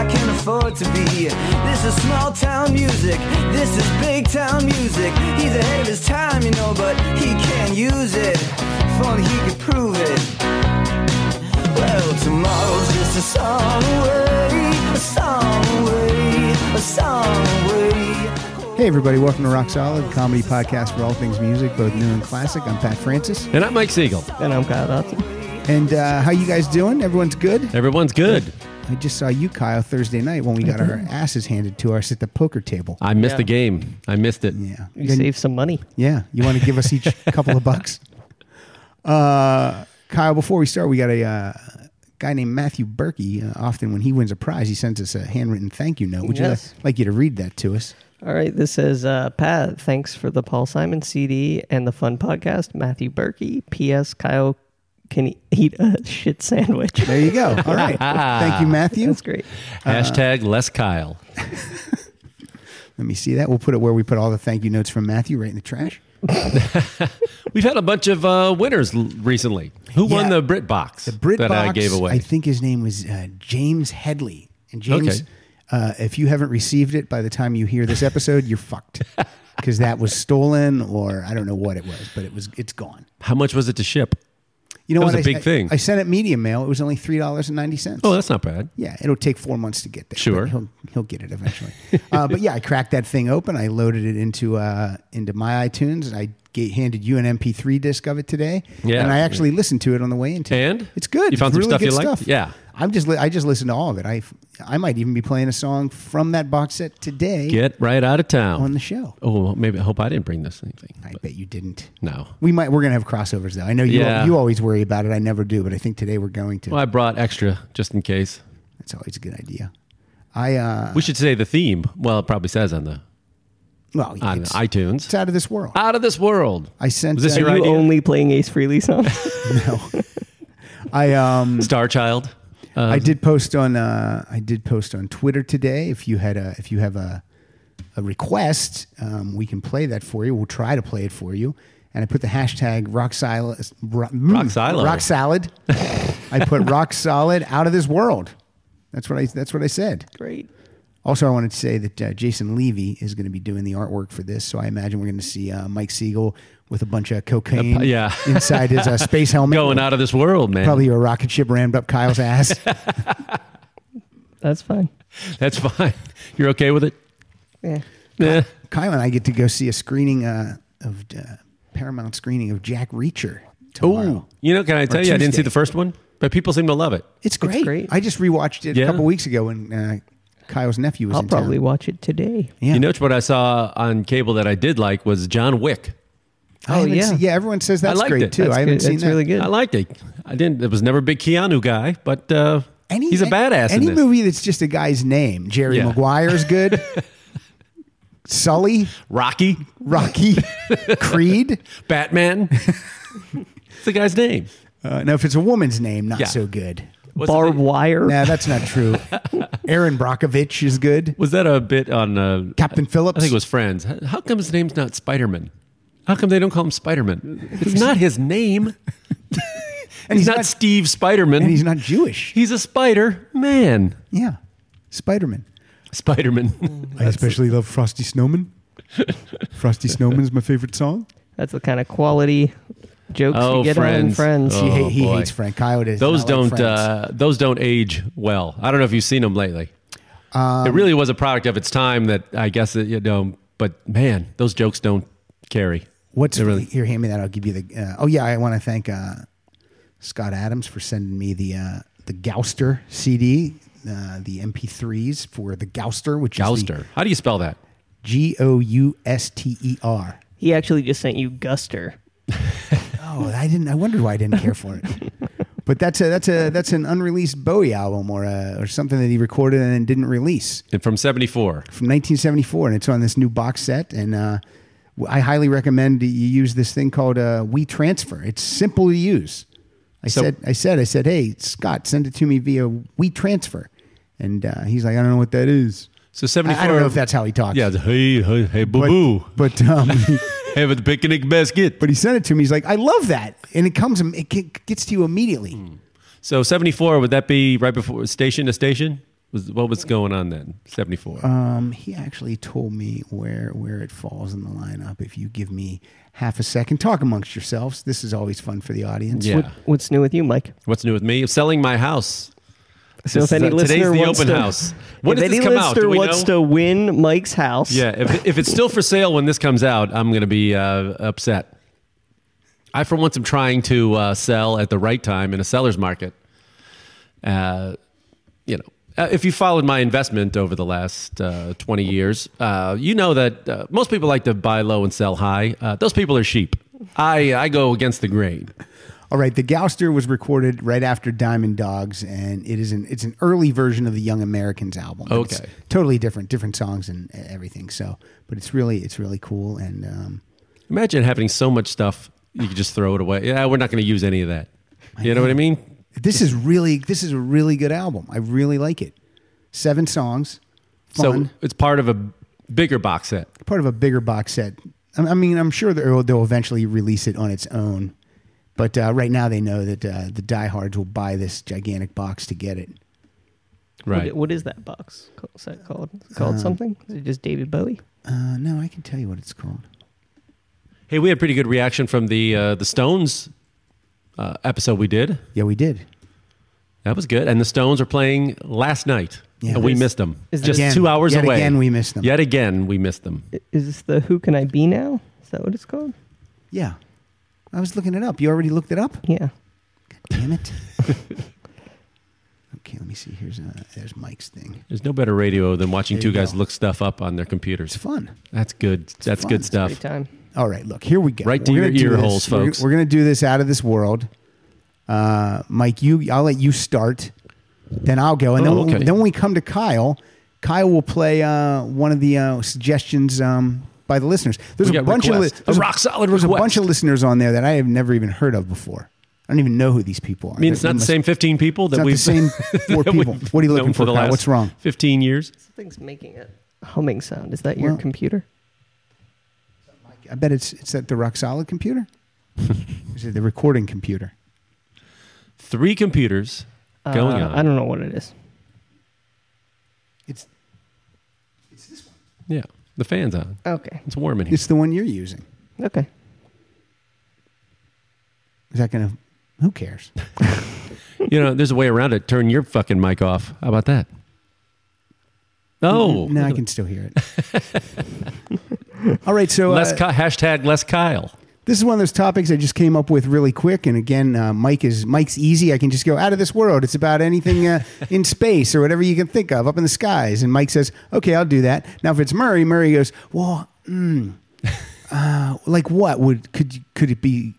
sure to be. This is small town music. This is big town music. He's ahead of his time, you know, but he can't use it. If only he could prove it. Well, tomorrow's just a song away, a song away, a song away. Hey, everybody, welcome to Rock Solid, comedy podcast for all things music, both new and classic. I'm Pat Francis. And I'm Mike Siegel. And I'm Kyle Dotson. And uh, how you guys doing? Everyone's good? Everyone's good. I just saw you, Kyle, Thursday night when we got our asses handed to us at the poker table. I missed Yeah. the game. I missed it. Yeah. You Then- saved some money. Yeah, you want to give us each a couple of bucks? Uh, Kyle, before we start, we got a uh, guy named Matthew Berkey. Uh, often, when he wins a prize, he sends us a handwritten thank you note. Would Yes. you li- like you to read that to us? All right, this says uh, Pat. Thanks for the Paul Simon CD and the fun podcast. Matthew Berkey. P.S. Kyle can eat a shit sandwich. There you go. All right, thank you, Matthew. That's great. Hashtag Uh, less Kyle. Let me see that. We'll put it where we put all the thank you notes from Matthew, right in the trash. We've had a bunch of uh, winners l- recently. Who won Yeah. the Brit box Brit that I Box, gave away? I think his name was uh, James Headley. And James, Okay. uh, if you haven't received it by the time you hear this episode, you're fucked because that was stolen or I don't know what it was, but it was it's gone. How much was it to ship? You know That was what? a big I, I- thing. I sent it media mail. It was only three dollars and ninety cents. Oh, that's not bad. yeah, it'll take four months to get there. but Sure. he'll he'll get it eventually. uh, but yeah, I cracked that thing open. I loaded it into uh, into my iTunes. I ga- handed you an MP3 disc of it today. Yeah. and I actually listened to it on the way into. And? it's good. You found It's really some stuff good you liked? stuff. Yeah. I'm just li- I just listened to all of it. I I might even be playing a song from that box set today Get right out of town. on the show. oh, well, maybe. I hope I didn't bring this thing. I bet you didn't. No. We might we're gonna have crossovers though. I know you Yeah. you always worry about it. I never do, but I think today we're going to. Well, I brought extra just in case. That's always a good idea. I uh We should say the theme. Well, it probably says on the well on it's, iTunes. it's out of this world. out of this world. I sent Was this uh, your Are you idea? only playing Ace Frehley songs? no. I um Star Child. Uh, I did post on uh I did post on Twitter today. If you had a if you have a a request, um, we can play that for you. We'll try to play it for you. And I put the hashtag rock salad rock, Rock silo. rock salad. I put rock solid out of this world. That's what I that's what I said. great. Also, I wanted to say that uh, Jason Levy is going to be doing the artwork for this, so I imagine we're going to see uh, Mike Siegel with a bunch of cocaine yeah. inside his uh, space helmet. going out of this world, man. Probably a rocket ship rammed up Kyle's ass. That's fine. That's fine. You're okay with it? Yeah. Yeah. Kyle and I get to go see a screening uh, of uh, Paramount screening of Jack Reacher Ooh, tomorrow. you know, can I tell you, I didn't see Tuesday. the first one, but people seem to love it. It's great. great. I just rewatched it Yeah. a couple weeks ago when uh, Kyle's nephew was I'll in probably town. watch it today. Yeah. You know what I saw on cable that I did like was John Wick. I haven't Oh, yeah. seen- yeah. Everyone says I that's liked great it. too. That's I haven't good. seen That's that. really good. I liked it. I didn't. It was never a big Keanu guy, but uh, Any, he's a any- badass. Any in this. movie that's just a guy's name, Jerry Yeah. Maguire's good. Sully, Rocky, Rocky, Creed. Batman. it's the guy's name. Uh, now, if it's a woman's name, not Yeah. so good. Was, Barbed wire. Nah, that's not true. Aaron Brockovich is good. was that a bit on uh, Captain Phillips. I think it was Friends. How come his name's not Spider-Man? How come they don't call him Spider-Man? It's not his name. and he's not, Steve Spider-Man. and he's not Jewish. He's a spider man. Yeah, Spider Man. Spider man. I especially love Frosty Snowman. Frosty Snowman's my favorite song. That's the kind of quality jokes Oh, you get on Friends. Friends. Oh. He, ha- he boy. hates Frank Coyote. Does Those not like don't Friends. uh, those don't age well. I don't know if you've seen them lately. Um, it really was a product of its time that I guess it, you know. But man, those jokes don't carry. What's They really- here? Hand me that. I'll give you the. Uh, oh yeah, I want to thank uh, Scott Adams for sending me the uh, the Gouster CD, uh, the MP3s for the Gouster, which is Gouster. How do you spell that? G O U S T E R. He actually just sent you Guster. Oh, I didn't. I wondered why I didn't care for it. But that's a that's a that's an unreleased Bowie album or a, or something that he recorded and then didn't release. And from '74. from 1974, and it's on this new box set. And uh, I highly recommend you use this thing called uh, We Transfer. It's simple to use. I So- said, I said, I said, hey Scott, send it to me via We Transfer, and uh, he's like, I don't know what that is. So I, '74. I don't know if that's how he talks. Yeah. it's, Hey, hey, hey, but, boo boo. But um, Have a picnic basket. but he sent it to me. He's like, I love that, and it comes, Hmm. it ge- gets to you immediately. So '74. Would that be right before station to station? Was what was going on then? Seventy four. Um, he actually told me where where it falls in the lineup. If you give me half a second, talk amongst yourselves. This is always fun for the audience. Yeah. What, what's new with you, Mike? What's new with me? Selling my house. So This if any is- uh, listener today's the wants open to, house. When if does any this come out? listener Do we wants know? to win Mike's house, Yeah, if, if it's still for sale when this comes out, I'm going to be uh, upset. I, for once, am trying to uh, sell at the right time in a seller's market. Uh, you know, uh, if you followed my investment over the last uh, 20 years, uh, you know that uh, most people like to buy low and sell high. Uh, those people are sheep. I, I go against the grain. All right, the Gouster was recorded right after Diamond Dogs, and it is an it's an early version of the Young Americans album. Okay. It's totally different, different songs and everything. So, but it's really it's really cool, and um, Imagine having so much stuff you could just throw it away. Yeah, we're not going to use any of that. You know what I mean? this is really this is a really good album. I really like it. Seven songs, fun, So it's part of a bigger box set. part of a bigger box set. I I mean, I'm sure they'll they'll eventually release it on its own, but uh, right now they know that uh, the diehards will buy this gigantic box to get it. what- Right. what is that box? called- Is that called it's called something? Is it just David Bowie? Uh, no, I can tell you what it's called. Hey, we had pretty good reaction from the uh, the Stones uh, episode we did. Yeah, we did. That was good. And the Stones are playing last night. Yeah. and we Is- missed them. is Just Again, two hours yet away. Again, we missed them. Yet again, we missed them. I- Is this the Who Can I Be Now? Is that what it's called? Yeah. I was looking it up. You already looked it up? Yeah. Damn it. okay, let me see. Here's uh, there's Mike's thing. There's no better radio than watching There two you guys go. look stuff up on their It's computers. fun. That's good. That's fun. good It's stuff. Great time. All right, look, here we go. Right to We're your gonna do ear this. holes, We're- folks. We're, going to do this out of this world. Uh, Mike, you I'll let you start. Then I'll go. And Oh, then, okay. then when we come to Kyle, Kyle will play uh, one of the uh, suggestions um, by the listeners. There's We a got bunch of requests. A there's rock solid There's a bunch request. of listeners on there that I have never even heard of before. I don't even know who these people are. I mean, it's They- they not the must- same 15 people that not the we've same four that people. we've What are you looking known for, Kyle? What's wrong? 15 years. Something's making a humming sound. Is that your Well- computer? I bet it's it's at the rock solid computer. Is it the recording computer? Three computers going Uh, on. I don't know what it is. It's it's this one. yeah, the fan's on. Okay. It's warm in here. It's the one you're using. Okay. Is that gonna? Who cares? You know, there's a way around it. Turn your fucking mic off. How about that? Oh. No. no, I can still hear it. All right, so Less uh, Ky- hashtag less Kyle. this is one of those topics I just came up with really quick. And again, uh, Mike is Mike's easy. I can just go out of this world. It's about anything uh, in space or whatever you can think of up in the skies. And Mike says, "Okay, I'll do that." Now, if it's Murray, Murray goes, "Well, mm, uh, like what would could you- could it be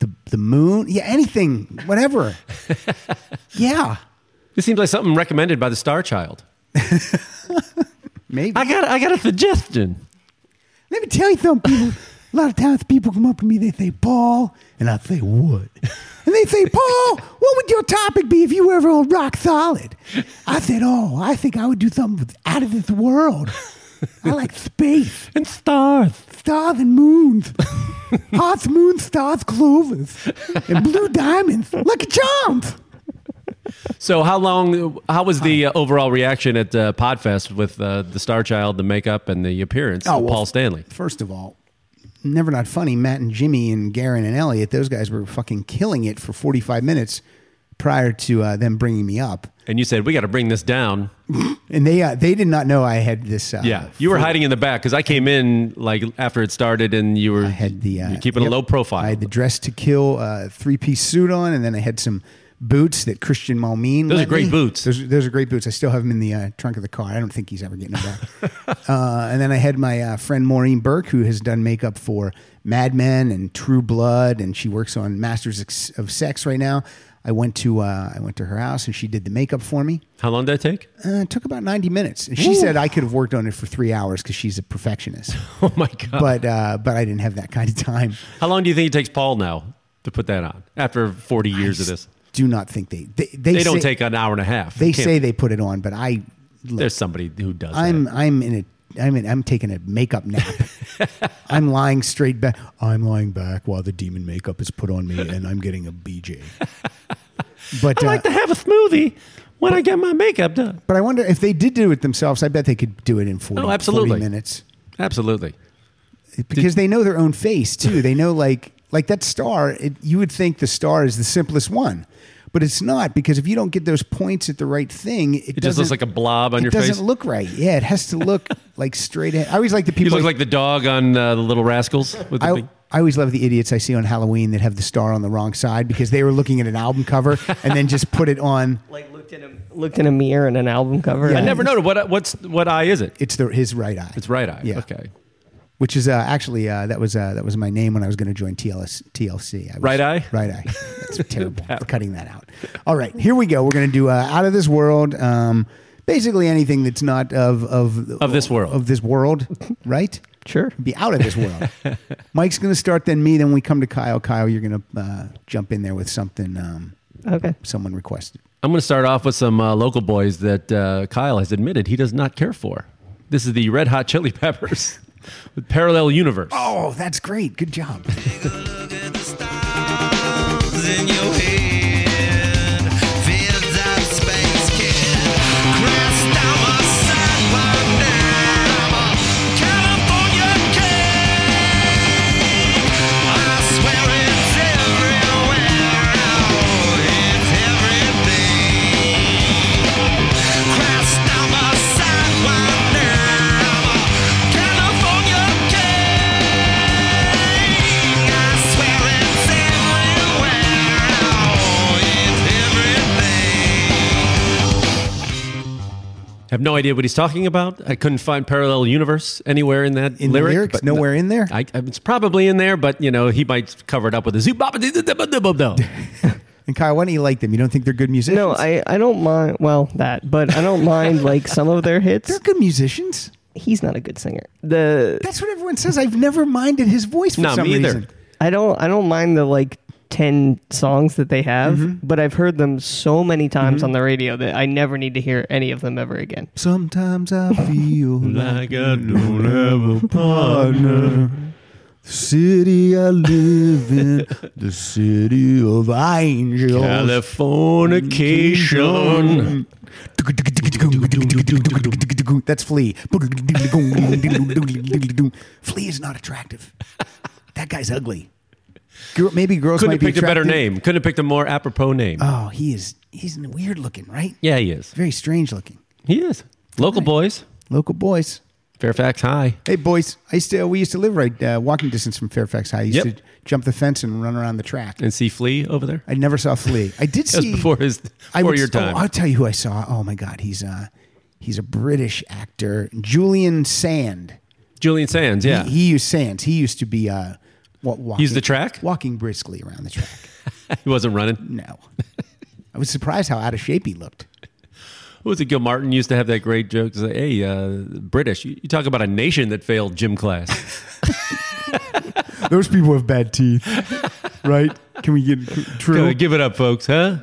the the moon? Yeah, anything, whatever. yeah, This seems like something recommended by the Star Child. maybe." I got I got a suggestion. Let me tell you something, people. A lot of times people come up to me, they say, Paul, and I say, what? And they say, Paul, what would your topic be if you were ever on rock solid? I said, oh, I think I would do something with out of this world. I like space, And stars. stars and moons, hearts, moons, stars, clovers, and blue diamonds, lucky charms. So how long? How was the uh, overall reaction at uh, Podfest with uh, the Star Child, the makeup, and the appearance Oh, of well- Paul Stanley? First of all, Never Not Funny, Matt and Jimmy and Garen and Elliot, those guys were fucking killing it for 45 minutes prior to uh, them bringing me up. And you said we got to bring this down. And they uh, they did not know I had this. Uh, Yeah, you were full- hiding in the back because I came in like after it started, and you were I had the uh, you're keeping yep. a low profile. I had the dress to kill uh, three piece suit on, and then I had some boots that Christian Malmin. Those are lent great me. boots. Those, those are great boots. I still have them in the uh, trunk of the car. I don't think he's ever getting them back. uh, and then I had my uh, friend Maureen Burke, who has done makeup for Mad Men and True Blood, and she works on Masters Ex- of Sex right now. I went to uh, I went to her house, and she did the makeup for me. how long did it take? Uh, it took about 90 minutes. And she said I could have worked on it for three hours because she's a perfectionist. Oh my god! But uh, but I didn't have that kind of time. How long do you think it takes Paul now to put that on after 40 years of this? Do not think they they, they, They don't say, take an hour and a half. they can't- say they put it on, but I there's somebody who does. I'm that. I'm in a I'm in, I'm taking a makeup nap. I'm lying straight back. I'm lying back while the demon makeup is put on me, and I'm getting a BJ. But I uh, like to have a smoothie when I get my makeup done. But I wonder if they did do it themselves. I bet they could do it in 40, Oh, absolutely. 40 minutes Absolutely. because they know their own face too. They know like like that star. It, you would think the star is the simplest one, but it's not because if you don't get those points at the right thing, it, It just looks doesn't- like a blob on it your doesn't face. look right. Yeah, it has to look like straight. Ahead. I always like the people. you look like the dog on uh, the Little Rascals with the I, big- I always love the idiots I see on Halloween that have the star on the wrong side because they were looking at an album cover and then just put it on. Like looked in a looked in a mirror and an album cover. Yeah. I never noted what what's what eye is it? It's the, his right eye. It's right eye. Yeah. Okay. which is uh, actually uh, that was uh, that was my name when I was going to join TLS, TLC. I was, Right Eye? right eye. That's terrible. We're cutting that out. All right, here we go. We're going to do uh, out of this world. Um, basically, anything that's not of of Of this world. of this world, right? Sure. Be out of this world. Mike's going to start, then me, then we come to Kyle. Kyle, you're going to uh, jump in there with something um, Okay. someone requested. I'm going to start off with some uh, local boys that uh, Kyle has admitted he does not care for. This is the Red Hot Chili Peppers with Parallel Universe. Oh, that's great. Good job. in your head. Feels that space kid. Crest down my side by now. I'm a California king. I swear it's everywhere. Oh, it's everything. Crest down my side by now. I'm a California king. I swear it's everywhere. Oh, it's everything. Have no idea what he's talking about. I couldn't find Parallel Universe anywhere in that In the lyric. lyrics? but- Nowhere in there? I, it's probably in there, but you know he might cover it up with a zoop bop a dee dee dee bop dee bop do. And Kyle, why don't you like them? You don't think they're good musicians? No, I, I don't mind. Well, that, but I don't mind like some of their hits. they're good musicians. He's not a good singer. The That's what everyone says. I've never minded his voice for No, some me either. reason. I don't I don't mind the like ten songs that they have, Mm-hmm. but I've heard them so many times on the radio that I never need to hear any of them ever again. Sometimes I feel like Like I don't have a partner. City I live in, the city of angels. Californication. That's Flea. Flea is not attractive. That guy's ugly. Girl, maybe girls Couldn't might have be picked a better attracted- name. Couldn't have picked a more apropos name. Oh, he is. He's weird looking, right? yeah, he is. Very strange looking. He is. Local boys. Local boys. Fairfax High. Hey boys, I used to we used to live right uh, walking distance from Fairfax High. I used Yep. to jump the fence and run around the track. And see Flea over there. I never saw Flea. I did That was see before his I before would- your oh, time. I'll tell you who I saw. Oh my god, he's uh he's a British actor, Julian Sand. Julian Sands, yeah. He, he used Sands. He used to be uh what walking, the track? walking briskly around the track. He wasn't running. No, I was surprised how out of shape he looked. Who was it? Gil Martin used to have that great joke. Say, hey, uh, British, you, you talk about a nation that failed gym class. Those people have bad teeth, right? Can we get Gotta give it up, folks, huh?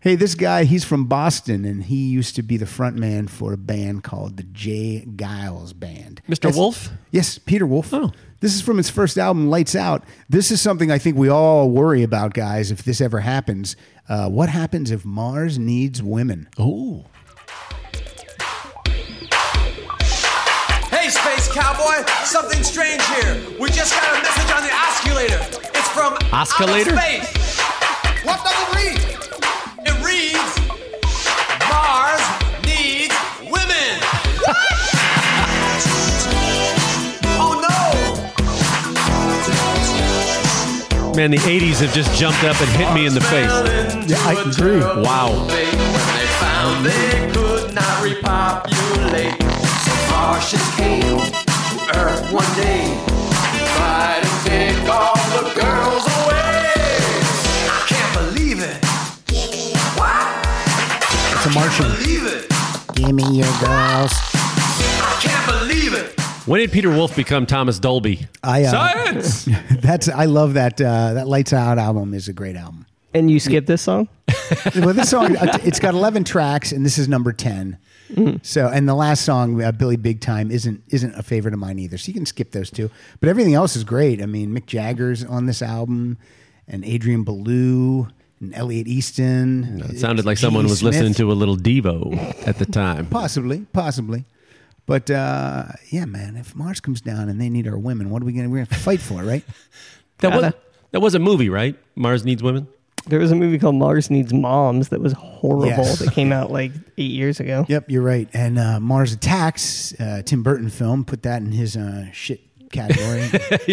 Hey, this guy, he's from Boston, and he used to be the front man for a band called the Jay Giles Band. Mr. That's- Wolf? Yes, Peter Wolf. Oh. This is from his first album, Lights Out. This is something I think we all worry about, guys, if this ever happens. Uh, what happens if Mars needs women? Oh. Hey, Space Cowboy, something strange here. We just got a message on the osculator. It's from Osculator? outer space. What does it read? It reads Mars needs women. oh no! Man, the 80s have just jumped up and hit me in the face. Yeah, I agree. Wow. They- When they found they could not repopulate, some Martians came to Earth one day to try to take all the girls away. I can't believe it. Why? It's a Martian. Believe it. Give me your girls. I can't believe it. When did Peter Wolf become Thomas Dolby? I, uh, Science! That's I love that uh, that Lights Out album is a great album. And you skip this song? well, this song uh, it's got eleven tracks, and this is number 10 Mm. So, and the last song, uh, Billy Big Time, isn't isn't a favorite of mine either. So you can skip those two, but everything else is great. I mean, Mick Jagger's on this album, and Adrian Belew and Elliot Easton. It sounded like someone E was listening to a little Devo at the time. Possibly, possibly. But uh, yeah, man, if Mars comes down and they need our women, what are we gonna? We're gonna have to fight for, it, right? That was, Gotta. that was a movie, right? Mars Needs Women? There was a movie called Mars Needs Moms that was horrible Yes. that came out like eight years ago. yep, you're right. And uh, Mars Attacks, uh, Tim Burton film, put that in his uh, shit category.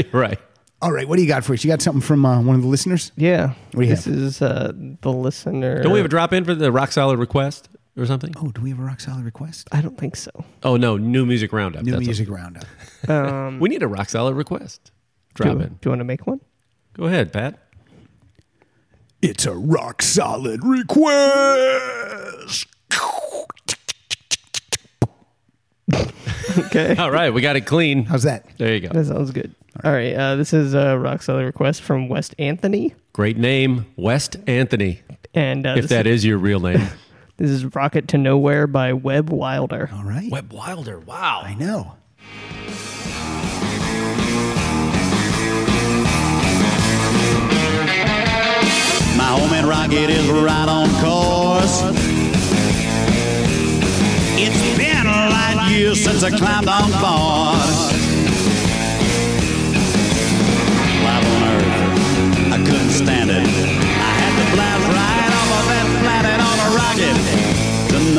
right. All right, what do you got for us? You got something from uh, one of the listeners? Yeah. What do you this have? is uh, the listener. Don't we have a drop in for the Rock Solid request or something? Uh, Oh, do we have a rock solid request? I don't think so. Oh, no. New music roundup. New That's a- music roundup. Um, we need a Rock Solid request. do, Drop do in. you want to make one? Go ahead, Pat. It's a rock solid request. Okay. All right. We got it clean. How's that? There you go. That sounds good. All right. Uh, this is a rock solid request from West Anthony. Great name, West Anthony, And uh, if this, that is your real name. this is Rocket to Nowhere by Webb Wilder. All right. Web Wilder. Wow. I know. My homemade rocket is right on course. It's been a light year since I climbed on board. Life on Earth, I couldn't stand it. I had to blast right off of that planet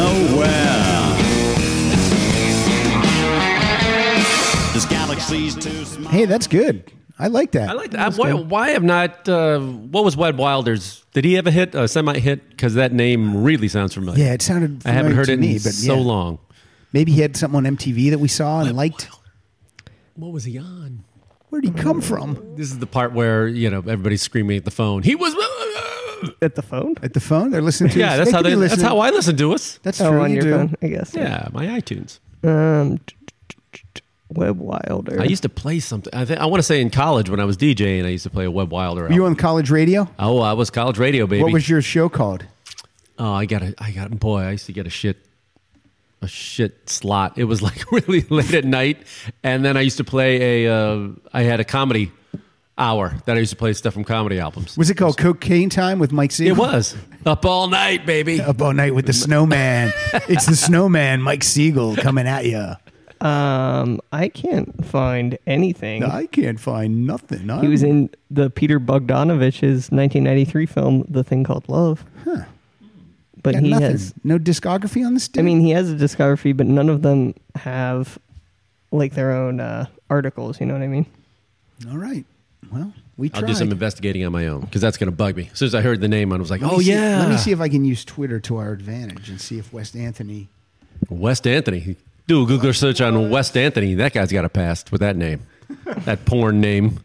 on a rocket to nowhere. This galaxy's too small. Hey, that's good. I like that. I like that. why, why have not? Uh, what was Wed Wilder's? Did he have a hit, a semi hit? Because that name really sounds familiar. Yeah, it sounded. I haven't familiar heard to it me, in but so yeah. long. Maybe he had something on MTV that we saw and liked. What was he on? Where'd he come from? This is the part where you know everybody's screaming at the phone. He was. At the phone? At the phone? They're listening to. Yeah, us. that's how could be they. That's listening. how I listen to us. That's Oh, true. on you your do. phone, I guess. Yeah, my iTunes. Um, t- t- t- t- Webb Wilder. I used to play something. I think I want to say in college when I was DJing, I used to play a Web Wilder. Were you album. on college radio? oh, I was college radio baby. What was your show called? Oh, I got a, I got boy, I used to get a shit, a shit slot. It was like really late at night, and then I used to play a, uh, I had a comedy hour that I used to play stuff from comedy albums. Was it called Cocaine Time with Mike Siegel? It was up all night, baby. Up all night with the snowman. it's the snowman, Mike Siegel, coming at you. Um, I can't find anything. I can't find nothing. He was in the Peter Bogdanovich's 1993 film, The Thing Called Love. But Got he nothing. has, no discography on this. Dude? I mean, he has a discography, but none of them have like their own uh, articles. You know what I mean? all right. Well, we I'll tried. do some investigating on my own because that's going to bug me. As soon as I heard the name, I was like, Let me oh see- yeah. Let me see if I can use Twitter to our advantage and see if West Anthony. West Anthony. Do a Google search on West Anthony. That guy's got a past with that name, that porn name.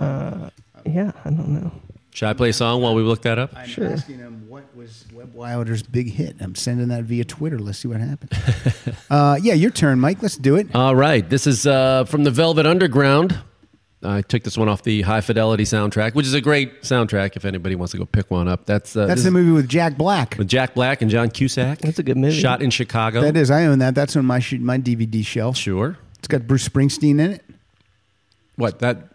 Yeah, I don't know. Should I play a song while we look that up? I'm Sure. asking him what was Web Wilder's big hit. I'm sending that via Twitter. Let's see what happens. uh, yeah, your turn, Mike. Let's do it. All right. This is uh, from the Velvet Underground. I took this one off the High Fidelity soundtrack, which is a great soundtrack if anybody wants to go pick one up. That's, uh, That's this the is movie with Jack Black. with Jack Black and John Cusack. That's a good movie. Shot in Chicago. That is, I own that. That's on my sh- my DVD shelf. Sure. It's got Bruce Springsteen in it. What? That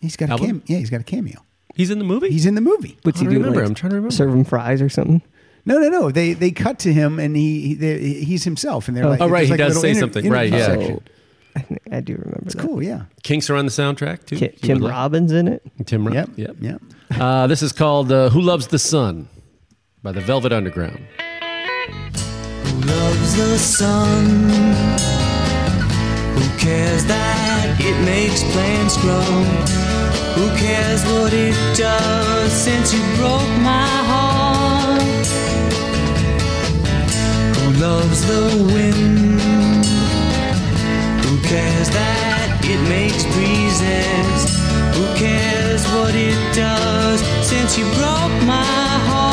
He's got a Album? cameo. Yeah, he's got a cameo. He's in the movie? He's in the movie. What's I he don't do? remember. like, I'm trying to remember. Serve him fries or something. No, no, no. They they cut to him and he, he they, he's himself and they're like, Oh, right, it's he like a does little say something. Right, interview yeah. section. So, I, think, I do remember that. Cool, yeah, Kinks are on the soundtrack, too. Ki- You Tim would like- Robbins in it. Tim Rob. yep, Yep. yep. Uh, this is called uh, Who Loves the Sun by the Velvet Underground. loves the sun? Who cares that it makes plants grow? Who cares what it does since you broke my heart? Who loves the wind? Who cares that it makes breezes? Who cares what it does since you broke my heart?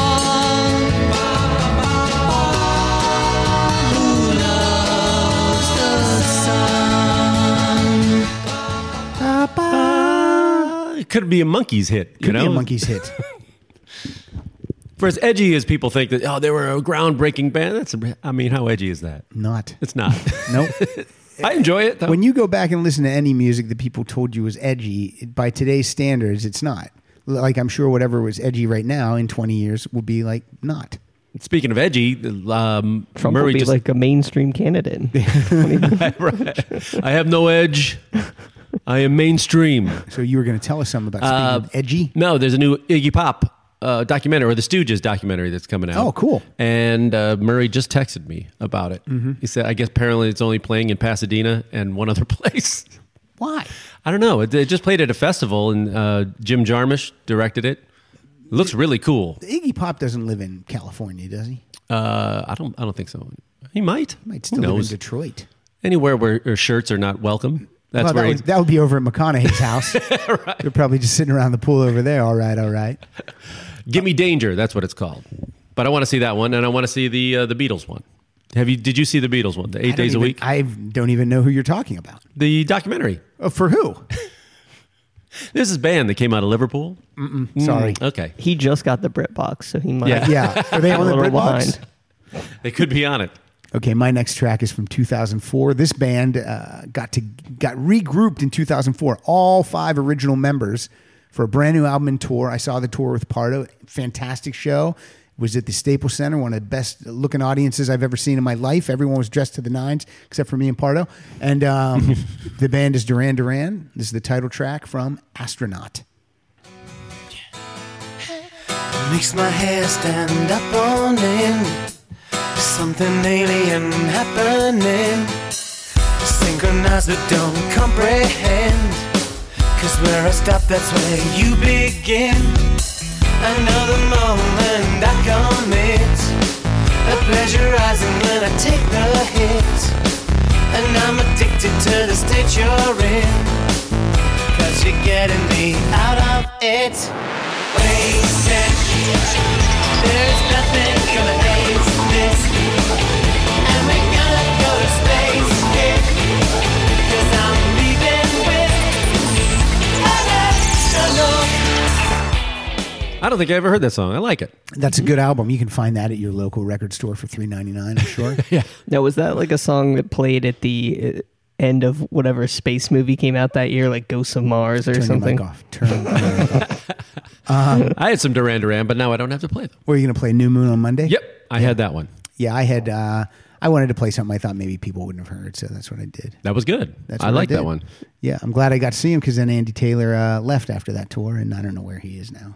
Uh, it could be a monkey's hit. you Could know? be a monkey's hit. For as edgy as people think that, oh, they were a groundbreaking band. That's, I mean, how edgy is that? Not. It's not. Nope. I enjoy it. Though. when you go back and listen to any music that people told you was edgy, by today's standards, it's not. Like I'm sure whatever was edgy right now in 20 years will be like not. Speaking of edgy, um, Trump Murray will be just, like a mainstream candidate. in- right. I have no edge. I am mainstream. So you were going to tell us something about Uh, speaking of edgy. No, there's a new Iggy Pop uh, documentary or the Stooges documentary that's coming out. Oh, cool. Mm-hmm. And uh, Murray just texted me about it. He said, I guess apparently it's only playing in Pasadena and one other place. Why? I don't know. It, it just played at a festival and uh, Jim Jarmusch directed it. It looks really cool. Iggy Pop doesn't live in California, does he? Uh, I don't. I don't think so. He might. Might Who still live in knows? Detroit. Anywhere where, where shirts are not welcome. That's Well, where. that, he- would, that would be over at McConaughey's house. They're probably just sitting around the pool over there. All right, all right. Give me danger. That's what it's called. But I want to see that one, and I want to see the uh, the Beatles one. Have you? Did you see the Beatles one? The I eight don't days even- a week. I don't even know who you're talking about. the documentary. Uh, for who? This is a band that came out of Liverpool. Hmm. Sorry. Okay, he just got the Brit box, so he might Yeah. Yeah. Are they be a on the little Britbox? behind. they could be on it. Okay, my next track is from 2004. This band uh, got to got regrouped in 2004. All five original members for a brand new album and tour. I saw the tour with Pardo. Fantastic show. It was at the Staples Center, one of the best looking audiences I've ever seen in my life. Everyone was dressed to the nines except for me and Pardo. And um, the band is Duran Duran. This is the title track from Astronaut. Makes my hair stand up on end. Something alien happening. Synchronized but don't comprehend. Cause where I stop, that's where you begin. Another moment I commit. A pleasure rising when I take the hit. And I'm addicted to the state you're in. Cause you're getting me out of it. Wasted. There's nothing gonna erase this. And we're gonna go to space, kid. Cause I'm leaving with an astronaut. I don't think I ever heard that song. I like it. That's a good album. You can find that at your local record store for three ninety nine. I'm sure. Now, was that like a song that played at the uh, end of whatever space movie came out that year, like Ghosts of Mars or Turn your something? mic off. Turn. Your mic off. I had some Duran Duran, but now I don't have to play them. Were you going to play New Moon on Monday? Yep, I had that one. Yeah, I had. Uh, I wanted to play something I thought maybe people wouldn't have heard, so that's what I did. That was good. That's I what like did. that one. Yeah, I'm glad I got to see him because then Andy Taylor uh, left after that tour, and I don't know where he is now.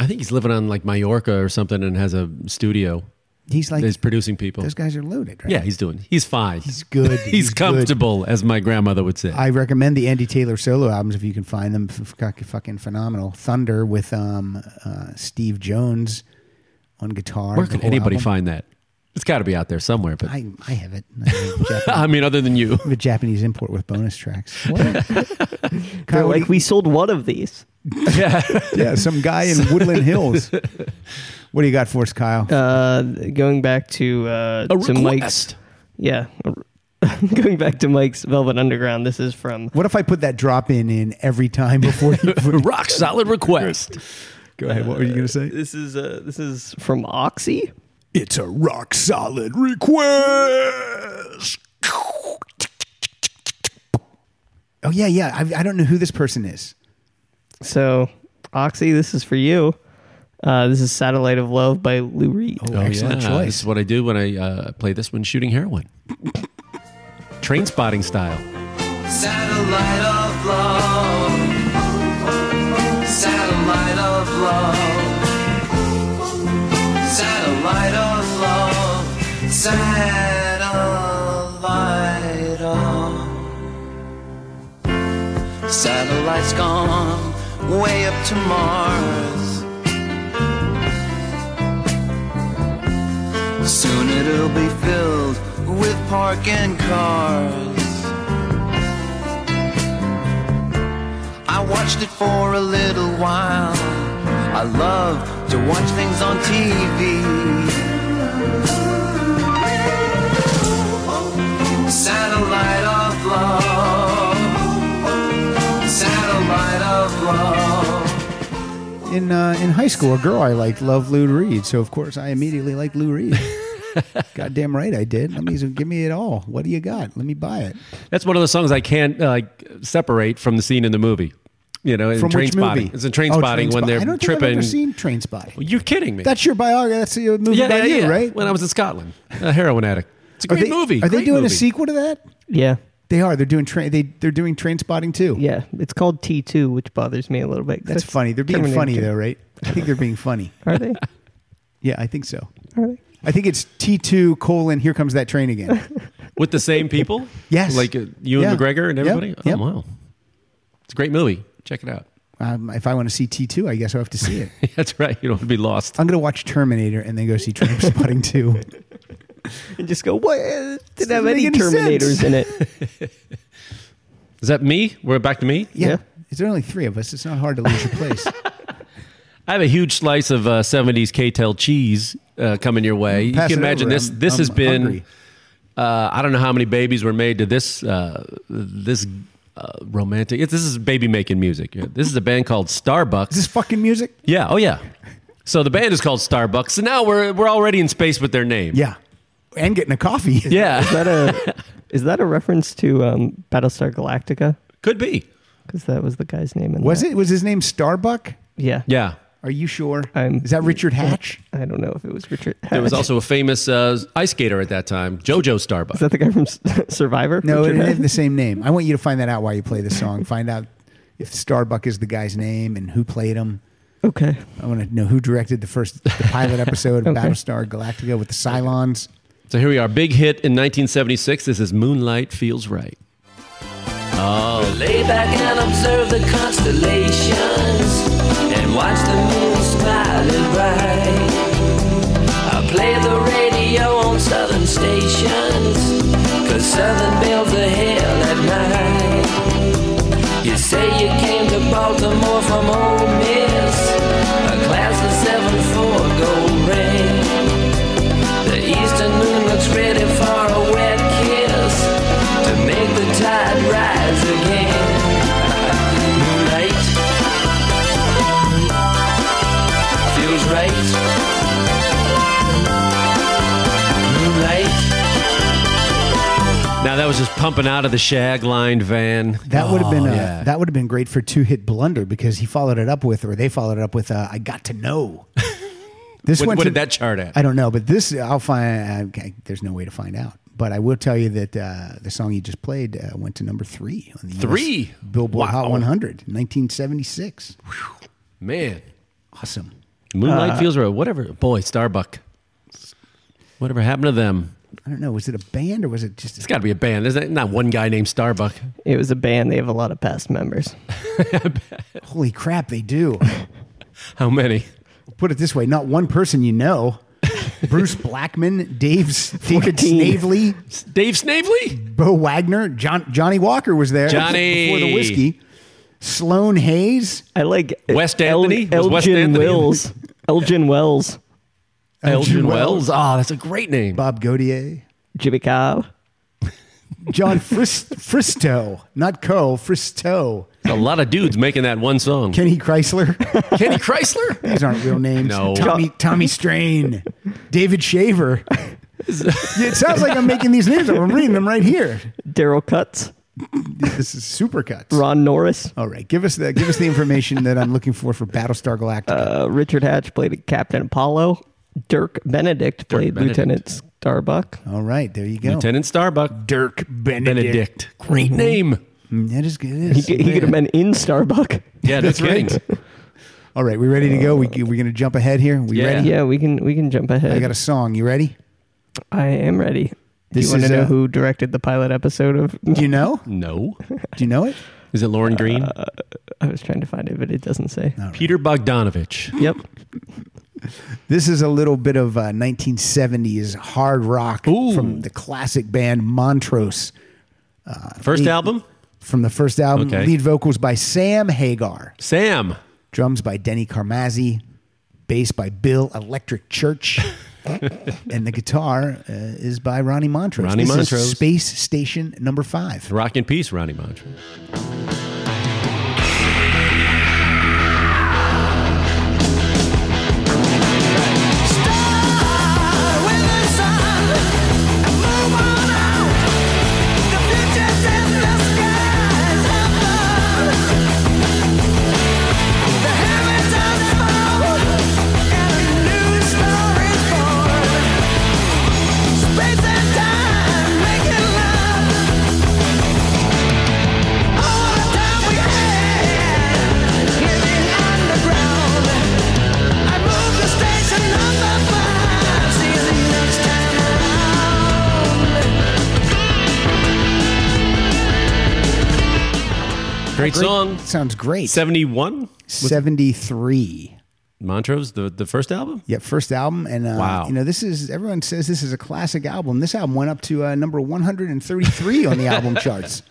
I think he's living on like Mallorca or something and has a studio. He's like He's producing people. those guys are loaded, right? Yeah, he's doing. He's fine. He's good. he's, He's good. comfortable, as my grandmother would say. I recommend the Andy Taylor solo albums if you can find them. F- fuck- Fucking phenomenal. Thunder with um, uh, Steve Jones on guitar. Where the could whole anybody album. find that? It's got to be out there somewhere. But I, I, I have it. I have a Japanese- mean, other than you, I have a Japanese import with bonus tracks. What? They're Kyle, what do like, we sold one of these. yeah, some guy in Woodland Hills. What do you got for us, Kyle? Uh, going back to uh, a to Mike's, request. yeah. going back to Mike's Velvet Underground. This is from what if I put that drop in in every time before you? Rock solid request. Go ahead. What were you going to say? this is uh, this is from Oxy. It's a rock solid request. Oh yeah, yeah. I, I don't know who this person is. So Oxy, this is for you. Uh, this is Satellite of Love by Lou Reed. Oh, excellent yeah. This choice. is what I do when I uh, play this when shooting heroin. Train spotting style. Satellite of love. Satellite of love. Satellite of love. Satellite of. Satellite's gone way up to Mars. Soon it'll be filled with parking cars. I watched it for a little while. I love to watch things on TV. Satellite of love. Satellite of love. In uh, in high school, a girl I liked loved Lou Reed, so of course I immediately liked Lou Reed. Goddamn right I did. Let me give me it all. What do you got? Let me buy it. That's one of the songs I can't uh, like separate from the scene in the movie. You know, in From train which spotting. movie? It's in train Oh, spotting when Trainspot- they're I don't tripping. think I've ever seen Train Spotting. You're kidding me. That's your biography. That's a movie yeah, about yeah, you, yeah. right? When I was in Scotland, a heroin addict. It's a are great they, movie. Are they great doing movie. a sequel to that? Yeah. They are. They're doing train. They they're doing Train Spotting too. Yeah. It's called T2, which bothers me a little bit. That's funny. They're being Terminator funny two. though, right? I think they're being funny. Are they? Yeah, I think so. Are they? I think it's T two colon. Here comes that train again. with the same people? Yes. like uh, you Yeah. and McGregor and Yep, everybody. Oh yep. wow, it's a great movie. Check it out. Um, if I want to see T two, I guess I will have to see it. That's right. You don't want to be lost. I'm gonna watch Terminator and then go see Train Spotting two. And just go, what? It didn't have make any any Terminators sense. in it. Is that me? We're back to me. Yeah. Yeah. Is there only three of us? It's not hard to lose your place. I have a huge slice of uh, '70s K-Tel cheese uh, coming your way. Pass you it can imagine over. this. I'm- this has I'm been. hungry. Uh, I don't know how many babies were made to this. Uh, this uh, romantic. It's, this is baby making music. Yeah, This is a band called Starbucks. Is this fucking music? yeah. Oh yeah. So the band is called Starbucks. So now we're we're already in space with their name. Yeah. And getting a coffee. Is Yeah. that a, is that a reference to um, Battlestar Galactica? Could be. Because that was the guy's name in Was that. it? Was his name Starbuck? Yeah. Yeah. Are you sure? I'm- Is that Richard Hatch? I don't know if it was Richard. There was Hatch. also a famous uh, ice skater at that time, JoJo Starbuck. Is that the guy from S- Survivor? No, it Richard didn't have Hatch? the same name. I want you to find that out while you play the song. Find out if Starbuck is the guy's name and who played him. Okay. I want to know who directed the first the pilot episode of Okay. Battlestar Galactica with the Cylons. So here we are, big hit in 1976. This is Moonlight Feels Right. Lay back and observe the constellations and watch the moon smiling bright. I play the radio on southern stations, cause southern bells are hell at night. You say you came to Baltimore from Ole Miss, a class of 7-4 gold ring. The eastern moon looks ready for a wet kiss to make the tide rise again. Moonlight feels right. Moonlight. Now that was just pumping out of the shag-lined van. That would have been Oh, a, yeah. that would have been great for two hit blunder because he followed it up with or they followed it up with uh, I got to know. This What, went what to- did that chart at? I don't know, but this I'll find. I, I- there's no way to find out, but I will tell you that uh, the song you just played uh, went to number three on the US Three? Billboard Hot Wow. 100, 1976. Man, Awesome. Moonlight Feels Right. Whatever, boy, Starbuck. Whatever happened to them? I don't know. Was it a band or was it just? It's got to be a band. There's not- not one guy named Starbuck. It was a band. They have a lot of past members. Holy crap! They do. How many? Put it this way: not one person you know. Bruce Blackman, Dave, S- David 14. Snavely, Dave Snavely? Bo Wagner, John, Johnny Walker was there Johnny. before the whiskey. Sloan Hayes, I like West El- Anthony? Was Elgin West Anthony in Wills. Elgin Wells. Elgin Wells. Oh, that's a great name. Bob Godier. Jimmy Cow. John Frist- Fristo, not Co, Fristo. A lot of dudes making that one song. Kenny Chrysler. Kenny Chrysler? These aren't real names. No. Tommy, Tommy Strain. David Shaver. it sounds like I'm making these names up. I'm reading them right here. Daryl Cuts. This is supercuts. Ron Norris. All right, give us the give us the information that I'm looking for for Battlestar Galactica. Uh, Richard Hatch played Captain Apollo. Dirk Benedict played Benedict. Lieutenant Starbuck. All right, there you go. Lieutenant Starbuck. Dirk Benedict. Benedict. Great name. Mm, That is good. He, could- he could have been in Starbuck. Yeah, that's right. All right, we ready to go? We we gonna jump ahead here? We Yeah. ready? Yeah, we can we can jump ahead. I got a song. You ready? I am ready. Do This you want is, to know uh, who directed the pilot episode of? Do you know? No. Do you know it? Is it Lauren Green? I was trying to find it, but it doesn't say. Peter Bogdanovich. Yep. This is a little bit of uh, 1970s hard rock from the classic band Montrose First Eight. album? from the first album. Okay. Lead vocals by Sam Hagar, Sam. drums by Denny Carmazzi, bass by Bill Electric Church, and the guitar uh, is by Ronnie Montrose. Ronnie This is Montrose. Space Station Number Five. Rock in peace, Ronnie Montrose. Thank Great great- song. Sounds great. 71? 73. Montrose, the, the first album? Yeah, first album, and uh, Wow. you know this is everyone says this is a classic album. This album went up to uh, number 133 on the album charts,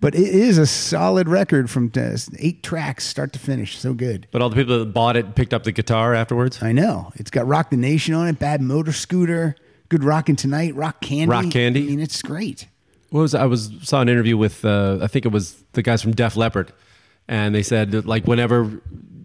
but it is a solid record from uh, eight tracks, start to finish. So good. But all the people that bought it picked up the guitar afterwards? I know it's got "Rock the Nation" on it, "Bad Motor Scooter," "Good Rockin' Tonight," "Rock Candy," Rock Candy. I mean, it's great. What was I was saw an interview with uh, I think it was the guys from Def Leppard, and they said that, like whenever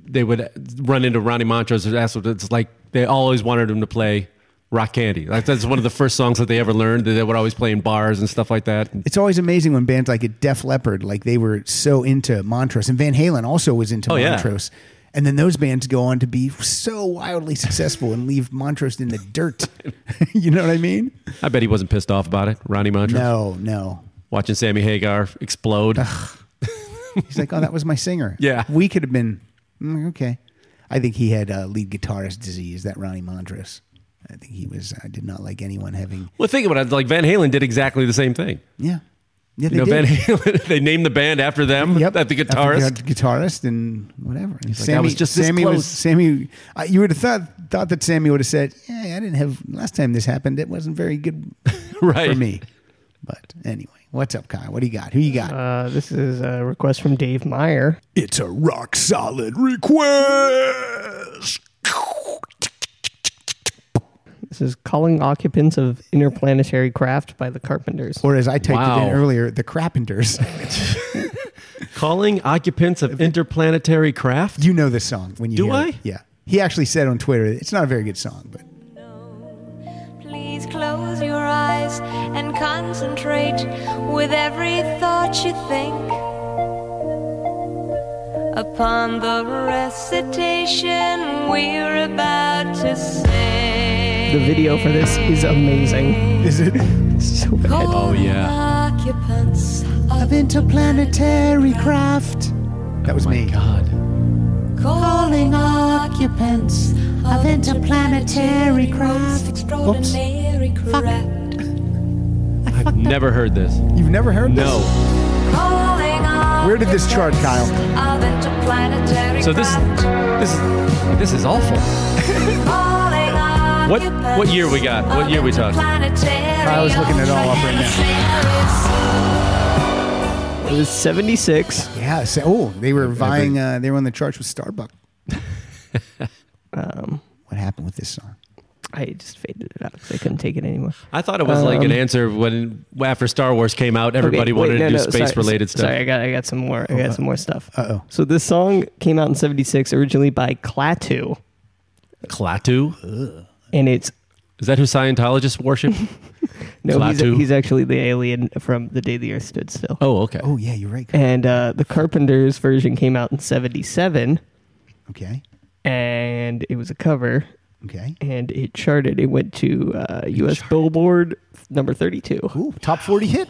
they would run into Ronnie Montrose or ask, it's like they always wanted him to play Rock Candy. Like that's one of the first songs that they ever learned that they would always play in bars and stuff like that. It's always amazing when bands like Def Leppard, like they were so into Montrose, and Van Halen also was into Oh, yeah. Montrose. And then those bands go on to be so wildly successful and leave Montrose in the dirt. you know what I mean? I bet he wasn't pissed off about it, Ronnie Montrose. No, no. Watching Sammy Hagar explode. He's like, oh, that was my singer. Yeah. We could have been, mm, okay. I think he had uh, lead guitarist disease, that Ronnie Montrose. I think he was, I did not like anyone having, well, think about it. Like Van Halen did exactly the same thing. yeah. Yeah, they You know, did. Van Halen. They named the band after them. Yep. After the After guitarist. gu- guitarist and whatever. And like, I was just this Sammy close. was Sammy. Uh, you would have thought thought that Sammy would have said, "Yeah, I didn't have last time this happened. It wasn't very good Right. for me." But anyway, what's up, Kyle? What do you got? Who you got? Uh, this is a request from Dave Meyer. it's a rock solid request. This is Calling Occupants of Interplanetary Craft by the Carpenters. Or as I typed it Wow. in earlier, the Crappenders. Calling occupants of interplanetary craft. you know this song when you Do hear I? It. Yeah, he actually said on Twitter, "It's not a very good song, but Please close your eyes and concentrate with every thought you think upon the recitation we're about to sing. The video for this is amazing. is it It's so bad. Oh, yeah. Occupants of interplanetary craft?" That was me. Oh God. calling occupants of interplanetary craft. Extraordinary craft. I've never heard this. You've never heard this? No. Calling Where did this chart, Kyle? occupants Of interplanetary So this craft. this is this is awful. What what year we got? What year we talking? I was looking it all up right now. It was 76. Yeah. So, oh, they were vying. Uh, they were on the charts with Starbuck. what happened with this song? I just faded it out because I couldn't take it anymore. I thought it was like Um, an answer when after Star Wars came out, everybody Okay, wanted wait, to no, do no, space sorry, related stuff. Sorry, I got I got some more. I got some more stuff. uh-oh. So this song came out in '76, originally by Klaatu, Klaatu? and it's Is that who Scientologists worship? no, he's, Klaatu? he's actually the alien from the day the Earth stood still. oh, okay. Oh yeah, you're right. Kyle. And uh, the Carpenters version came out in '77, Okay. and it was a cover, Okay. and it charted. It went to uh, U.S. Billboard number 32. Ooh, top forty hit.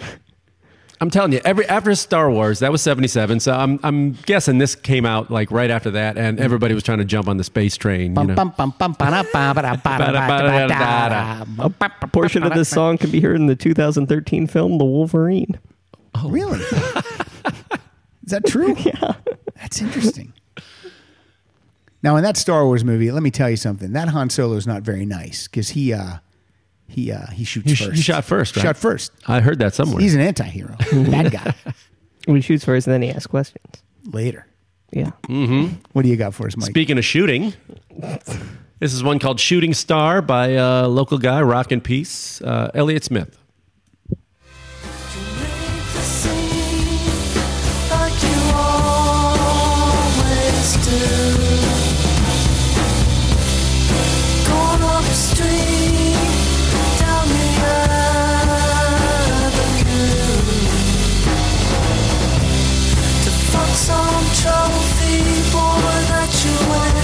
I'm telling you, every after Star Wars, that was 77. So I'm I'm guessing this came out like right after that and everybody was trying to jump on the space train, you Bum, know. bum, bum, bum, ba-da, ba-da, ba-da, ba-da, ba-da, A portion of this song can be heard in the 2013 film The Wolverine. ba-da. Oh. Really? Is that true? Yeah. That's interesting. Now, in that Star Wars movie, let me tell you something. That Han Solo is not very nice because he uh, he uh, he shoots He sh- first. he shot first, right? Shot first. I heard that somewhere. He's an anti-hero. Bad guy. He shoots first, and then he asks questions. Later. Yeah. What do you got for us, Mike? Speaking of shooting, this is one called Shooting Star by a local guy, Rock and Peace, uh, Elliot Smith. Some trophy boy that you win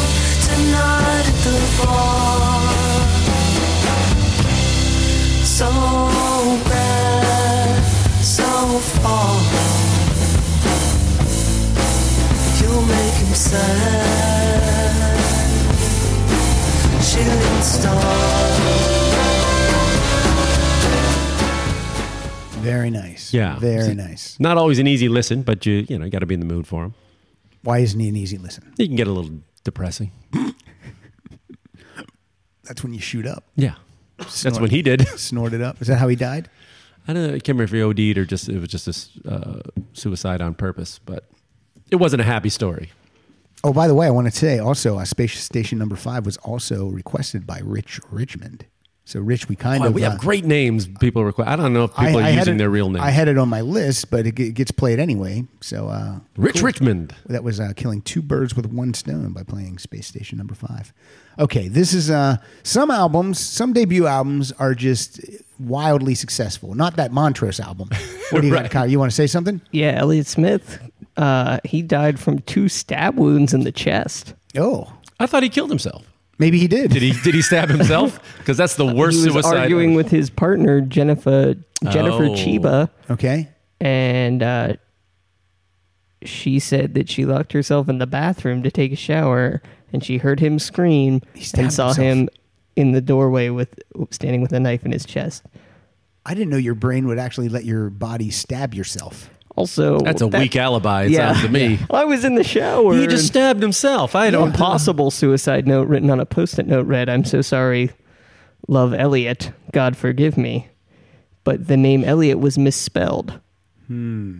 tonight at the bar. So bad, so far. You'll make him sad. Shooting star. Very nice. Yeah. Very nice. Not always an easy listen, but you you know you got to be in the mood for them. Why isn't he an easy listen? You can get a little depressing. That's when you shoot up. Yeah, that's Snort- what he did. Snort it up. Is that how he died? I don't know, I can't remember if he OD'd or just it was just a s- uh, suicide on purpose, but it wasn't a happy story. Oh, by the way, I want to say also, uh, Spacious Station Number Five was also requested by Rich Richmond. So, Rich, we kind Boy, of we uh, have great names. People request. I don't know if I- people I are had using it- their real names. I had it on my list, but it g- gets played anyway. So, uh, Rich Richmond. That was uh, killing two birds with one stone by playing Space Station Number Five. Okay, this is uh, some albums, some debut albums are just wildly successful. Not that Montrose album. What do you got, Kyle? You want to say something? Yeah, Elliot Smith. Uh, he died from two stab wounds in the chest. Oh, I thought he killed himself. maybe he did. Did he? Did he stab himself? Because that's the worst he was suicide. arguing with his partner Jennifer Jennifer Oh. Chiba, Okay. and uh, she said that she locked herself in the bathroom to take a shower, and she heard him scream stabbed and saw himself. him in the doorway with standing with a knife in his chest. I didn't know your brain would actually let your body stab yourself. Also, That's a that- weak alibi. It sounds to me. I was in the shower. He just stabbed himself. I an don't. impossible suicide note written on a post-it note read, "I'm so sorry, love Elliot. God forgive me." But the name Elliot was misspelled.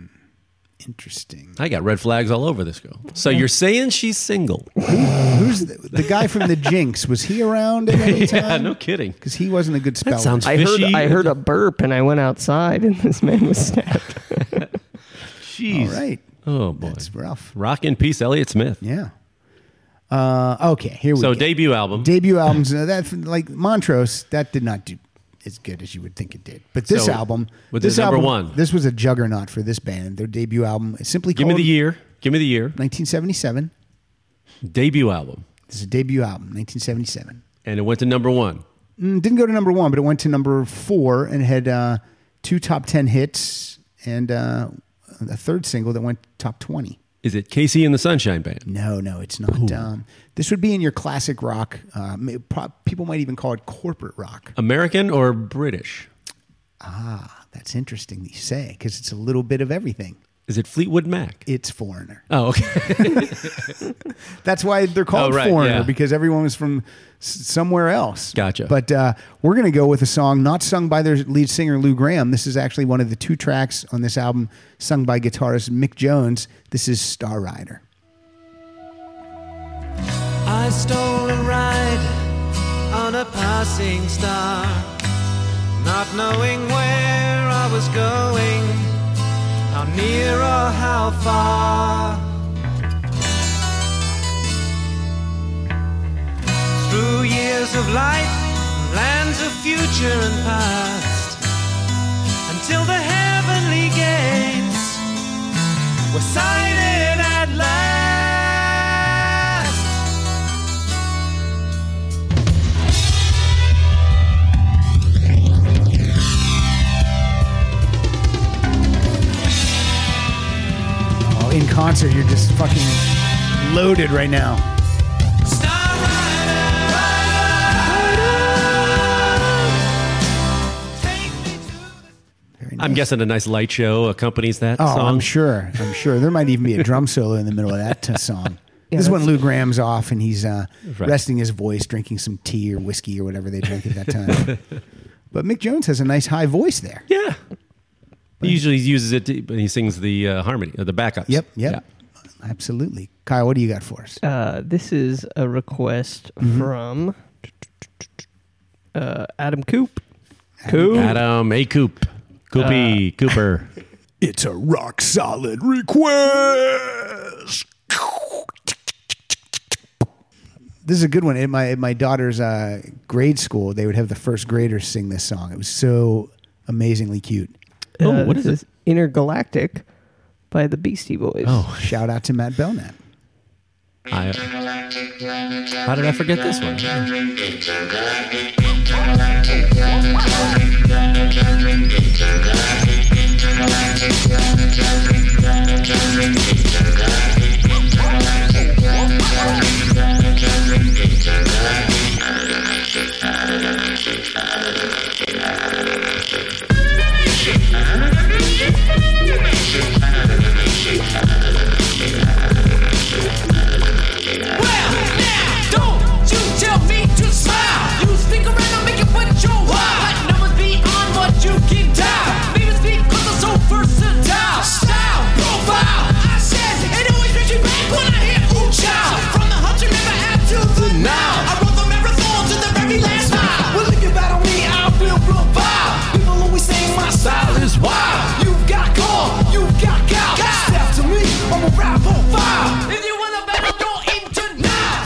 Interesting. I got red flags all over this girl. So you're saying she's single? Who's the, the guy from the Jinx? Was he around at any yeah, time? no kidding. Because he wasn't a good speller. That sounds I heard fishy. I heard a burp and I went outside and this man was stabbed. All right. Oh boy, That's rough. rock in peace, Elliot Smith. Yeah. Uh, okay. Here we So go. debut album. debut albums uh, that like Montrose that did not do as good as you would think it did. But this So, album, with the this number album, one. this was a juggernaut for this band. Their debut album is simply Give me called the year. Give me the year. 1977. Debut album, This is a debut album, 1977. and it went to number one. Mm, didn't go to number one, but it went to number four and had uh, two top ten hits and uh, a third single that went top 20. Is it Casey and the Sunshine Band? No, no, it's not. Um, this would be in your classic rock. Um, it pro- people might even call it corporate rock. American or British? That's interesting that you say because it's a little bit of everything. Is it Fleetwood Mac? It's Foreigner. Oh, okay. That's why they're called Oh, right, Foreigner yeah. because everyone was from s- somewhere else. Gotcha. But uh, we're going to go with a song not sung by their lead singer Lou Graham. This is actually one of the two tracks on this album sung by guitarist Mick Jones. This is Star Rider. I stole a ride on a passing star, not knowing where I was going, how near or how far. Through years of light, lands of future and past, until the heavenly gates were sighted at last. Oh, in concert, you're just fucking loaded right now. Very I'm nice. guessing a nice light show accompanies that Oh, song. I'm sure. I'm sure. There might even be a drum solo in the middle of that t- song. this is when Lou Graham's off and he's uh, Right. resting his voice, drinking some tea or whiskey or whatever they drink at that time. but Mick Jones has a nice high voice there. Yeah. He usually uses it to, he sings the uh, harmony, uh, the backups. Yep, yep. Yeah. Absolutely. Kyle, what do you got for us? Uh, this is a request Mm-hmm. from uh, Adam Coop. Coop. Adam A. Coop. Coopy. Cooper. It's a rock solid request. This is a good one. At my at my daughter's uh, grade school, they would have the first graders sing this song. It was so amazingly cute. Oh, Uh, what is this it? is Intergalactic by the Beastie Boys. Oh, Shout out to Matt Belknap. I, how did I forget this one?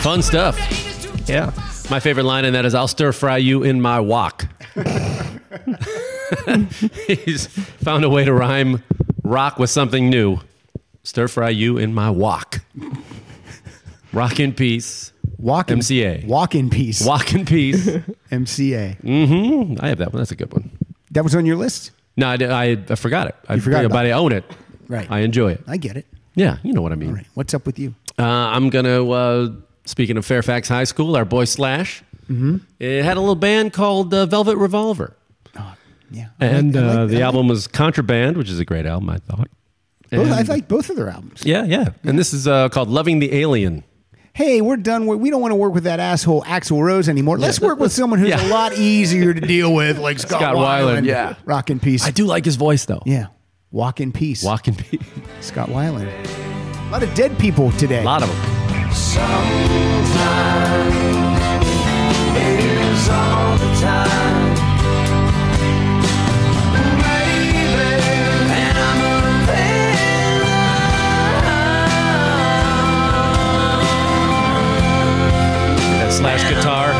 Fun stuff. Yeah. My favorite line in that is "I'll stir fry you in my wok." He's found a way to rhyme rock with something new. Stir fry you in my wok. Rock in peace. Walk in, MCA. Walk in peace. Walk in peace. MCA. Mm. I have that one. That's a good one. That was on your list, No, I, did- I, I forgot it. I forgot about but I own it. right? I enjoy it. I get it. Yeah, you know what I mean. All right. What's up with you? Uh, I'm gonna. Uh, speaking of Fairfax High School, our boy Slash, it had a little band called uh, Velvet Revolver, Yeah. I like- and I like- uh, the I like- album was Contraband, which is a great album, I thought. Both, I And- like both of their albums. Yeah, yeah. And this is uh, called Loving the Alien. Hey, we're done. with We don't want to work with that asshole Axl Rose anymore. Let's Yeah. work with someone who's Yeah. a lot easier to deal with, like Scott, Scott Weiland, Weiland. yeah. Rock in peace. I do like his voice though. Yeah. Walk in peace. Walk in peace. Scott Weiland. A lot of dead people today. A lot of them. That slash guitar.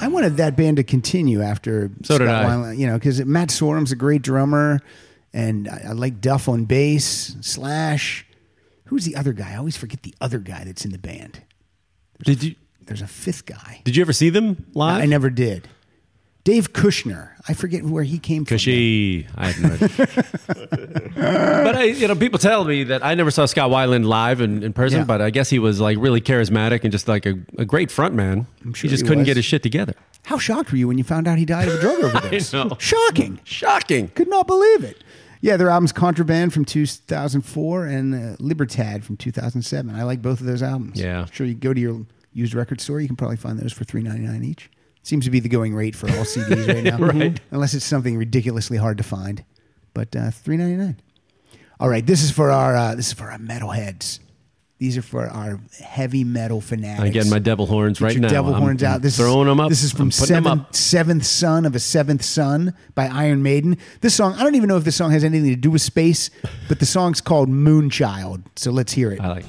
I wanted that band to continue after So did I. Weiland, you know, because Matt Sorum's a great drummer, and I, I like Duff on bass. Slash, who's the other guy? I always forget the other guy that's in the band. Did you There's a fifth guy. did you ever see them live? I never did. Dave Kushner. I forget where he came from. Cushy. I have no idea. but I, you know, people tell me that I never saw Scott Weiland live in, in person, Yeah. but I guess he was like really charismatic and just like a, a great front man. sure he just he couldn't was. get his shit together. How shocked were you when you found out he died of a drug overdose? know. Shocking. Shocking. Could not believe it. Yeah, their albums Contraband from 2004 and uh, Libertad from 2007. I like both of those albums. Yeah. sure you go to your used record store, you can probably find those for 3.99 each. Seems to be the going rate for all CDs right now, Right. unless it's something ridiculously hard to find. But uh, 3.99. All right, this is for our uh, this is for our metalheads. These are for our heavy metal fanatics. I'm getting my devil horns Get right your now. Devil I'm horns out. This throwing is, them up. This is from I'm putting 'em Seventh up. Seventh Son of a Seventh Son by Iron Maiden. This song, I don't even know if this song has anything to do with space, but the song's called Moonchild. So let's hear it. I like.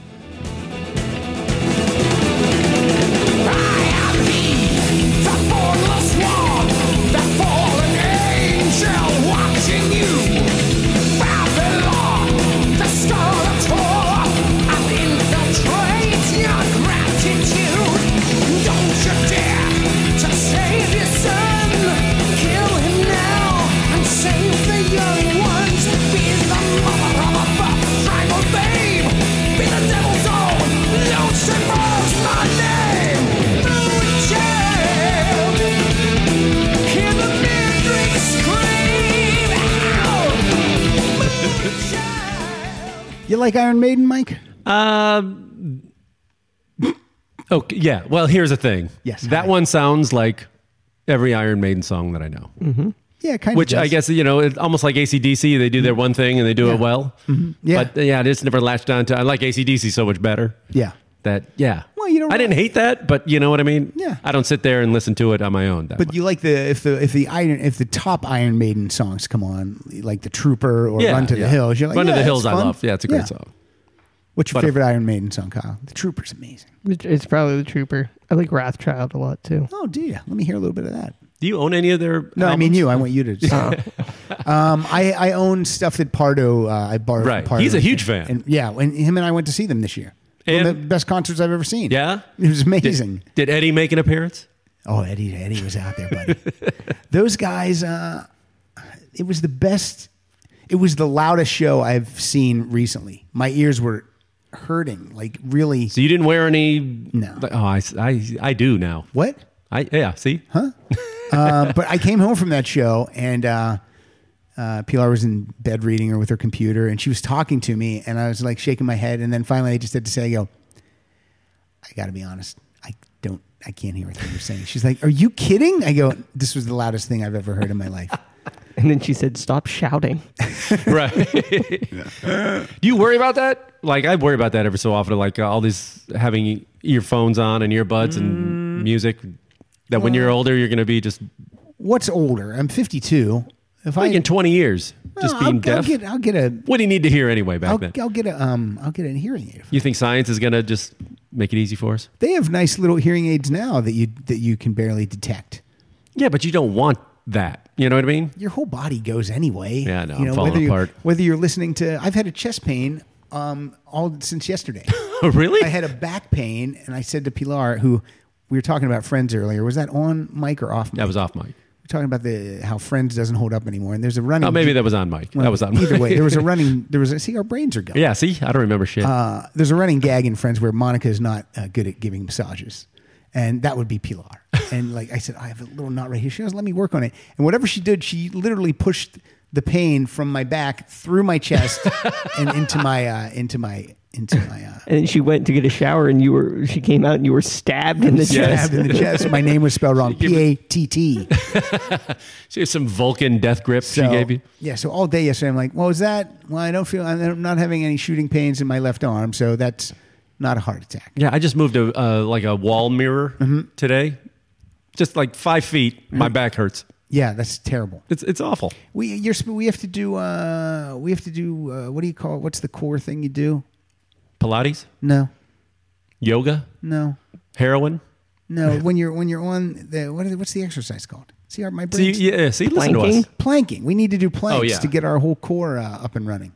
You like Iron Maiden, Mike? Um. Okay. Yeah. Well, here's the thing. Yes, That hi. one sounds like every Iron Maiden song that I know. Yeah, kind of. Which I does. guess you know, it's almost like ACDC. They do their one thing and they do Mm-hmm. Yeah. Mm-hmm. it well. Yeah. But yeah, I just never latched on to. I like ACDC so much better. Yeah. That yeah. Well, you don't I really- didn't hate that, but you know what I mean. Yeah. I don't sit there and listen to it on my own. That But much. you like the if the if the Iron if the top Iron Maiden songs come on, like the Trooper or yeah, Run to yeah. the Hills. You're like, Run yeah, to the that's Hills. I fun. love. Yeah, it's a great song. What's your But- favorite Iron Maiden song, Kyle? The Trooper's amazing. It's probably the Trooper. I like Wrathchild a lot too. Oh, do you? Let me hear a little bit of that. Do you own any of their? No, I mean albums? you. I want you to. Oh. um, I I own stuff that Pardo. Uh, I borrowed. Right. From Pardo He's a huge And- fan. And yeah, and him and I went to see them this year. One of And- the best concerts I've ever seen. Yeah. it was Did- amazing. Did, Eddie make an appearance? Oh, Eddie, Eddie was out there, buddy. Those guys. Uh, it was the best. It was the loudest show I've seen recently. My ears were hurting, like really. So you didn't wear any? No. Like, oh, I, I, I do now. What? I yeah. See. Huh? Uh, but I came home from that show and uh, uh, Pilar was in bed reading her with her computer and she was talking to me and I was like shaking my head and then finally I just had to say, I go, I gotta be honest, I don't, I can't hear a thing you're saying. She's like, Are you kidding? I go, This was the loudest thing I've ever heard in my life. And then she said, "Stop shouting." right? Do you worry about that? Like I worry about that every so often. Like uh, all these having earphones on and earbuds Mm. and music. That when you're older, you're going to be just What's older? I'm 52. If like I in 20 years, just No, being I'll, I'll deaf. get I'll get a what do you need to hear anyway back I'll, then? I'll get a um I'll get a hearing aid. you think science is going to just make it easy for us? They have nice little hearing aids now that you that you can barely detect. Yeah, but you don't want that. You know what I mean? Your whole body goes anyway. Yeah, I know. You I'm falling whether you- apart. whether you're listening to, I've had a chest pain um all since yesterday. Oh, really? I had a back pain, and I said to Pilar, who we were talking about Friends earlier, was that on mic or off? Mic? that was off mic. We're talking about the how Friends doesn't hold up anymore, and there's a running. Oh, maybe that was on mic. that was on mic. Either way, there was a running. There was a, see, our brains are going. yeah, see, I don't remember shit. Uh, there's a running gag in Friends where Monica is not uh, good at giving massages, and that would be Pilar. And like I said, I have a little knot right here. She goes, "Let me work on it." And whatever she did, she literally pushed the pain from my back through my chest and into my uh, into my into my. Uh, And she went to get a shower, and you were. She came out, and you were stabbed in the chest. stabbed in the chest. My name was spelled wrong. P A T T. she has some Vulcan death grip she gave you. Yeah. So all day yesterday, I'm like, "What was that?" Well, I don't feel. I'm not having any shooting pains in my left arm, so that's not a heart attack. Yeah, I just moved a uh, like a wall mirror today. Just like five feet, my back hurts. Yeah, that's terrible. It's it's awful. We you're, sp- we have to do uh we have to do uh, what do you call it? What's the core thing you do? Pilates, No, yoga, no, heroin. no. when you're when you're on the what is it, what's the exercise called? See, our my See, brain yeah, see, listen Planking? to us, planking. We need to do planks Oh, yeah. to get our whole core uh, up and running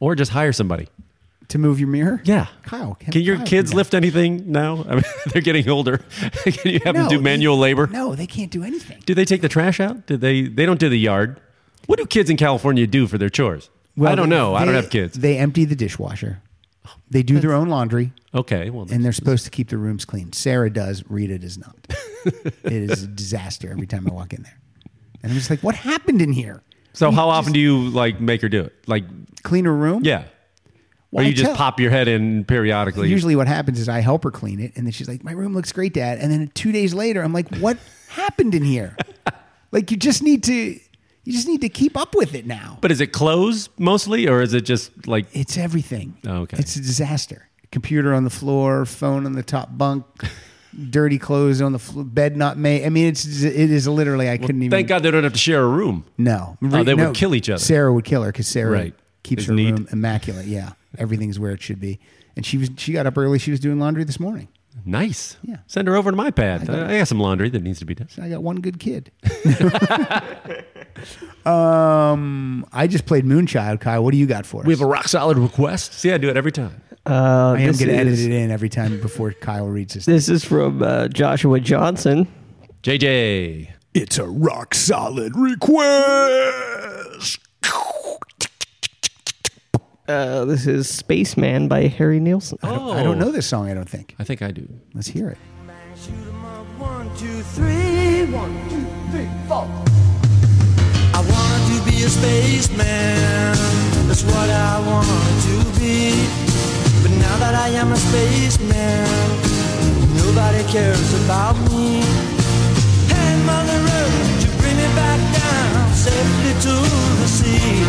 or just hire somebody. to move your mirror. Yeah, Kyle, Can, your Kyle kids do that. lift anything now? I mean, they're getting older. can you have No, them do they- manual labor? No, they can't do anything. Do they take the trash out? Do they? They don't do the yard. What do kids in California do for their chores? I don't they- know. I don't they- have kids. They empty the dishwasher. They do their own laundry, okay, well, and they're supposed to keep their rooms clean. Sarah does. Rita does not. it is a disaster every time I walk in there, and I'm just like, "What happened in here? so how often do you like make her do it? Like, Clean her room? yeah, Well, or I you just tell- pop your head in periodically? Usually, what happens is I help her clean it, and then she's like, "My room looks great, Dad." And then two days later, I'm like, "What happened in here? Like, you just need to, you just need to keep up with it now. But is it clothes mostly, or is it just like? It's everything. Oh, okay. it's a disaster. Computer on the floor, phone on the top bunk, dirty clothes on the flo bed not made. I mean, it's it is literally I couldn't even. Thank God they don't have to share a room. No, Oh, they would No. kill each other. Sarah would kill her because Sarah Right. keeps Is her neat. room immaculate. Yeah, everything's where it should be. And she was she got up early. She was doing laundry this morning. Nice. Yeah. Send her over to my pad. I, I got some laundry that needs to be done. I got one good kid. um, I just played Moonchild, Kyle. What do you got for us? We have a rock solid request. See, I do it every time. Uh, I am this going to edit is- it in every time before Kyle reads this. This is from uh, Joshua Johnson. JJ. It's a rock solid request. Uh, this is Spaceman by Harry Nielsen. Oh, I don't know this song. I don't think. I think I do. Let's hear it. Shoot 'em up, one, two, three, one, two, three, four. I want to be a spaceman. That's what I want to be. But now that I am a spaceman, nobody cares about me. Hey, Mother Earth, would you bring me back down safely to the sea?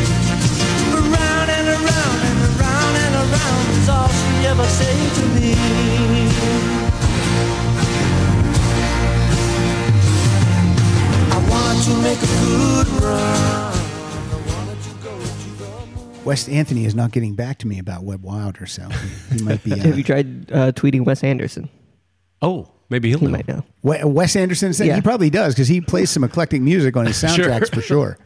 Around and around and around and around is all she ever said to me. I want to make a good run. West Anthony is not getting back to me about Web Wilder, so he might be. Have Uh, you tried uh, tweeting Wes Anderson? Oh, maybe he'll He know. might know. We- Wes Anderson said Yeah. he probably does because he plays some eclectic music on his soundtracks for sure.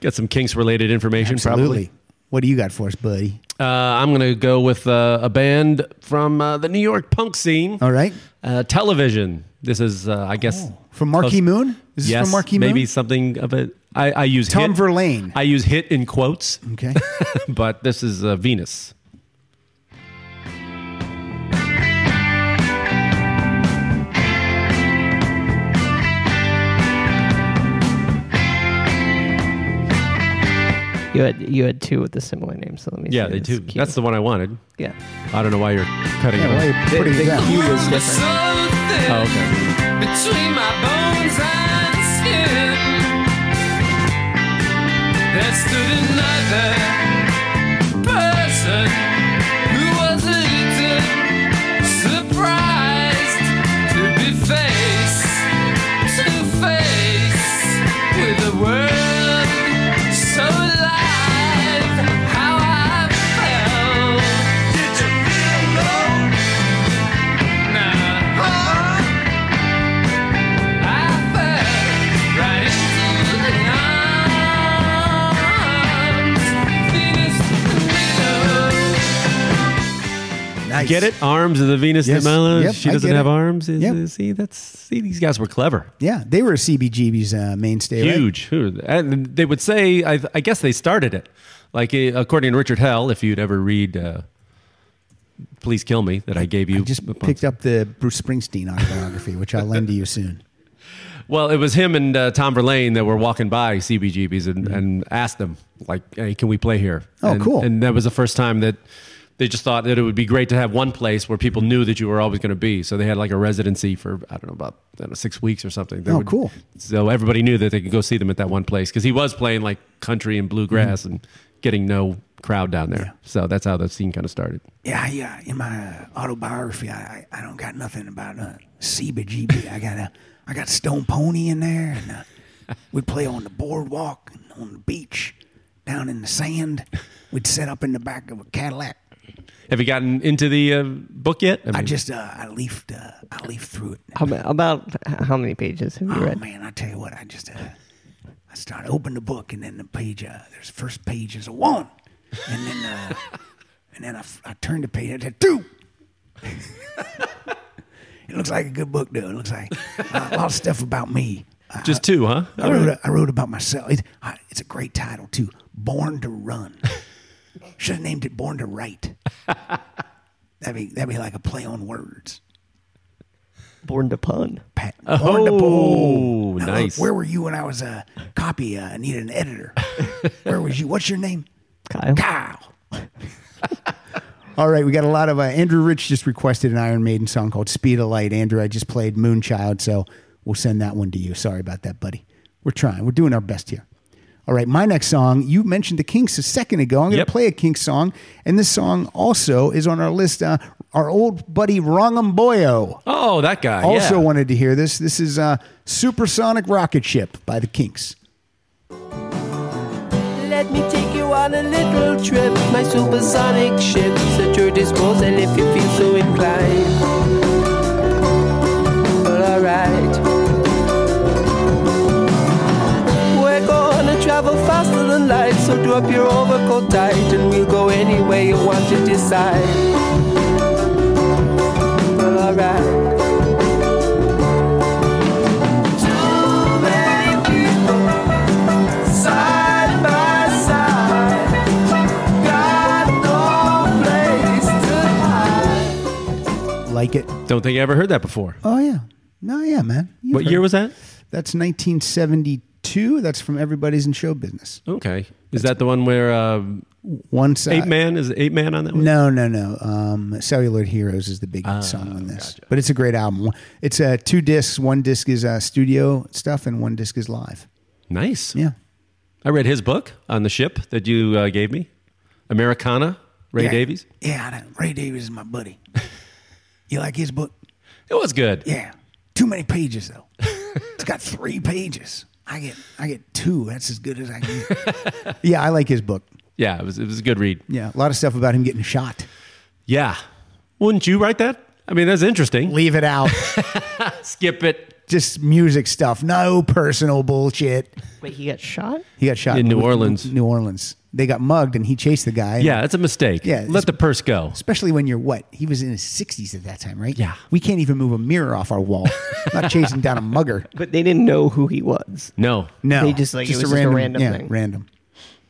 Got some Kinks related information, probably. Absolutely. What do you got for us, buddy? Uh, I'm going to go with uh, a band from uh, the New York punk scene. All right. Oh. Uh, television. This is, uh, I guess. From Marquee close- Moon? Is this yes, from Marquee Moon? maybe something of it. I, I use Tom hit. Verlaine. I use hit in quotes, Okay. but this is uh, Venus. You had you had two with the similar names, so let me. Yeah, see they this do. cue. That's the one I wanted. yeah. I don't know why you're cutting yeah, it. well, off. you're putting it down. was different. Oh, okay. Between my bones and skin, person, person who was eaten, surprised to be face to face with the world so live. How I felt. Did you feel alone? Nah. I fell right into the arms of Venus Willows. Nice. Get it? Arms of the Venus Yes. de Milo. Yep, she I doesn't get have it. arms. Is- Yep. See, that's see, these guys were clever. Yeah, they were CBGB's uh, mainstay. right? Huge. Who- And they would say, I, I guess they started it. Like, eh, according to Richard Hell, if you'd ever read uh, Please Kill Me, that I gave you. Just upon- picked up the Bruce Springsteen autobiography, which I'll lend to you soon. Well, it was him and uh, Tom Verlaine that were walking by CBGB's and, and asked them, like, hey, can we play here? Mm-hmm. Oh, And- cool. And that was the first time that they just thought that it would be great to have one place where people knew that you were always going to be. So they had like a residency for, I don't know, about I don't know, six weeks or something. They Oh, cool. So everybody knew that they could go see them at that one place because he was playing like country and bluegrass Mm-hmm. and getting no crowd down there. So that's how the scene kind of started. Yeah, yeah. In my uh, autobiography, I, I I don't got nothing about uh, CBGB. I got a I got Stone Pony in there, and uh, we'd play on the boardwalk and on the beach, down in the sand. We'd set up in the back of a Cadillac. Have you gotten into the uh, book yet? I mean- just uh, I leafed uh, I leafed through it. How ma- about h- how many pages have you Oh read? man, I tell you what, I just uh, I started open the book and then the page uh, there's first page is a one, and then uh, and then I, f- I turned the page and said two. it looks like a good book, though. It looks like uh, a lot of stuff about me. I, just two, huh? I wrote a, I wrote about myself. It, I, it's a great title too. Born to Run. Should have named it Born to Write. That'd be that'd be like a play on words. Born to pun. Pat. Born to Bull. Oh, Now, look, nice. where were you when I was a copy? Uh, I needed an editor. where was you? What's your name? Kyle. Kyle. All right, we got a lot of uh, Andrew Rich just requested an Iron Maiden song called "Speed of Light." Andrew, I just played "Moonchild," so we'll send that one to you. Sorry about that, buddy. We're trying. We're doing our best here. All right, my next song. You mentioned the Kinks a second ago. I'm going to Yep. play a Kinks song, and this song also is on our list. Uh, our old buddy Rongam Boyo Oh, that guy. also yeah. wanted to hear this. This is uh, Supersonic Rocket Ship by the Kinks. Let me take you on a little trip. My supersonic ship's at your disposal if you feel so inclined. But alright. We're gonna travel faster than light, so drop your overcoat tight and we'll go anywhere you want to decide. But alright. Too many people side by side. Got no place to hide. Like it? Don't think I ever heard that before. Oh yeah, no yeah, man. You've What heard- year was that? That's 1972. That's from Everybody's in Show Business. Okay. Is that the one where uh, One side. Ape Man is it Ape Man on that one? No, no, no. Um, Celluloid Heroes is the big Ah, song on this, but it's a great album. It's uh, two discs. One disc is uh, studio stuff, and one disc is live. Nice. Yeah, I read his book on the ship that you uh, gave me, Americana, Ray Yeah. Davies. Yeah, I know. Ray Davies is my buddy. you like his book? It was good. Yeah. Too many pages though. it's got three pages. I get I get two. That's as good as I can. get. yeah, I like his book. Yeah, it was it was a good read. Yeah, a lot of stuff about him getting shot. Yeah. Wouldn't you write that? I mean, that's interesting. Leave it out. Skip it. Just music stuff. No personal bullshit. Wait, he got shot? He got shot In New Orleans. New Orleans. They got mugged and he chased the guy. Yeah, that's a mistake. Yeah, it's- Let the purse go. Especially when you're what? He was in his 60s at that time, right? Yeah. We can't even move a mirror off our wall. not chasing down a mugger. But they didn't know who he was. No. No. They just, like, it was just a random yeah, thing. random.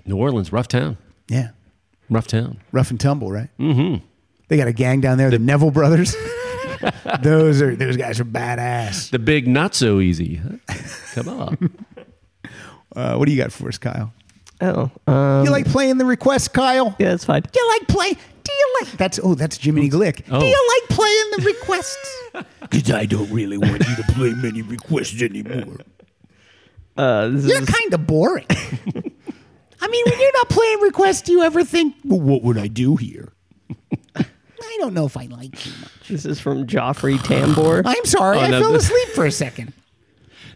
New Orleans, rough town. Yeah. Rough town. Rough and Tumble, right? Mm-hmm. They got a gang down there, the, Neville Brothers. those are those guys are badass. The big not so easy. huh? Come on. Uh, what do you got for us, Kyle? Oh, um, You like playing the request, Kyle? yeah, that's fine. Do you like play? Do you like? That's oh, that's Jiminy Glick. Oh. Do you like playing the requests? Cause I don't really want you to play many requests anymore. Uh, this You're is kind of boring. I mean, when you're not playing requests, do you ever think, well, what would I do here? I don't know if I like you. This is from Joffrey Tambor. I'm sorry, Oh, I no, fell this- asleep for a second.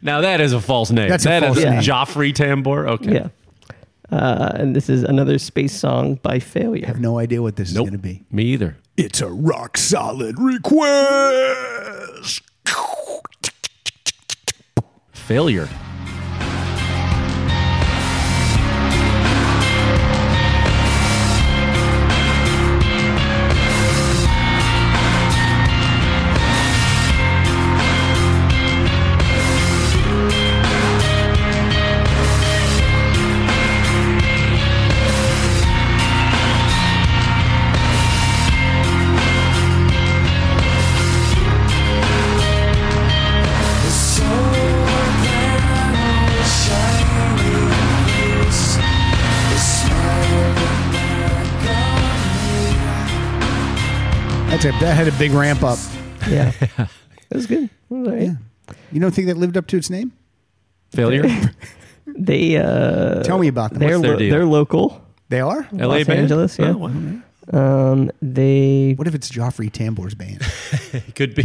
Now that is a false name. That's a That false is name. Joffrey Tambor. Okay. Yeah. Uh, and this is another space song by Failure. No idea what this Nope. is going to be. Me either. It's a rock solid request. Failure. That's a, that had a big ramp up. Yeah. that was good. It was all right. You don't think that lived up to its name? Failure. They uh Tell me about them. they're their lo- deal? they're local. they are? LA Los band? Angeles, yeah. Oh, well, Um they What if it's Joffrey Tambor's band? it could be.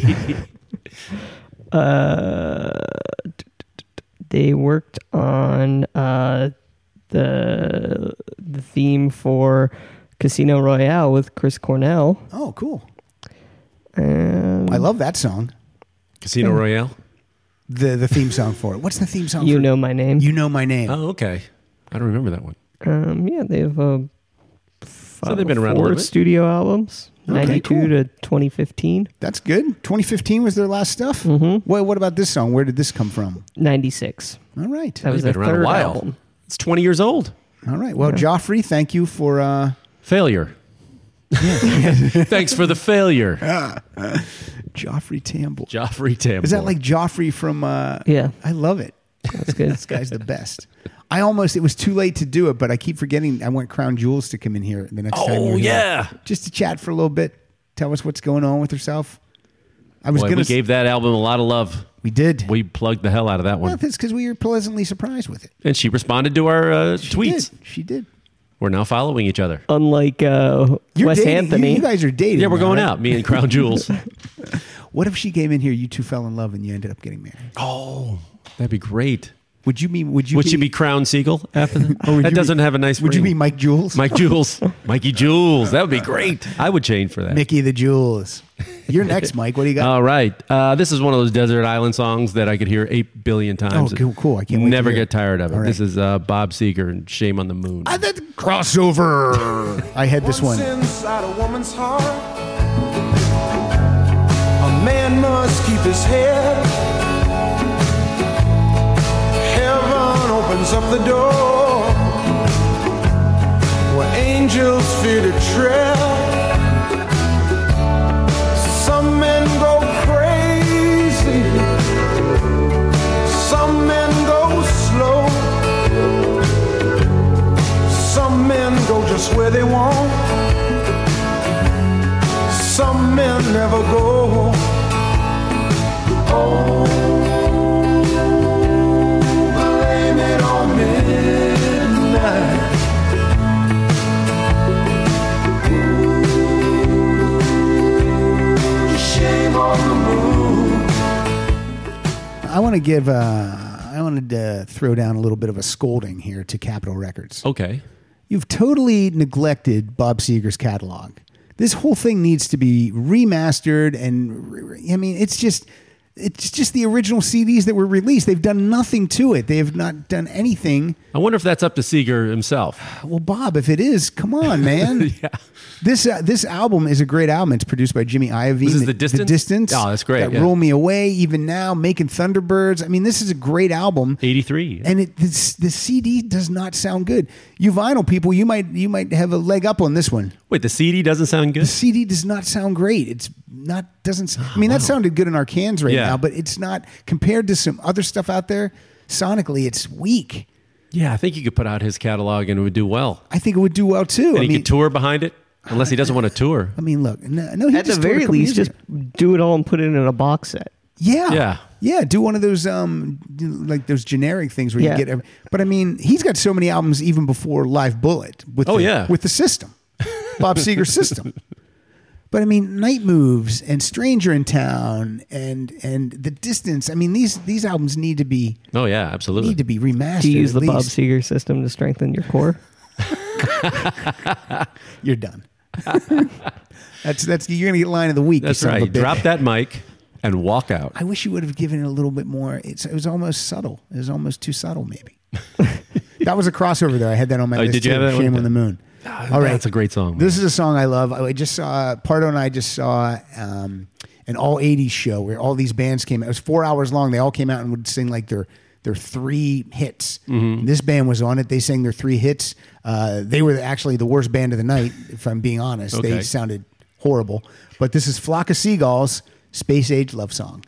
uh t- t- t- they worked on uh the the theme for Casino Royale with Chris Cornell. Oh, cool. And I love that song. Casino Royale. The the theme song for it. What's the theme song you for know my name. You Know My Name? Oh, okay. I don't remember that one. Um, yeah, they have uh, So they've been around a four little bit. studio albums, Okay, 92 cool. to 2015, That's good. 2015 was their last stuff. Mm-hmm. Well, what about this song? Where did this come from? 96. All right. That was They've their been around third a while. album. It's 20 years old. All right. Well, Joffrey, thank you for uh, Failure. Thanks for the failure, Joffrey Tambor. Joffrey Tambor. Is that like Joffrey from? Uh, Yeah. I love it. That's good. This guy's the best. I almost it was too late to do it, but I keep forgetting. I want Crown Jewels to come in here the next time. Oh, you're here. yeah. just to chat for a little bit, tell us what's going on with herself. I was Boy, gonna. we s- gave that album a lot of love. we did. We plugged the hell out of that well, one, that's because we were pleasantly surprised with it. and she responded to our uh, She tweets. did. She did. We're now following each other. Unlike uh, You're Wes dating. Anthony. You, you guys are dating. Yeah, we're now, going right? out. Me and Crown Jewels. What if she came in here, you two fell in love, and you ended up getting married? oh, that'd be great. Would you mean? Would you? Would she be Crown Siegel after that? or Oh, would that you be- doesn't have a nice. Would you ring. be Mike Jules? Oh. Mike Jules, Mikey Jules? That would be great. I would change for that. Mickey the Jules. You're next, Mike. What do you got? All right. Uh, this is one of those desert island songs that I could hear 8 billion times. Oh, cool, cool. I can't wait to Never hear it. get tired of it. All right. This is uh, Bob Seger and Shame on the Moon. I did crossover. I had this one. Once inside a woman's heart, a man must keep his head. Heaven opens up the door where angels fear to tread. Some men go crazy, some men go slow. Some men go just where they want. Some men never go. Oh, blame it on midnight. Shame on the moon. I want to give. Uh, I wanted to throw down a little bit of a scolding here to Capitol Records. okay. You've totally neglected Bob Seger's catalog. This whole thing needs to be remastered, and re- re- I mean, it's just. It's just the original CDs that were released. They've done nothing to it. They have not done anything. I wonder if that's up to Seger himself. Well, Bob, if it is, come on, man. Yeah. This uh, this album is a great album. It's produced by Jimmy Iovine. This is The Distance? Distance. Oh, that's great, That yeah. Roll Me Away. Even now, making Thunderbirds. I mean, this is a great album. 83. And it this, the CD does not sound good. You vinyl people, you might you might have a leg up on this one. Wait, the CD doesn't sound good? The CD does not sound great. It's not doesn't. I mean, that sounded good in our cans right Yeah. now, but it's not compared to some other stuff out there. Sonically, it's weak. Yeah, I think you could put out his catalog and it would do well. I think it would do well too. And I he mean, could tour behind it, unless he doesn't want to tour. I mean, look, no, no he At the just toured a very couple least, years just ago. do it all and put it in a box set. Yeah. Yeah. Yeah, do one of those um like those generic things where Yeah. you get every, But I mean, he's got so many albums even before Live Bullet with Oh, the, yeah. with the system. Bob Seger's system. But I mean, Night Moves and Stranger in Town and and The Distance. I mean, these these albums need to be Oh yeah, absolutely. need to be remastered. Do you use at the Bob least. Seger system to strengthen your core? You're done. that's that's you're gonna get line of the week. you That's son of a right. bitch. Drop that mic and walk out. I wish you would have given it a little bit more. It's, it was almost subtle. It was almost too subtle, maybe. that was a crossover, though. I had that on my Oh, list. did you too, have that Shame one? on the Moon. that's a great song, This is a song I love. I just saw Pardo and I just saw um, an all '80s show where all these bands came. out. It was four hours long. They all came out and would sing like their their three hits. Mm-hmm. This band was on it. They sang their three hits. Uh, they were actually the worst band of the night, if I'm being honest. They Okay. sounded horrible. But this is Flock of Seagulls, Space Age Love Song.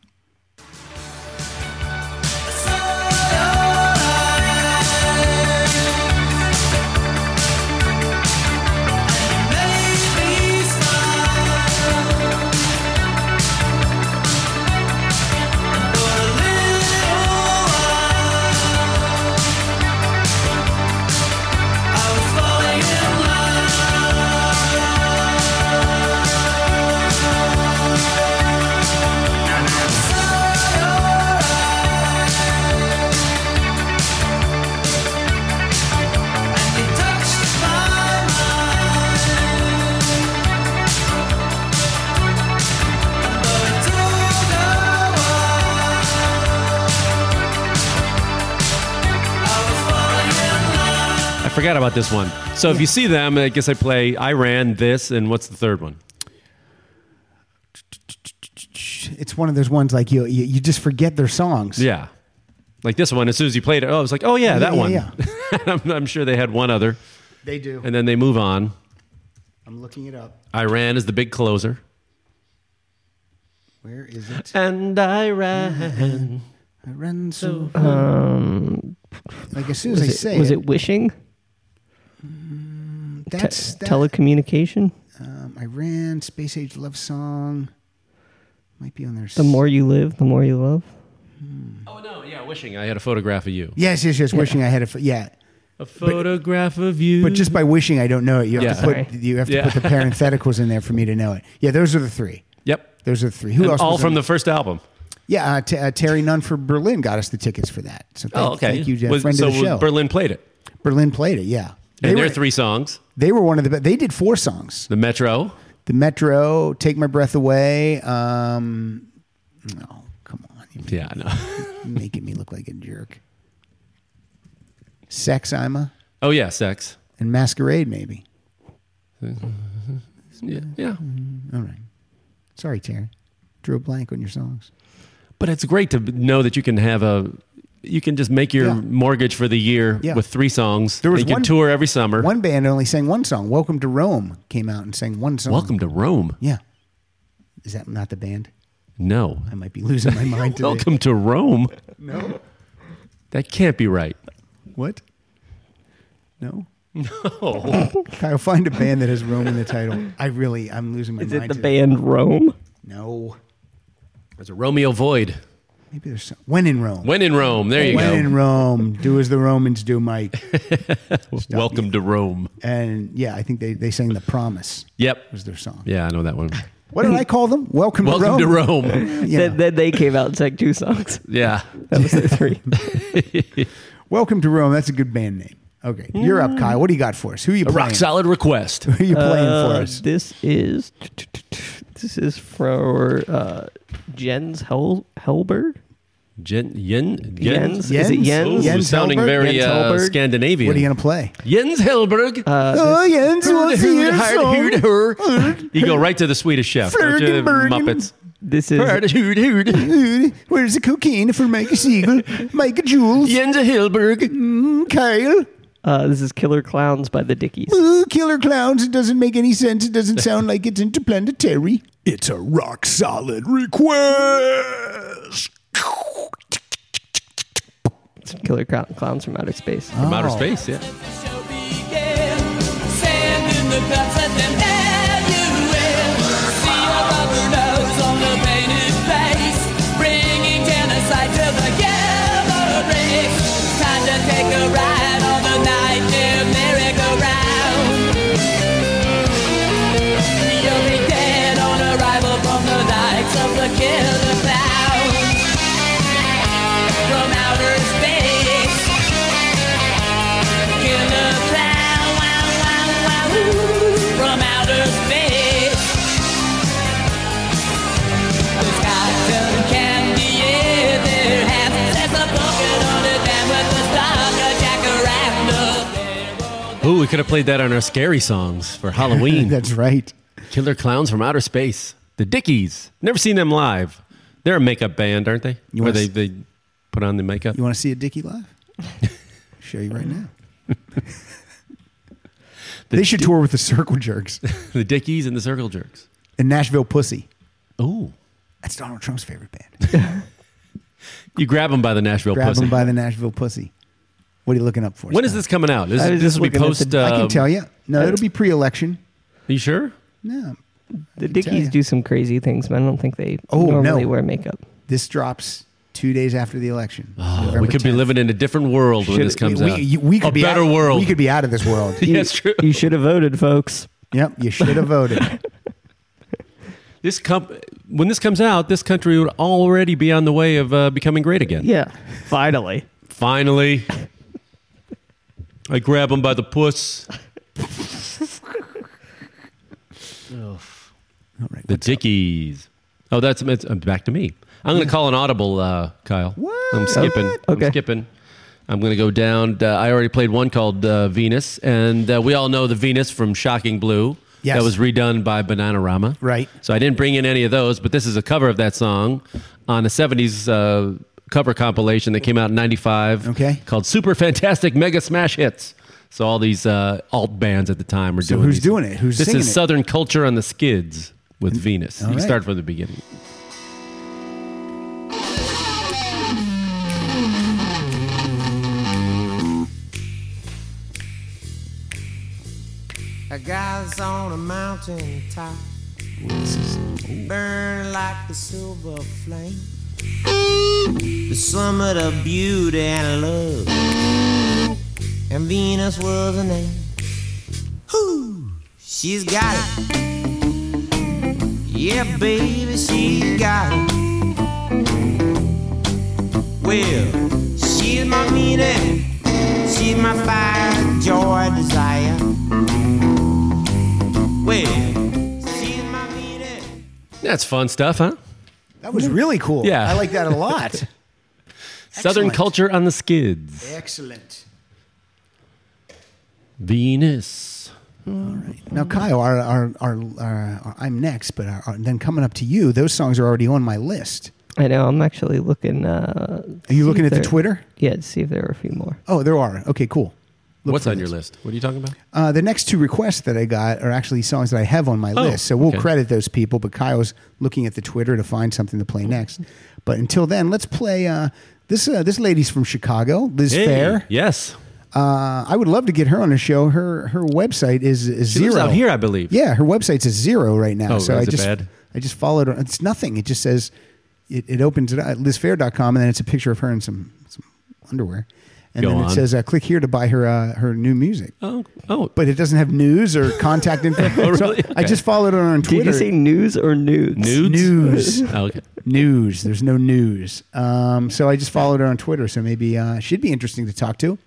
I forgot about this one. So if you see them, I guess I play I ran this and what's the third one? It's one of those ones like you you, you just forget their songs. Yeah. Like this one, as soon as you played it, oh, I was like, oh yeah, that yeah, one. yeah. I'm, I'm sure they had one other, They do. and then they move on. I'm looking it up. I ran is the big closer, Where is it? and I ran. I run so Um, like as soon as was I it, say was it, it wishing? Te- that's that, telecommunication? um, I ran space age love song. Might be on there. The more you live, the more you love. Oh no, yeah, wishing I had a photograph of you. Yes, yes, yes. Wishing I had a f- yeah, A photograph of you. but just by wishing I don't know it. You have Yeah. to put Sorry. you have to Yeah. put the parentheticals in there for me to know it. Yeah, those are the three. yep, Those are the three. Who And else? all was from on- the first album. yeah. Uh, t- uh, Terry Nunn for Berlin got us the tickets for that. So thank, thank you, Jeff, Oh, Was- friend so of the show. Berlin played it, Berlin played it. Yeah, and they their were, three songs: they were one of the best. They did four songs. the Metro, The Metro, Take My Breath Away. Um, no, come on. You're yeah, no, making me look like a jerk. Sex Ima oh yeah, Sex, and Masquerade, maybe. yeah, yeah. All right. Sorry, Terry. Drew a blank on your songs. But it's great to know that you can have a, you can just make your Yeah. mortgage for the year Yeah. with three songs. There was you one- can tour every summer. One band only sang one song. Welcome to Rome came out and sang one song. Welcome to Rome. Yeah. Is that not the band? No, I might be losing my mind today. Welcome to Rome. No, that can't be right. What? No. No. Kyle, find a band that has Rome in the title. I really, I'm losing my Is mind. it the today. band Rome? No. There's a Romeo Void. Maybe there's some. When in Rome. When in Rome, there you When in go. Rome, do as the Romans do, Mike. Welcome to Rome. And yeah, I think they, they sang The Promise Yep. was their song. Yeah, I know that one. What did I call them? Welcome, Welcome to to Rome. Rome. Yeah. Then, then they came out and sang two songs. Yeah. That was their three. Welcome to Rome. That's a good band name. Okay, you're up, Kyle. What do you got for us? Who are you A playing? rock solid request. Who are you playing for Uh, us? This is this is for uh, Jens Hel- Helberg. Jen, yen, Jens? Is it Jens? Ooh, Jens? Jens sounding Helberg? very Jens uh, Helberg? Scandinavian. What are you gonna play? Jens Helberg. oh, Jens wants to hear Hard, hard, song. hard, hard. You go right to the Swedish chef. don't you, Flirgenbergen. Muppets. This is Hard, hard, hard. Where's the cocaine for Mike Siegel? Mike Jules? Jens Helberg. Mm, Kyle? uh, this is Killer Clowns by the Dickies. Ooh, killer clowns. It doesn't make any sense. It doesn't sound like it's interplanetary. It's a rock solid request. It's Killer Clown- Clowns from Outer Space. From outer Oh. space, yeah. See your rubber nose on the painted face. Bring Ooh, we could have played that on our scary songs for Halloween. That's right. Killer Clowns from Outer Space. The Dickies. Never seen them live. They're a makeup band, aren't they? You Where wanna they, s- they put on the makeup. You want to see a Dickie live? Show you right now. The they should Dick- tour with the Circle Jerks the Dickies and the Circle Jerks. and Nashville Pussy. Ooh. That's Donald Trump's favorite band. You grab them by the Nashville Grab pussy. them by the Nashville Pussy. What are you looking up for? when is Scott? this coming out? This, I was this just will be looking at post. the- I can um, tell you. No, it'll be pre-election. Are you sure? No, The can tell Dickies ya. do some crazy things, but I don't think they Oh, no. normally wear makeup. this drops two days after the election. November Ah, we could be 10th. living in a different world when Should- this comes we, out. you- we could a be better out, world. We could be out of this world. Yeah, it's true. You should have voted, folks. yep, you should have voted. This comp- when this comes out, this country would already be on the way of uh, becoming great again. Yeah, finally. Finally, I grab him by the puss. All right. The Dickies. Oh, that's it's, uh, back to me. I'm going to call an audible, uh, Kyle. I'm skipping. Okay. I'm skipping. I'm going to go down. Uh, I already played one called uh, Venus, and uh, we all know the Venus from Shocking Blue. Yes. That was redone by Bananarama. Right. So I didn't bring in any of those, but this is a cover of that song on a 70s uh, cover compilation that came out in 95 Okay. called Super Fantastic Mega Smash Hits. So all these uh, alt bands at the time were So doing who's these- doing it? Who's This singing is it? Southern Culture on the Skids with Venus. all you right. start from the beginning. A guy's on a mountain top, burn like a silver flame. The summit of beauty and love, and Venus was her name. Whew, she's got it. Yeah, baby, she got it. Well, she's my Venus, she's my fire, joy, desire. Well, she's my Venus. That's fun stuff, huh? That was really cool. Yeah. I like that a lot. Southern Excellent. Culture on the Skids. Excellent. Venus. Now, Kyle, our, our, our, our, our- I'm next, but our, our- then coming up to you, those songs are already on my list. I know. I'm actually looking. Uh, Are you looking at the there- Twitter? yeah, to see if there were a few more. Oh, there are. Okay, cool. Look What's for on your those. list? What are you talking about? Uh, the next two requests that I got are actually songs that I have on my list, so we'll Oh, okay. credit those people. But Kyle's looking at the Twitter to find something to play next. But until then, let's play. Uh, this uh, this lady's from Chicago, Liz Hey, Fair. Yes. Uh, I would love to get her on a show. Her her website is, is She zero lives out here, I believe. Yeah, her website's a zero right now. Oh, so is I it just bad? I just followed her. It's nothing. It just says it, it opens it at lizfair.com and then it's a picture of her in some some underwear. And Go then on. it says uh, click here to buy her uh, her new music. Oh, oh. But it doesn't have news or contact info. Oh, So really? I Okay. just followed her on Did Twitter. you say news or nudes? Nudes? news. Oh, okay. news. There's no news. Um, so I just followed her on Twitter. So maybe uh, she'd be interesting to talk to.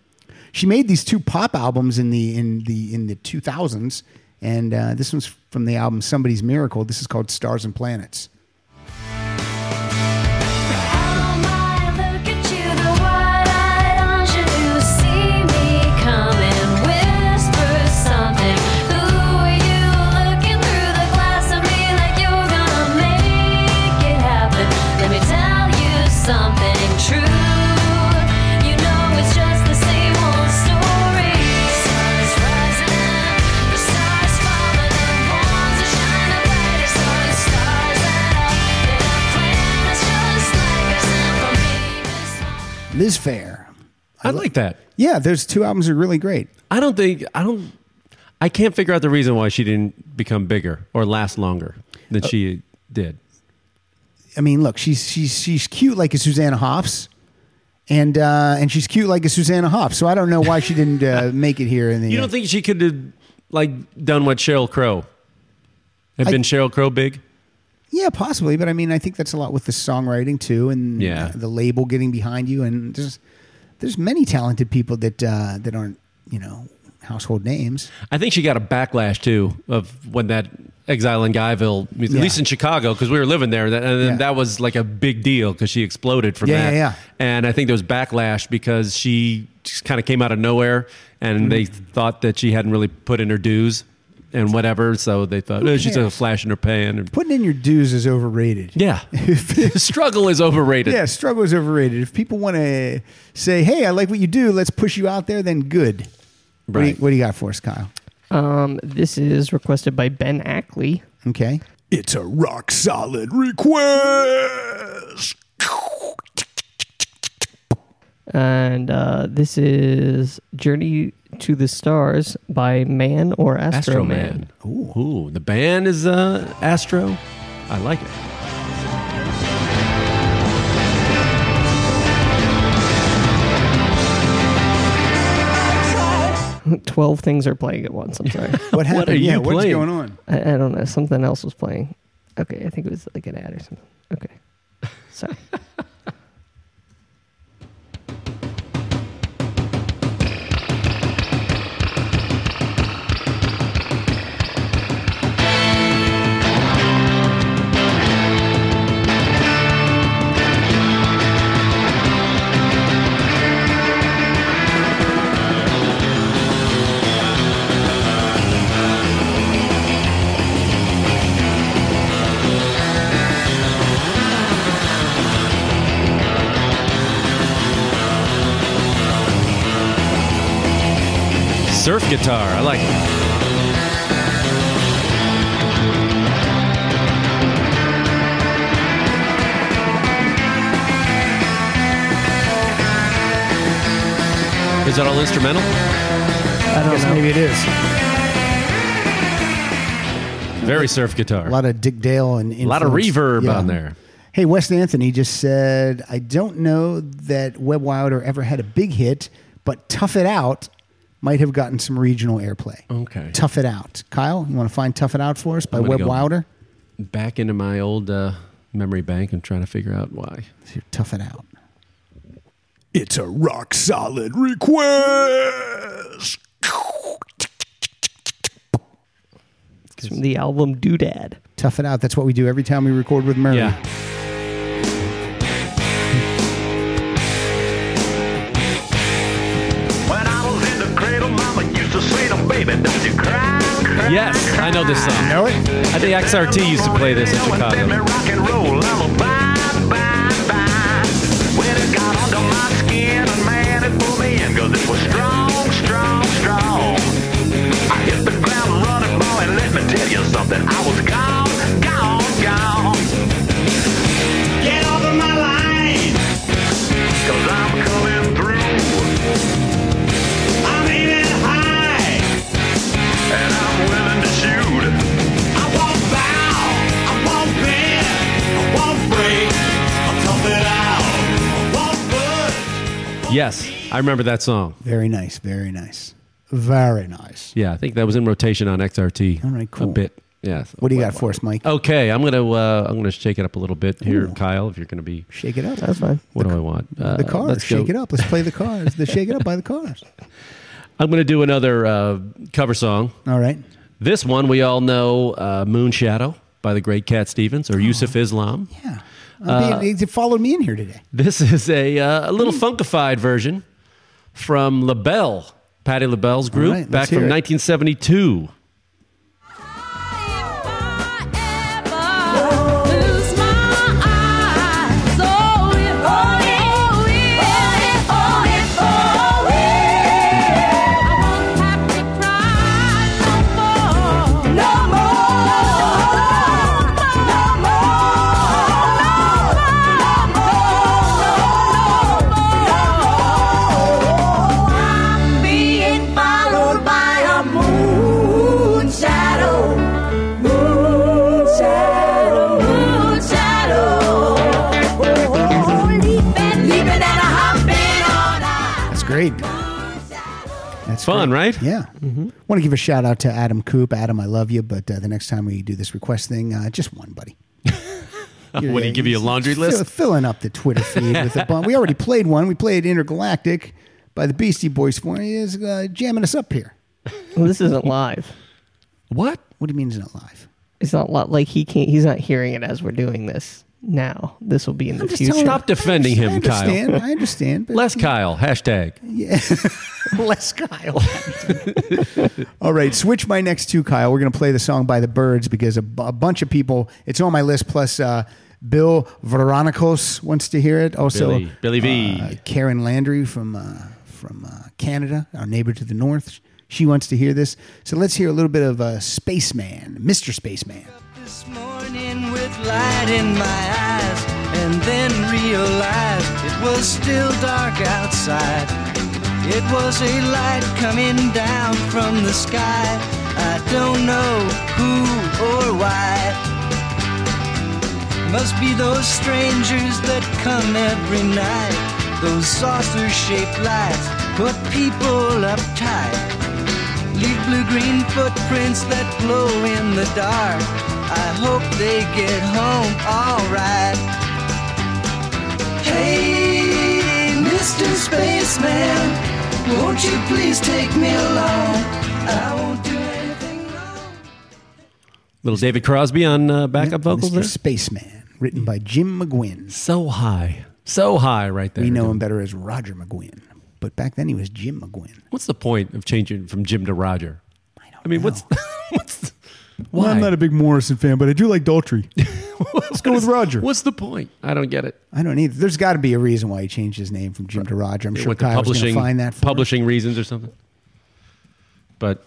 She made these two pop albums in the in the in the 2000s, and uh, this one's from the album Somebody's Miracle. This is called Stars and Planets. Something true, you know it's just the same old story. Stars rising and the stars falling, and ones that shine are brighter. So the stars add up, they're not playing. It's just like us, and for me, it's not. Liz Fair. I like that. Yeah, those two albums are really great. I don't think I don't. I can't figure out the reason why she didn't become bigger or last longer than she did. I mean, look, she's she's she's cute like a Susanna Hoffs, and uh, and she's cute like a Susanna Hoffs. So I don't know why she didn't uh, make it here. In the You don't think she could have like done what Cheryl Crow have I- been Cheryl Crow big? Yeah, possibly, but I mean, I think that's a lot with the songwriting too, and Yeah. the label getting behind you, and there's there's many talented people that uh, that aren't you know household names. I think she got a backlash too of when that Exile in Guyville, music, Yeah. at least in Chicago, because we were living there, that- and then Yeah. that was like a big deal because she exploded from Yeah, that. yeah, yeah. And I think there was backlash because she just kind of came out of nowhere, and Mm-hmm. they thought that she hadn't really put in her dues and whatever, so they thought Who "Oh, she's a cares?" flash in her pan. And Putting in your dues is overrated. yeah, struggle is overrated. Yeah, struggle is overrated. If people want to say, "Hey, I like what you do. Let's push you out there," then good. What, do you, Right. what do you got for us, Kyle? Um, this is requested by Ben Ackley. Okay. It's a rock solid request. And uh, this is Journey to the Stars by Man or Astro, Man. Ooh. Ooh, the band is uh, Astro. I like it. Twelve things are playing at once. I'm sorry. What happened? are Yeah, you what's playing? going on? I, I don't know. Something else was playing. Okay, I think it was like an ad or something. Okay, sorry. Surf guitar. I like it. Is that all instrumental? I don't guess know. maybe it is. Very surf guitar. A lot of Dick Dale and A lot of influence. reverb Yeah. on there. Hey, Wes Anthony just said, "I don't know that Web Wilder ever had a big hit, but Tough It Out might have gotten some regional airplay." Okay. Tough It Out, Kyle. You want to find Tough It Out for us by Oh, I'm gonna Web go Wilder? Back into my old uh, memory bank and trying to figure out why. Tough It Out. It's a rock solid request. It's from the album Doodad. Tough It Out. That's what we do every time we record with Murray. Yeah. When I was in the cradle, Mama used to say to baby, don't you cry, cry, Yes, I know this song. know it? I think XRT used to play this in Chicago. rock and roll, lullaby, bye, bye. When it got under my skin, and man, it pulled me in, 'cause it was strong, strong, strong. I hit the ground running, boy, and let me tell you something, I was gone, gone, gone. Get off of my line, 'cause I'm coming through. I'm aiming high, and I'm willing to shoot. I won't bow, I won't bend, I won't break, I'll tough it out. I won't budge. Yes, I remember that song. Very nice. Very nice. Very nice. Yeah, I think that was in rotation on XRT. All right, cool. A bit. Yeah. so- What do you got for us, Mike? Okay, I'm gonna uh, I'm gonna shake it up a little bit here, Kyle. If you're gonna be, Shake it up. That's fine. what do I want? Uh, The cars. let's go- shake it up. Let's play the cars. the shake it up by the cars. I'm gonna do another uh, cover song. All right. This one we all know, uh, "Moon Shadow" by the great Cat Stevens or Yusuf Oh. Islam. Yeah. Uh, I'm being- they followed me in here today. This is a, uh, a little Hmm. funkified version from LaBelle, Patty LaBelle's group, right, let's back hear from it. 1972. Followed by a moon shadow, moon shadow, moon shadow. Oh, leaping, leaping and a hopping on a That's great. That's Fun, great. right? Mm-hmm. Yeah. Want to give a shout out to Adam Coop. Adam, I love you, but uh, the next time we do this request thing, uh, just one, buddy. What do you give you a laundry list? Fill- filling up the Twitter feed with a bunch. We already played one. We played Intergalactic by the Beastie Boys. For he is uh, jamming us up here. Well, this isn't live. What? What do you mean it's not live? It's not lo- like he can't. He's not hearing it as we're doing this now. This will be in the just future. telling Stop defending I him, understand. Kyle. I understand. But Less Kyle. Hashtag. Yeah. Less Kyle. All right, switch my next two, Kyle. We're going to play the song by the Birds because a bu- a bunch of people, it's on my list. Plus, uh, Bill Veronikos wants to hear it. Also, Billy. Billy V. uh, Karen Landry from uh, from uh, Canada, our neighbor to the north. She wants to hear this. So let's hear a little bit of uh, Spaceman, Mr. Spaceman. this morning with light in my eyes and then realized it was still dark outside. It was a light coming down from the sky. I don't know who or why. Must be those strangers that come every night. Those saucer shaped lights put people uptight. Leave blue green footprints that glow in the dark. I hope they get home alright. Hey, Mr. Spaceman, won't you please take me along? I won't do anything wrong. Little David Crosby on uh, backup vocals Mr. there. Spaceman, written by Jim McGuinn. So high. So high right there. We know him better as Roger McGuinn, but back then he was Jim McGuinn. What's the point of changing from Jim to Roger? I, don't I mean, what's. what's why? big Morrison fan, but I do like Daltrey. Let's go with Roger. What's the point? I don't get it. I don't either. There's got to be a reason why he changed his name from Jim to Roger. I'm It sure went to Kyle's going to publishing, find that. For us. publishing reasons or something. But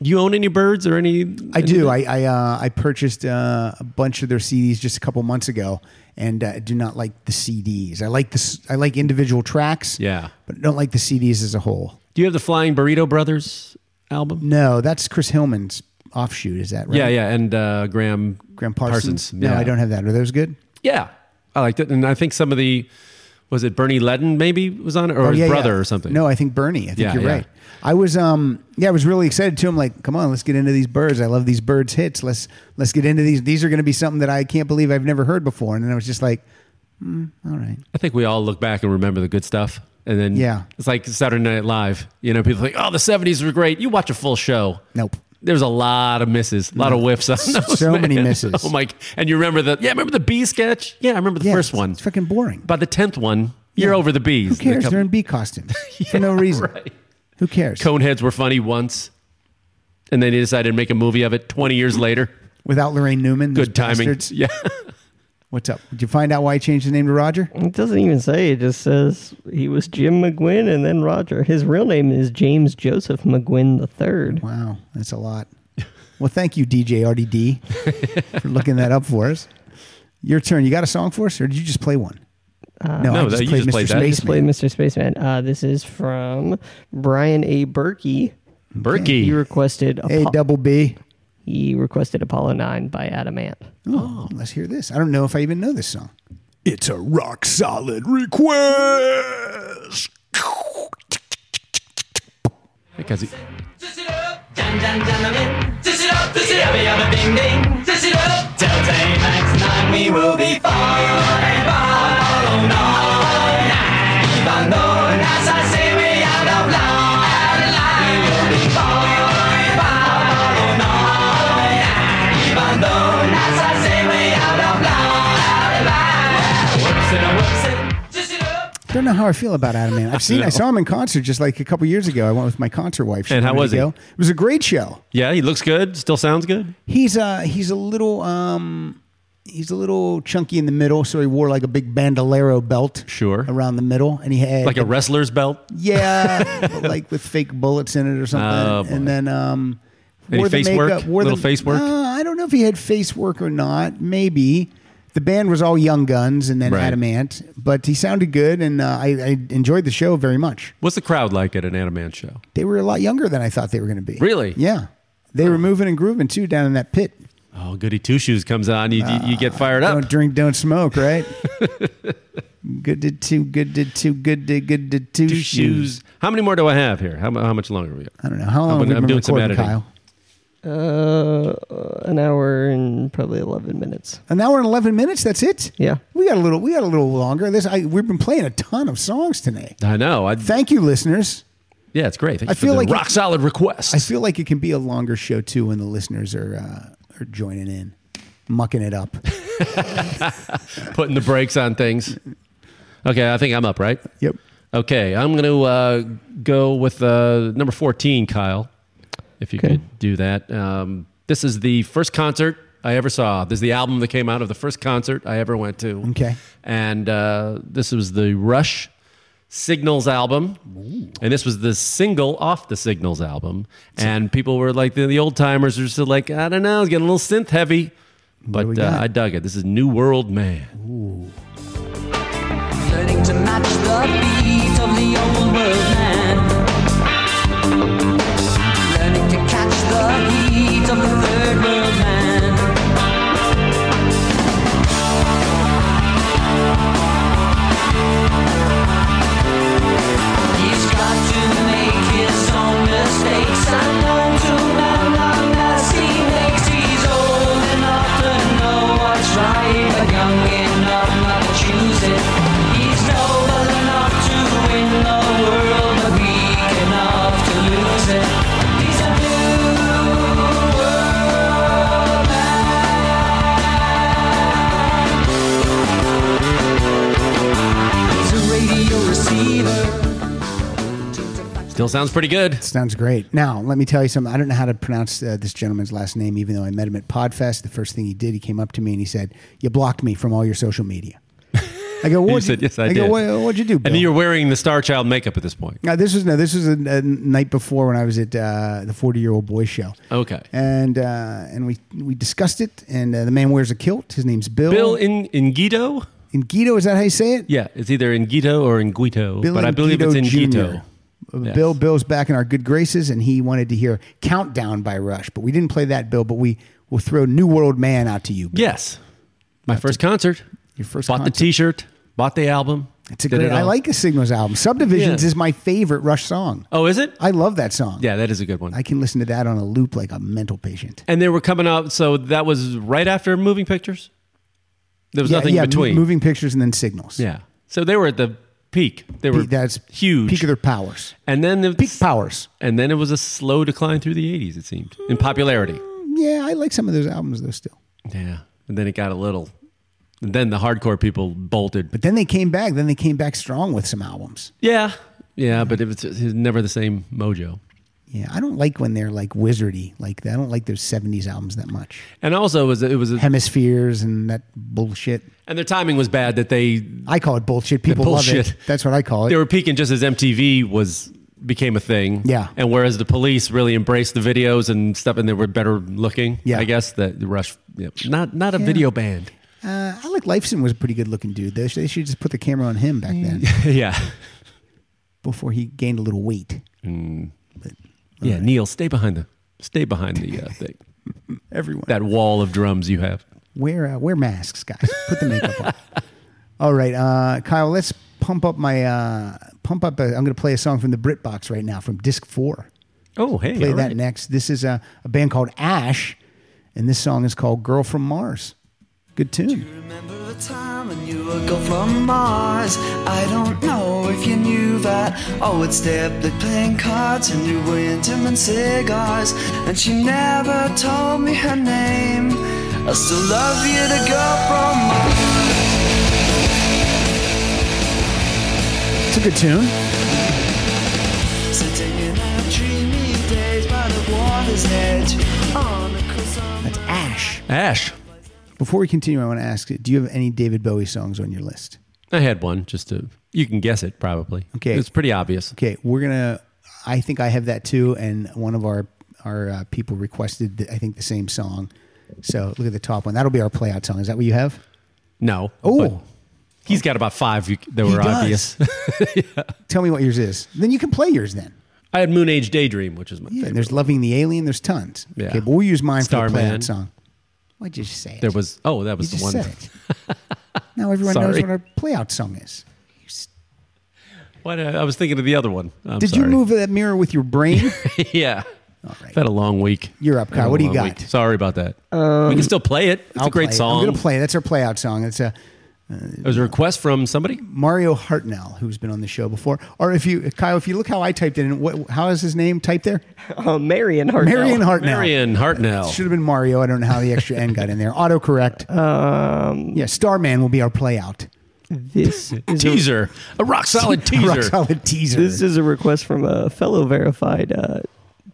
you own any birds or any? I do. I I, uh, I purchased uh, a bunch of their CDs just a couple months ago, and uh, I do not like the CDs. I like this. I like individual tracks. Yeah. but I don't like the CDs as a whole. Do you have the Flying Burrito Brothers album? No, that's Chris Hillman's offshoot. Is that right? Yeah, yeah, and uh, Graham Graham Parsons. No, yeah. I don't have that. Are those good? Yeah, I liked it, and I think some of the was it Bernie Ledden maybe was on it, or his Oh, yeah, brother yeah. or something. No, I think Bernie. I think Yeah, you're yeah. right. I was um yeah, I was really excited too. I'm like, come on, let's get into these birds. I love these birds hits. Let's let's get into these. These are going to be something that I can't believe I've never heard before. And then I was just like, mm, all right. I think we all look back and remember the good stuff, and then Yeah. it's like Saturday Night Live. You know, people think, oh, the seventies were great. You watch a full show. Nope. There's a lot of misses, a lot of whiffs on those. So man. many misses. Oh my! And you remember the yeah? Remember the bee sketch? Yeah, I remember the Yeah, first it's- one. It's fucking boring. By the tenth one, you're over the bees. Who cares? The They're in couple- bee costumes for no reason. right. Who cares? Coneheads were funny once, and then they decided to make a movie of it. Twenty years later, Without Lorraine Newman, those good timing. bastards. Yeah, What's up? Did you find out why he changed the name to Roger? It doesn't even say. It just says he was Jim McGuinn and then Roger. His real name is James Joseph McGuinn III. Wow, that's a lot. Well, thank you, DJ RDD, for looking that up for us. Your turn. You got a song for us, or did you just play one? no, No, that- you just played that. You Just played Mr. Spaceman. Uh, this is from Brian A. Berkey. He Berkey. requested A Apo- double B. he requested Apollo Nine by Adamant. Oh, let's hear this. I don't know if I even know this song. It's a rock solid request. Because he- Twist it up, dun dun dun I'm in. Twist it up, twist it up, yabba ding ding. Twist it up, till day nights nine we will be fine. Follow nine, even though as I say we out of line, out of line. We will be fine. Follow nine, even though as I say we out of line, out of line. Works it, works it. Twist it up. I don't know how I feel about Adam Man. I've seen, I saw him in concert just like a couple years ago. I went with my concert wife. She And how wanted was to he? go. It was a great show. yeah, he looks good. Still sounds good. He's uh he's a little um he's a little chunky in the middle, so he wore like a big bandolero belt. Sure. Around the middle, and he had Like a wrestler's belt. yeah, but, like with fake bullets in it or Oh, something. boy. and then um Any face work? Little face work? Uh, I don't know if he had face work or not. Maybe. The band was all Young Guns and then Right. Adamant, but he sounded good, and uh, I, I enjoyed the show very much. What's the crowd like at an Animan show? They were a lot younger than I thought they were going to be. Really? Yeah, they were moving and grooving too down in that pit. Oh, Goody Two Shoes comes on. You, you, you get fired up. Don't drink, don't smoke, right? good to two, good to two, good to good to two, Two shoes. shoes. How many more do I have here? How, mu- how much longer we got? I don't know how long I'm- have we I'm been doing some recording, editing. Kyle. Uh, an hour and probably eleven minutes. An hour and eleven minutes. That's it. Yeah. we got a little. We got a little longer. This I, we've been playing a ton of songs today. I know. I, Thank you, listeners. yeah, it's great. Thank I you for feel the like- rock solid request. I feel like it can be a longer show too when the listeners are uh, are joining in, mucking it up. putting the brakes on things. Okay, I think I'm up, right? Yep. Okay, I'm going to uh, go with uh, number 14, Kyle, if you could do that. Um, this is the first concert I ever saw. This is the album that came out of the first concert I ever went to. Okay. And uh, this was the Rush Signals album. And this was the single off the Signals album. And people were like, the, the old timers are still like, I don't know, it's getting a little synth heavy. But uh, got? I dug it. This is New World Man. learning to match the beat of the old world man. Learning to catch the heat of the third world man. He's got to make his own mistakes and learn to man none as he makes. He's old enough to know what's right, but young enough not to choose it. He's noble enough to win the world, but weak enough to lose it. He's a new world man. He's a radio receiver. Still sounds pretty good. Sounds great. Now, let me tell you something. I don't know how to pronounce uh, this gentleman's last name, even though I met him at Podfest. The first thing he did, he came up to me and he said, "You blocked me from all your social media." I go, You "What?" said, yes, I, go, did. "What- "What'd you do?" Bill?" And you're wearing the Star Child makeup at this point. Now this was no, this was a, a night before when I was at uh, the forty year old boy show, Okay. and uh, and we we discussed it. And uh, the man wears a kilt. His name's Bill. Bill in Ingito? in Guido, is that how you say it? Yeah, it's either Ingito or Inguito, Bill but I believe Inguito it's Ingito. Jr.. Uh, Yes. Bill Bill's back in our good graces, and he wanted to hear "Countdown" by Rush, but we didn't play that, Bill. But we will throw "New World Man" out to you. Bill. Yes. My first concert. Your first Bought concert. the t-shirt, bought the album. It's a did great. all. I like a Signals album. Subdivisions Yeah. is my favorite Rush song. Oh, is it? I love that song. Yeah, that is a good one. I can listen to that on a loop like a mental patient. and they were coming out so that was right after Moving Pictures. There was Yeah, nothing yeah, in between. mo- Moving pictures and then Signals. yeah. So they were at the peak. They were Pe- that's huge. Peak of their powers. and then the Peak powers. and then it was a slow decline through the 80s it seemed in popularity. Yeah, I like some of those albums though still. Yeah. And then it got a little and then the hardcore people bolted. But then they came back. Then they came back strong with some albums. Yeah, yeah, but if it's, it's never the same mojo. Yeah, I don't like when they're like wizardy. Like I don't like those '70s albums that much. And also, it was it was, Hemispheres and that bullshit. and their timing was bad that they I call it bullshit. People love bullshit. it. That's what I call it. they were peaking just as MTV was became a thing. Yeah. and whereas the police really embraced the videos and stuff, and they were better looking. Yeah. I guess that the Rush, yeah, not not a Yeah. video band. uh, Alec Lifeson was a pretty good looking dude. They should, they should just put the camera on him back then yeah, before he gained a little weight. yeah. Neil, stay behind the stay behind the uh, thing. Everyone. That wall of drums you have. Wear uh, wear masks, guys. Put the makeup on. All right, uh, Kyle. Let's pump up my uh, pump up. i am I'm going to play a song from the Britbox right now from Disc Four. Oh, hey, Play all that right. next. This is a, a band called Ash, and this song is called "Girl from Mars." Good tune. Remember the time when you were a girl from Mars? I don't know if you knew that. Oh, it's step like playing cards and you went him and cigars. And she never told me her name. I still love you, the girl from Mars. It's a good tune. Sitting in our dreamy days by the water's edge. On a crimson That's Ash. Ash. Before we continue, I want to ask: Do you have any David Bowie songs on your list? I had one just to you can guess it probably. Okay. it's pretty obvious. Okay, we're gonna. I think I have that too, and one of our our uh, people requested, the, I think, the same song. So look at the top one. That'll be our playout song. Is that what you have? No. Oh. but He's got about five you- that He were does. obvious. Tell me what yours is. Then you can play yours then. I had Moon Age Daydream, which is my Yeah, favorite. there's Loving the Alien. There's tons. Yeah. Okay, but we'll use mine for the Starman. playout song. Why'd you say it? There was oh, that you was the just one. said it. now everyone knows Sorry. what our playout song is. What uh, I was thinking of the other one. I'm Did you sorry. move that mirror with your brain? yeah. right. I've had a long week. You're up, Kyle. Had a What do you long got? Um, Sorry about that. we can still play it. It's I'll a great play it. song. I'm gonna play. it. That's our playout song. It's a It was a request from somebody. Mario Hartnell, who's been on the show before, or if you, Kyle, if you look how I typed it in, what, how is his name typed there? Oh, Marion Hartnell. Marion Hartnell. Marion Hartnell. Should have been Mario. I don't know how the extra N got in there. Autocorrect. Um, yeah, Starman will be our play out. This is a- teaser, a rock solid teaser. Rock solid teaser. This is a request from a fellow verified uh,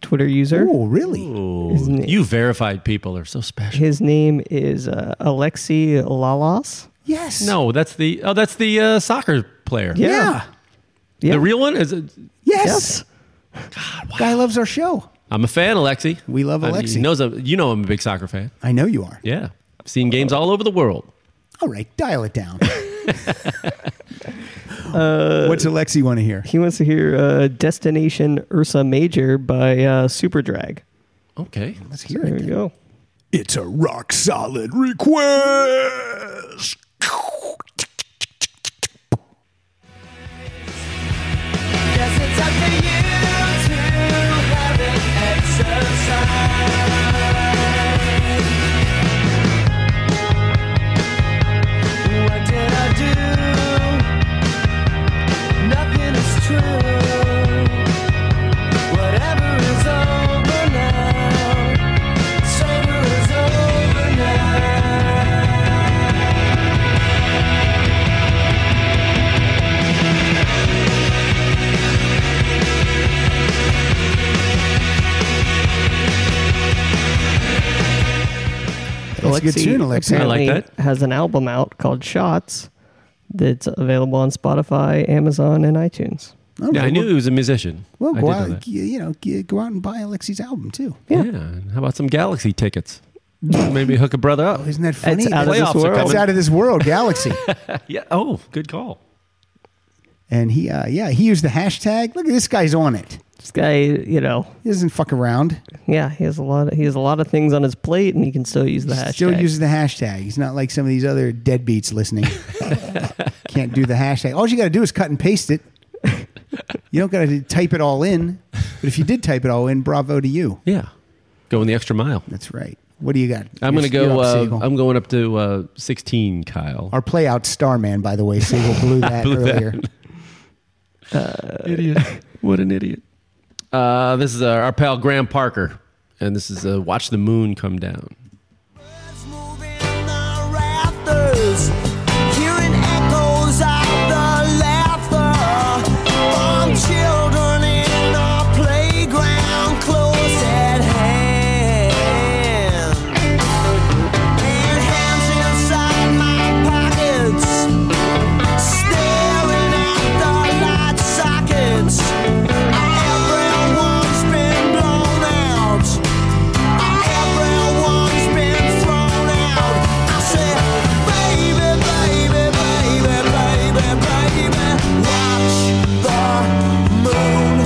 Twitter user. oh, really? Ooh, Isn't it- you verified people are so special. His name is uh, Alexi Lalas. Yes. No, that's the oh, that's the uh, soccer player. Yeah. Yeah. the real one is. it- Yes. Guy loves our show. I'm a fan, Alexi. We love I mean, Alexi. he knows. I'm- You know, I'm a big soccer fan. I know you are. Yeah, seen games all over the world. All right, dial it down. Uh, What's Alexi want to hear? He wants to hear uh, Destination Ursa Major by uh, Super Drag. Okay, Let's hear There it. we then. go. It's a rock solid request. Yes, it's up to you to have an exercise. What did I do? Nothing is true. Whatever is over now, summer is over now. That's a good tune, Alexi. I like apparently that. has an album out called Shots that's available on Spotify, Amazon, and iTunes. All yeah, I right, knew he was a musician. Well, I well go did know out, that. g- you know, g- go out and buy Alexi's album too. Yeah. and How about some Galaxy tickets? Maybe hook a brother up. Isn't that funny? It's out of That's this Playoffs are world. coming. out of this world, Galaxy. Yeah. Oh, good call. and he, uh, yeah, he used the hashtag. Look at this guy's on it. This guy, you know, He doesn't fuck around. yeah, he has a lot. Of, he has a lot of things on his plate, and he can still use the hashtag. Still uses the hashtag. He's not like some of these other deadbeats listening. Can't do the hashtag. All you got to do is cut and paste it. You don't got to type it all in. But if you did type it all in, bravo to you. Yeah. Going the extra mile. That's right. What do you got? I'm going to You're- go. you're up, Uh, Siegel. I'm going up to uh, 16, Kyle. Our play out Starman, by the way, Siegel blew that Blew that. earlier. idiot. What an idiot. Uh, this is uh, our pal Graham Parker, and this is uh, "Watch the Moon Come Down." Birds moving the rafters, hearing echoes of the laughter from children in our playground close at hand. And hands inside my pockets, staring at the light sockets. Everyone's been blown out. Everyone's been thrown out. I said, baby, baby, baby, baby, baby, watch the moon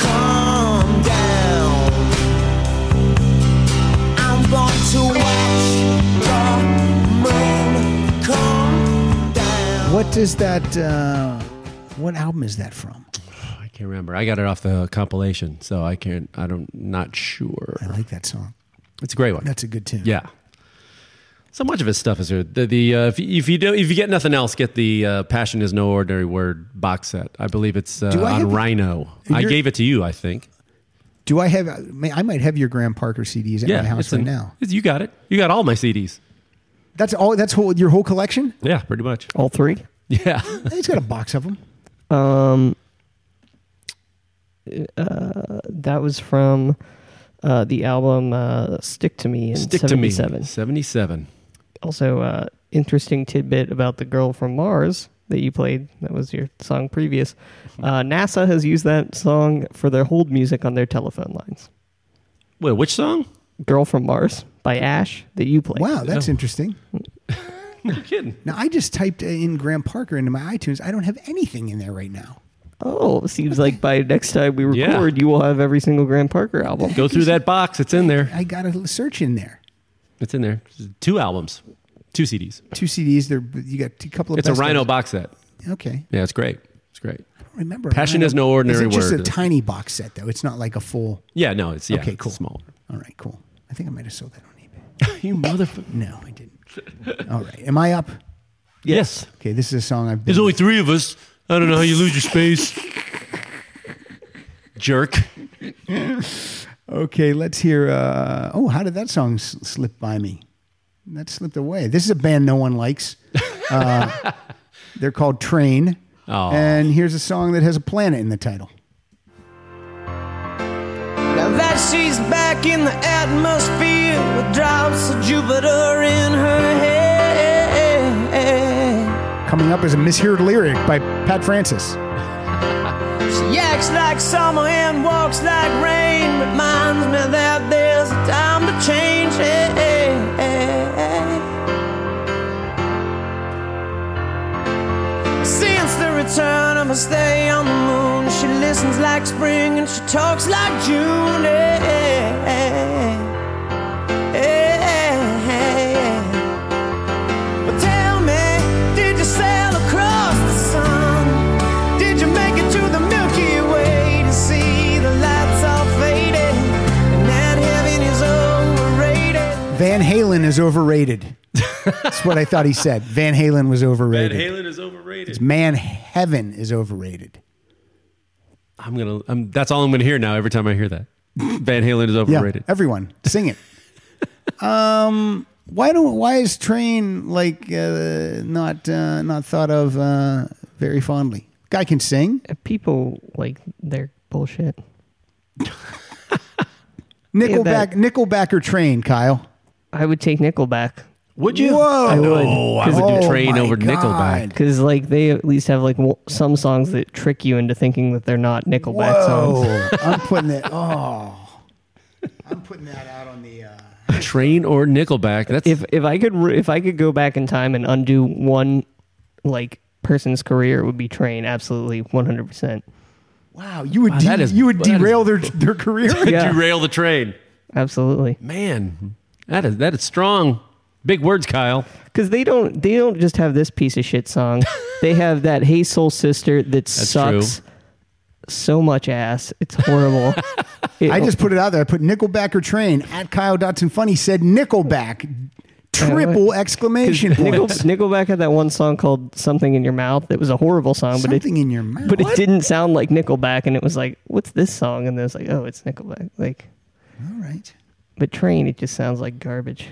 come down. I'm going to watch the moon come down. What does that? Uh, what album is that from? I can't remember. I got it off the compilation, so I can't. I don't. Not sure. I like that song. It's a great one. That's a good tune. Yeah. So much of his stuff is here. The, the uh, if, you- if you do if you get nothing else, get the uh, "Passion Is No Ordinary Word" box set. I believe it's uh, Do I on have- Rhino. I You're- gave it to you, I think. Do I have? may- I might have your Graham Parker CDs at Yeah, my house it's right in- now. it's- You got it. You got all my CDs. That's all. That's whole your whole collection. Yeah, pretty much. All three. Yeah, He's got a box of them. Um, uh, that was from uh, the album uh, "Stick to Me" in stick to me. '77. Seventy-seven. Also, uh, interesting tidbit about the girl from Mars that you played. That was your song previous. Uh, NASA has used that song for their hold music on their telephone lines. Wait, which song? "Girl from Mars" by Ash that you played. Wow, that's interesting. No kidding. Now I just typed in Graham Parker into my iTunes. I don't have anything in there right now. Oh, seems like by next time we Yeah. record, you will have every single Graham Parker album. Go through that box. It's in there. I got a search in there. It's in there. Two albums, two CDs. Two CDs. There, you got a couple of. It's a Oh, best Rhino of- box set. Okay, Yeah, it's great. It's great. I don't remember. Passion Rhino- is no ordinary Is it just word. a tiny box set though. It's not like a full. Yeah, no, it's yeah. okay, it's cool. Smaller. All right, cool. I think I might have sold that on eBay. you motherfucker. No, I didn't. All right, am I up? Yes. Okay, this is a song I've been. There's only three of us. I don't know how you lose your space. Jerk. Okay, let's hear. Uh, oh, how did that song s- slip by me? That slipped away. This is a band no one likes. Uh, they're called Train. Oh. And here's a song that has a planet in the title. Now that she's back in the atmosphere with drops of Jupiter in her hair, Coming up is a misheard lyric by Pat Francis. she acts like summer and walks like rain. Reminds me that there's a time to change. Since the return of her stay on the moon, she listens like spring and she talks like June. But tell me, did you sail across the sun? Did you make it to the Milky Way to see the lights all faded? And that heaven is overrated. Van Halen is overrated. That's what I thought he said. Van Halen was overrated. is overrated. It's man heaven is overrated. I'm gonna. I'm, that's all I'm gonna hear now. Every time I hear that, Van Halen is overrated. Yeah, everyone sing it. um, why don't why is train like uh, not uh, not thought of uh, very fondly? Guy can sing. People like their bullshit. Nickelback, Nickelback or Train, Kyle? I would take Nickelback. Would you? Whoa! Oh I would. No, Oh, I would do Train over Nickelback. Because like they at least have like w- some songs that trick you into thinking that they're not Nickelback songs. Whoa! I'm putting it. Oh, I'm putting that out on the. Uh, Train or Nickelback? That's If if I could re- if I could go back in time and undo one like person's career, it would be Train. Absolutely, one hundred percent. wow, you would Wow, de- that is- you would that is- derail their their career. Yeah. derail the train. Absolutely. Man, that is that is strong. Big words, Kyle. because they don't they don't just have this piece of shit song. they have that Hey Soul Sister that sucks true. so much ass. It's horrible. It- I just put it out there. I put Nickelback or Train at Kyle Dotson Funny said Nickelback. Triple exclamation Nickel, points. Nickelback had that one song called "Something in Your Mouth" that was a horrible song, but it Something in your mouth. but it didn't sound like Nickelback, and it was like, "What's this song?" And it was like, "Oh, it's Nickelback." Like, All right. but Train, it just sounds like garbage.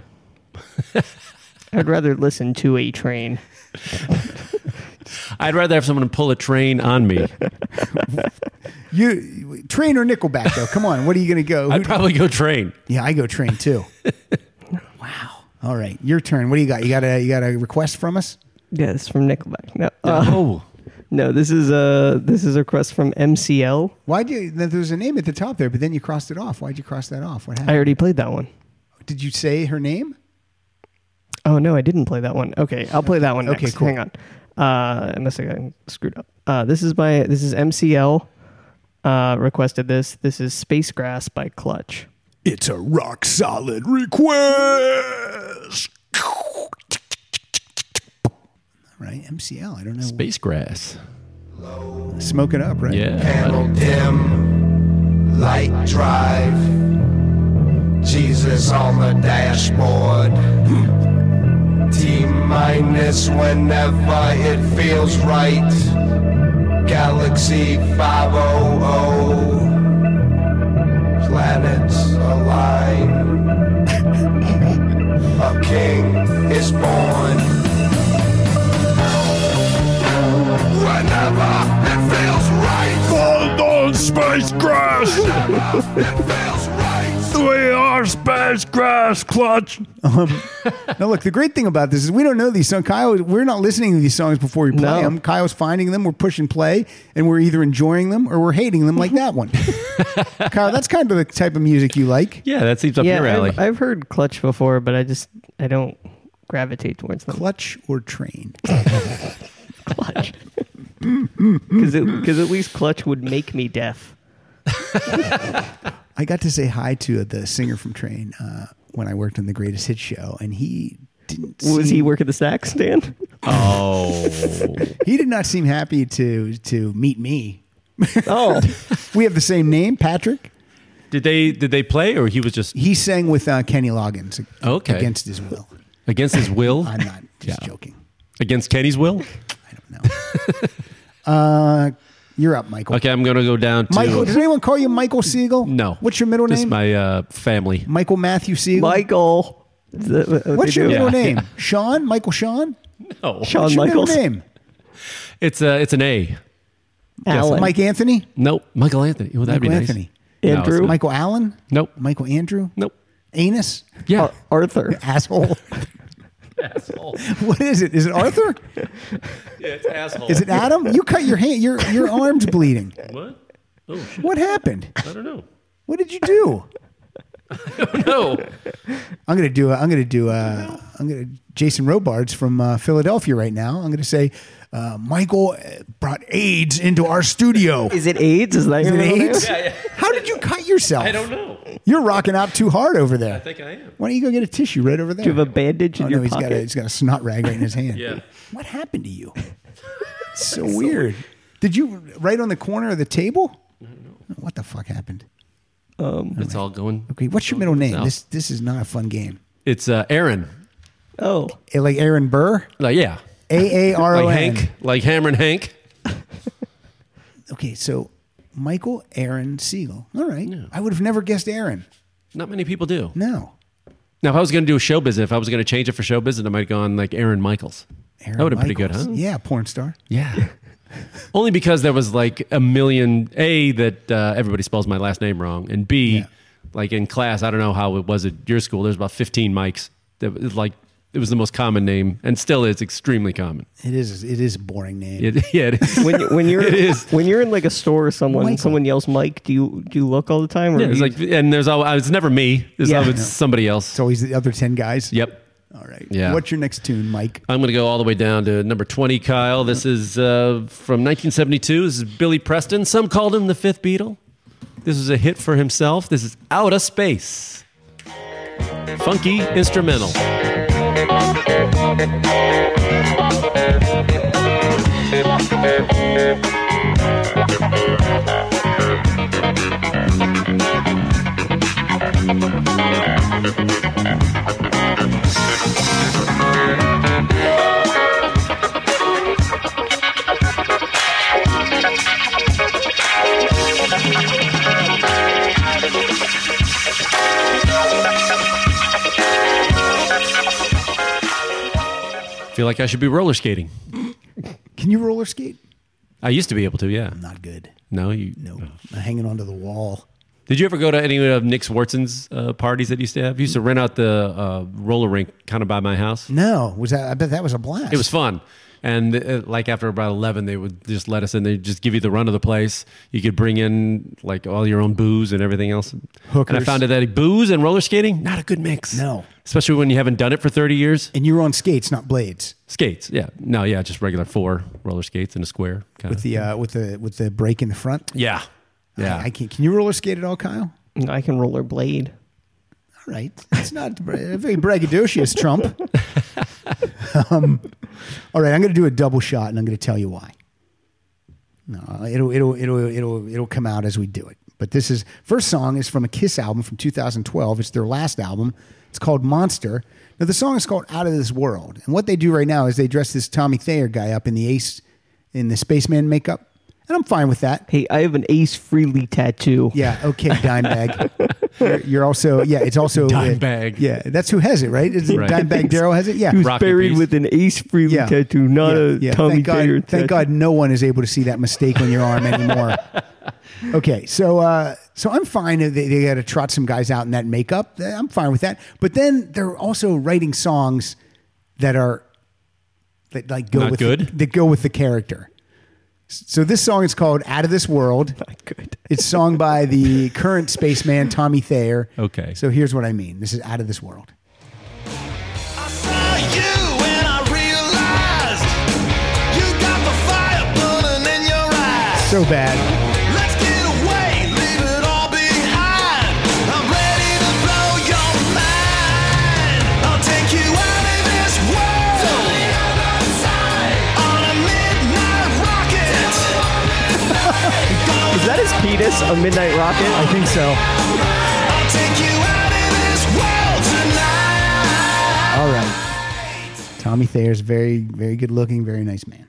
I'd rather listen to a train. I'd rather have someone pull a train on me. You train or Nickelback though? Come on, what are you gonna go? I'd probably go train. yeah, I go train too. wow. All right, your turn. What do you got? You got a you got a request from us? Yeah, it's from Nickelback. No, uh, Oh, no, this is a this is a request from MCL. Why do you, there was a name at the top there, but then you crossed it off? Why'd you cross that off? What I happened? already played that one. Did you say her name? Oh no, I didn't play that one. Okay, I'll play that one Okay, next. cool. Hang on. Uh, I must have gotten screwed up. Uh, this is by this is MCL uh, requested this. This is Space Grass by Clutch. It's a rock solid request. All right, MCL. I don't know. space grass. Smoke it up, right? Yeah. dim, light drive, Jesus on the dashboard. T minus whenever it feels right. Galaxy 500, planets align. A king is born. Whenever it feels right. Hold on, space grass. we are space grass clutch. Now, look, the great thing about this is we don't know these songs. Kyle, we're not listening to these songs before we play No. them. Kyle's finding them. We're pushing play, and we're either enjoying them or we're hating them, like that one. Kyle, that's kind of the type of music you like. Yeah, that seems up yeah, your alley. I've, I've heard Clutch before, but I just I don't gravitate towards them. Clutch or train? Clutch. Hmm. Because because at least Clutch would make me deaf. I got to say hi to the singer from Train uh, when I worked on the Greatest Hits show, and he didn't. Was seem- he work at the snack stand? oh, He did not seem happy to to meet me. Oh, We have the same name, Patrick. did they did they play or he was just He sang with uh, Kenny Loggins Okay. against his will. against his will? I'm not just joking. Against Kenny's will? Uh, you're up, Michael. Okay, I'm going to go down to. Michael, does anyone call you Michael Siegel? no. What's your middle Just name? my uh, family. Michael Matthew Siegel. Michael. What's your middle Yeah, name? yeah. Sean? Michael Sean? Uh, No. What's your middle name? It's a, it's an A. Alan. Mike Anthony? Nope. Michael Anthony. Would that Michael be nice? Anthony. No, it's Andrew. not. Michael Allen? Nope. Michael Andrew? Nope. Anus? Oh. Yeah. Ar- Arthur. Asshole. asshole. what is it? Is it Arthur? Yeah, it's asshole. Is it Adam? You cut your hand. Your your arm's bleeding. What? Oh, shit. What happened? I don't know. What did you do? No. I'm gonna do. A, I'm gonna do. A, I'm gonna Jason Robards from uh, Philadelphia right now. I'm gonna say uh, Michael uh, brought AIDS into our studio. Is it AIDS? Is that Is your it middle name? AIDS? How did you cut yourself? I don't know. You're rocking out too hard over there. I think I am. Why don't you go get a tissue right over there? Do you have a bandage in oh, your no, he's pocket? got a he's got a snot rag right in his hand. Yeah. What happened to you? It's so weird. Did you right on the corner of the table? What the fuck happened? It's all going. Okay, what's your middle name? No. This this is not a fun game. It's uh, Aaron. oh, Eh, Like Aaron Burr, Like, yeah. A A R O Like N. Hank. Like Hammer and Hank. Okay, so Michael Aaron Siegel. All right, I would have never guessed Aaron. Not many people do. No, Now, if I was going to do a show business, if I was going to change it for show business, I might have gone like Aaron Michaels. Aaron that would have been pretty good, Michaels. huh? Yeah, porn star. Yeah. Only because there was like a million A that uh, everybody spells my last name wrong, and B, Yeah. like in class, I don't know how it was at your school. There's about 15 mics. That was like it was the most common name, and still is extremely common. It is. It is a boring name. It, yeah, it is. when, when you're It is. when you're in like a store or someone, Michael. and someone yells Mike. Do you do you look all the time? Or Yeah, do it's you- like, and there's always it's never me. It's Yeah. always somebody else. It's always the other ten guys. Yep. All right. Yeah. What's your next tune, Mike? I'm going to go all the way down to number 20, Kyle. This is uh, from 1972. This is Billy Preston. Some called him the Fifth Beatle. This was a hit for himself. This is Out of Space. Funky instrumental. feel like I should be roller skating. Can you roller skate? I used to be able to, yeah. Not good. No, you. No, I'm hanging onto the wall. Did you ever go to any of Nick Swartzen's uh, parties that he used to have? He used to rent out the uh, roller rink kind of by my house. No, was that? I bet that was a blast. It was fun. And uh, like after about 11, they would just let us in. They'd just give you the run of the place. You could bring in like all your own booze and everything else. And I Hookers. found out that booze and roller skating, not a good mix. No. Especially when you haven't done it for 30 years. And you were on skates, not blades, Skates. Yeah. No, yeah, just regular four roller skates in a square. Kind with of. the uh, with the with the break in the front. yeah. Yeah. I, I can't. Can you roller skate at all, Kyle? I can rollerblade. All right. It's not bra- very braggadocious, Trump. um, all right, I'm going to do a double shot, and I'm going to tell you why. No, it'll it'll it'll it'll it'll come out as we do it. But this is first song is from a Kiss album from 2012. It's their last album. It's called Monster. Now the song is called Out of This World. And what they do right now is they dress this Tommy Thayer guy up in the Ace in the spaceman makeup, and I'm fine with that. Hey, I have an Ace Freely tattoo. Yeah. Okay. Dimebag. you're, you're also yeah. It's also uh, Dimebag. Yeah, that's who has it, right? Is it Right. Dimebag Daryl has it? Yeah. He was Rock in buried peace. with an Ace Freely Yeah. tattoo, not Yeah, a yeah. Tommy thank God, Thayer tattoo. Thank God, no one is able to see that mistake on your arm anymore. okay, so uh, so I'm fine. They, they got to trot some guys out in that makeup. Eh, I'm fine with that. But then they're also writing songs that are that like go Not with good? that go with the character. So this song is called "Out of This World." Not good. It's sung by the current spaceman Tommy Thayer. Okay. So here's what I mean. This is out of this world. I saw you and I realized you got the fire burning in your eyes. So bad. Let's get away, leave it all behind. I'm ready to blow your mind. I'll take you out of this world to the other side on a midnight rocket. Is that his penis? A midnight rocket? I think so. I'll take you out of this world tonight. All right. Tommy Thayer's very, very good looking, very nice man.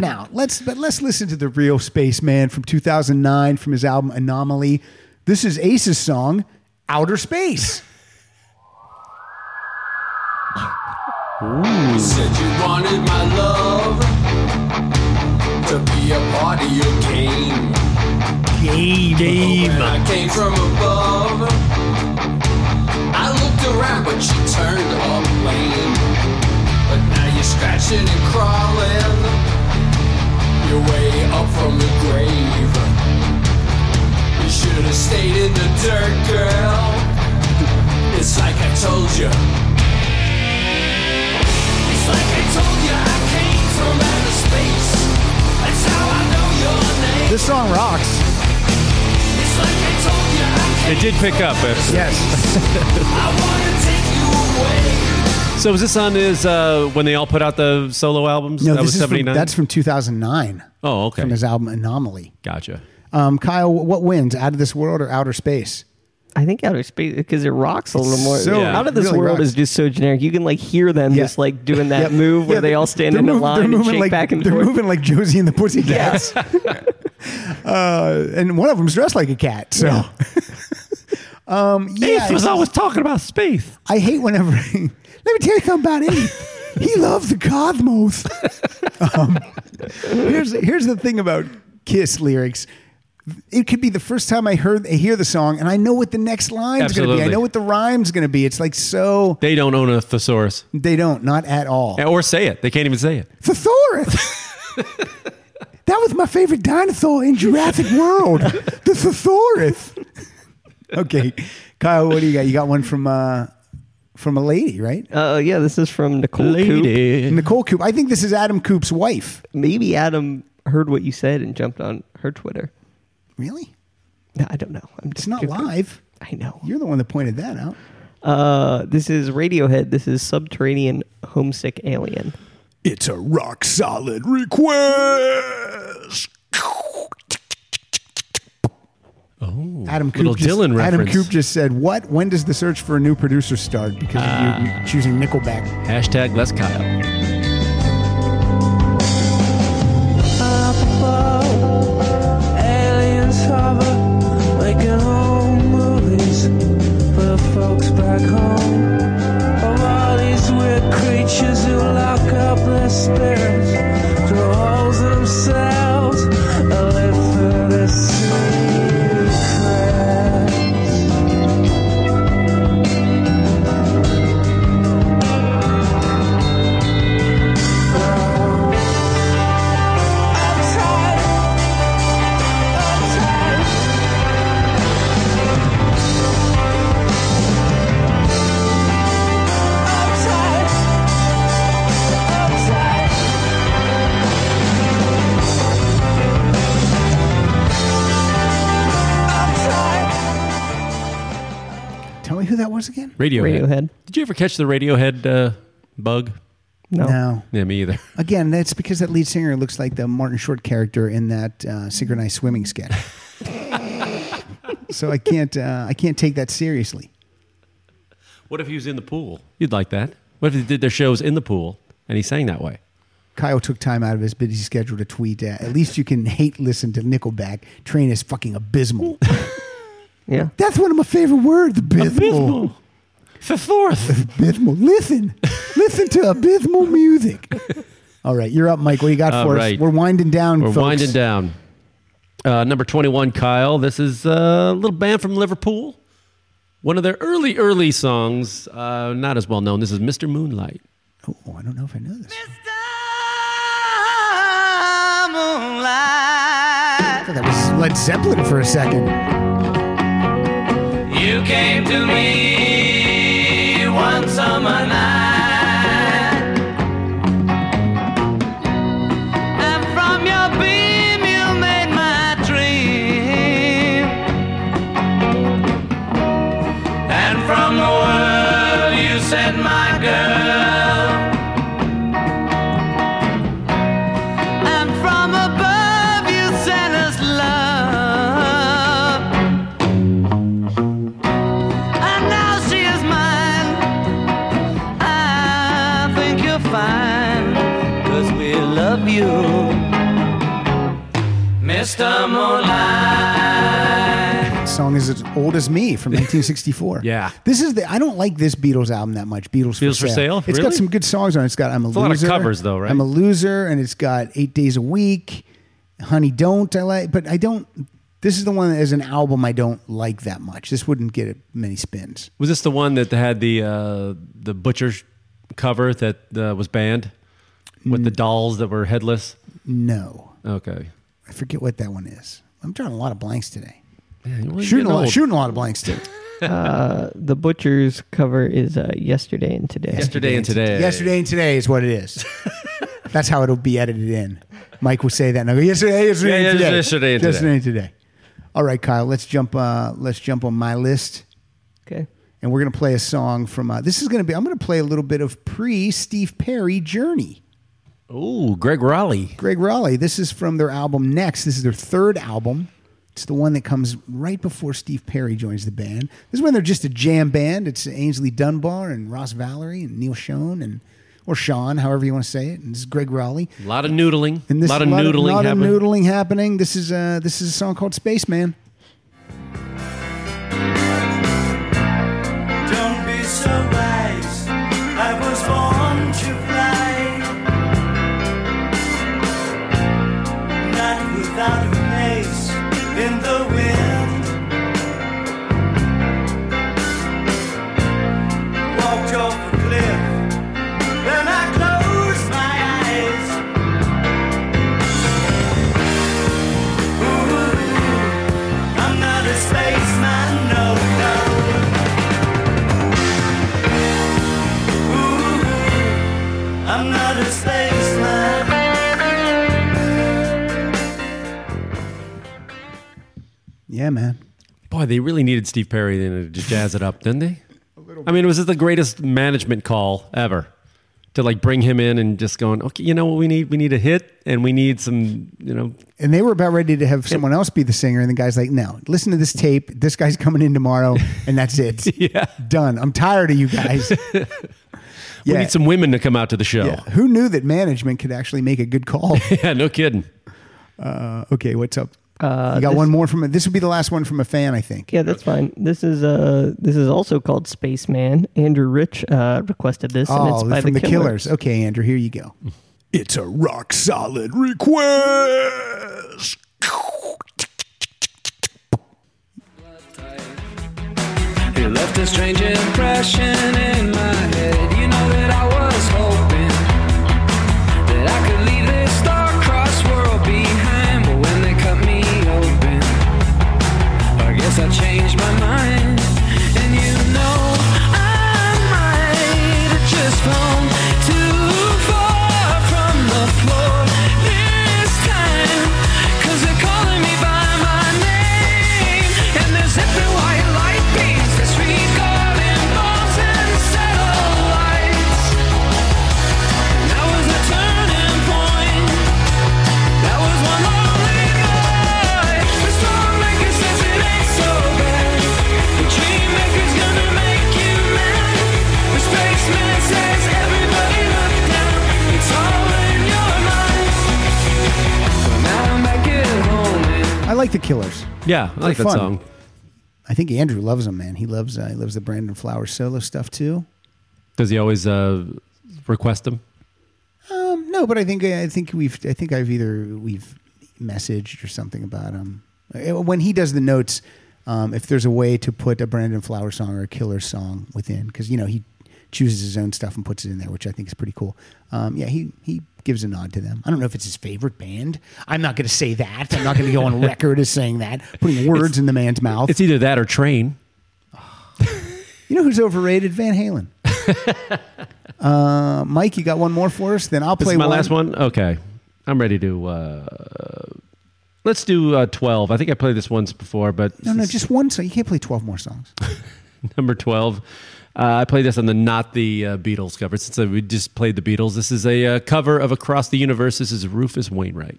now let's but let's listen to the real spaceman from 2009 from his album Anomaly. This is Ace's song, Outer Space. You said you wanted my love to be a part of your game. Game. game. When I came from above, I looked around, but you turned up lame. But now you're scratching and crawling your way up from the grave. You should have stayed in the dirt, girl. It's like I told you. It's like I told you I came from outer space. That's how I know your name. This song rocks. It's like I told you I It did pick up. Yes. I wanna take you away. so was this on his uh, when they all put out the solo albums? No, that this was is from, 79? that's from 2009 oh, okay. from his album Anomaly. Gotcha. Um, Kyle, what wins, Out of This World or Outer Space? I think Outer Space because it rocks a little more. so- Out of this really world rocks. is just so generic. You can like hear them just like doing that Yep. move where Yeah, they all stand they're in a mov- line they're and moving shake like, back and They're forth. moving like Josie and the Pussycats. uh, and one of them's dressed like a cat. So, um, yeah, was always talking about space. I hate whenever. Let me tell you something about Eddie. he loves the cosmos. um, here's here's the thing about Kiss lyrics. It could be the first time I heard I hear the song, and I know what the next line's going to be. I Absolutely. know what the rhyme's going to be. It's like so They don't own a thesaurus they don't not at all. or say it. They can't even say it. Thesaurus. that was my favorite dinosaur in Jurassic World. The thesaurus. Okay, Kyle, what do you got? You got one from uh, from a lady, right? Uh, yeah, this is from Nicole Coop. Nicole Coop. I think this is Adam Coop's wife. Maybe Adam heard what you said and jumped on her Twitter. Really? No, I don't know. I'm It's just not joking. live. I know. You're the one that pointed that out. Uh, this is Radiohead. This is Subterranean Homesick Alien. It's a rock solid request. Oh, Adam Coop little just, Dylan Adam reference. Coop just said, "What? When does the search for a new producer start?" Because of Ah. you- you choosing Nickelback. Hashtag less Kyle. Aliens hover, making home movies for folks back home. Of all these weird creatures who lock up their spirits, throw holes themselves, and live for the secrets. Tell me who that was again. Radiohead. Radiohead. Did you ever catch the Radiohead uh, bug? No. No. Yeah, me either. Again, that's because that lead singer looks like the Martin Short character in that uh, synchronized swimming sketch. so I can't, uh, I can't take that seriously. What if he was in the pool? You'd like that. What if they did their shows in the pool and he sang that way? Kyle took time out of his busy schedule to tweet. Uh, At least you can hate listen to Nickelback. Train is fucking abysmal. Yeah. That's one of my favorite words. Abysmal. For fourth. Abysmal. Listen, listen to abysmal music. All right, you're up, Mike. What do you got All for right. us? We're winding down. We're folks. winding down. Uh, number 21, Kyle. This is uh, a little band from Liverpool. One of their early, early songs, uh, not as well known. This is Mr. Moonlight. Oh, I don't know if I know this. I thought that was Led Zeppelin for a second. You came to me one summer night, and from your beam you made my dream, and from the world you said, my girl, and from above you sent us love. And now she is mine. I Mr. Moonlight. song is as old as me from 1964. Yeah. This is the I don't like this Beatles album that much. Beatles, Beatles for for Sale? sale. It's got Really? some good songs on it. It's got I'm a It's a loser. lot of covers, though, right? I'm a loser and it's got 8 days a week. Honey don't I like but I don't this is the one that as an album I don't like that much. This wouldn't get it many spins. Was this the one that had the uh, the butcher cover that uh, was banned with the dolls that were headless? No. Okay, I forget what that one is. I'm drawing a lot of blanks today. well, you're shooting a getting lot, old. shooting a lot of blanks today. uh, the butcher's cover is uh, yesterday and today. Yesterday and today. Yesterday and today is what it is. That's how it'll be edited in. Mike will say that and I go, yesterday, yesterday, Yeah, and yeah, today. yesterday and today. yesterday and today. All right, Kyle, let's jump uh let's jump on my list. Okay. And we're gonna play a song from uh, this is gonna be I'm gonna play a little bit of pre Steve Perry journey. Ooh, Greg Raleigh. Greg Raleigh. This is from their album Next. This is their third album. It's the one that comes right before Steve Perry joins the band. This is when they're just a jam band. It's Ainsley Dunbar and Ross Valerie and Neil Schoen and or Sean, however you want to say it. And this is Greg Raleigh. A lot of noodling. And this a lot of is noodling. lot of happened. noodling happening. This is uh, this is a song called Spaceman. Don't be so wise. I was born to fly. Not without a place in the wind. Walked off a cliff. Then I closed my eyes. Ooh, I'm not a spaceman, no, no. I'm not a spaceman. Yeah, man. Boy, they really needed Steve Perry to just jazz it up, didn't they? I mean, was it the greatest management call ever to like bring him in and just going, okay, you know what we need? We need a hit and we need some, you know, And they were about ready to have someone else be the singer, and the guy's like, "No, listen to this tape. This guy's coming in tomorrow, and that's it. yeah, done. I'm tired of you guys." we Yeah. need some women to come out to the show. Yeah. Who knew that management could actually make a good call? yeah no kidding. Uh, okay, what's up? Uh, you got this- one more from a, this would be the last one from a fan, I think. Yeah, that's fine. This is uh this is also called Spaceman. Andrew Rich uh, requested this, and it's oh, by from the, Killers. killers. Okay, Andrew, here you go. It's a rock solid request. You left a strange impression in my head. You know that I was hoping that I could leave this star-crossed world behind. But when they cut me open, I guess I changed my mind. And you know I might have just flown too far from the floor this time. Cause they're calling me by my name. And they're zipping wire light beams, disregarding bombs and satellites. That was a turning point. That was one lonely night. The stormmaker says it ain't so bad. The dream maker's gonna make you mad. The spaceman says everybody look down. It's all in your mind. But now I'm back at home and I like the killers. Yeah, I like They're that fun. song. I think Andrew loves them, man. He loves uh, he loves the Brandon Flowers solo stuff too. Does he always uh, request them? Um, no, but I think I think we've I think I've either we've messaged or something about him Uh, when he does the notes. Um, if there's a way to put a Brandon Flower song or a Killer song within, because you know he chooses his own stuff and puts it in there, which I think is pretty cool. Um, yeah, he he gives a nod to them. I don't know if it's his favorite band. I'm not going to say that. I'm not going to go on record as saying that, putting words in the man's mouth. It's either that or Train. You know who's overrated? Van Halen. uh, Mike, you got one more for us? Then I'll This play is my one. last one. Okay, I'm ready to. Uh, let's do uh, twelve. I think I played this once before, but No, no, just one song. You can't play 12 more songs. number 12 uh, i played this on the not the uh, beatles cover since uh, we just played the beatles this is a uh, cover of across the universe this is rufus wainwright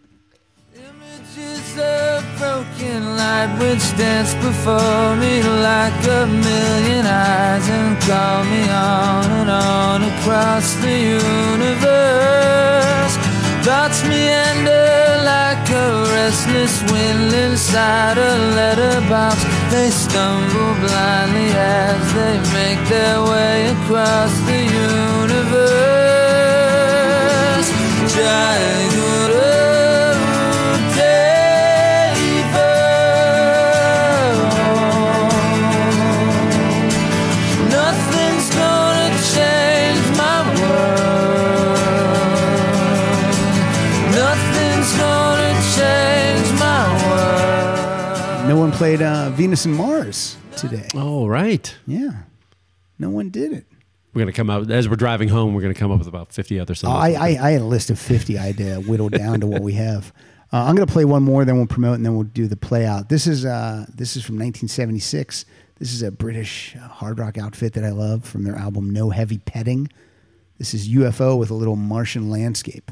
Images of broken light which dance before me like a million eyes and call me on and on across the universe. Dots meander like like a restless wind inside a letterbox. They stumble blindly as they make their way across the universe. Childhood of paper. Nothing's gonna change my world. Nothing's gonna change my world. No one played uh, Venus and Mars today. Oh, right. Yeah. No one did it. We're gonna come up as we're driving home. We're gonna come up with about fifty other Oh, songs. I, I, I had a list of 50 I had to whittle down to what we have. Uh, I'm going to play one more, then we'll promote, and then we'll do the play out. This is, uh, this is from 1976. This is a British uh, hard rock outfit that I love from their album No Heavy Petting. This is UFO with a little Martian landscape.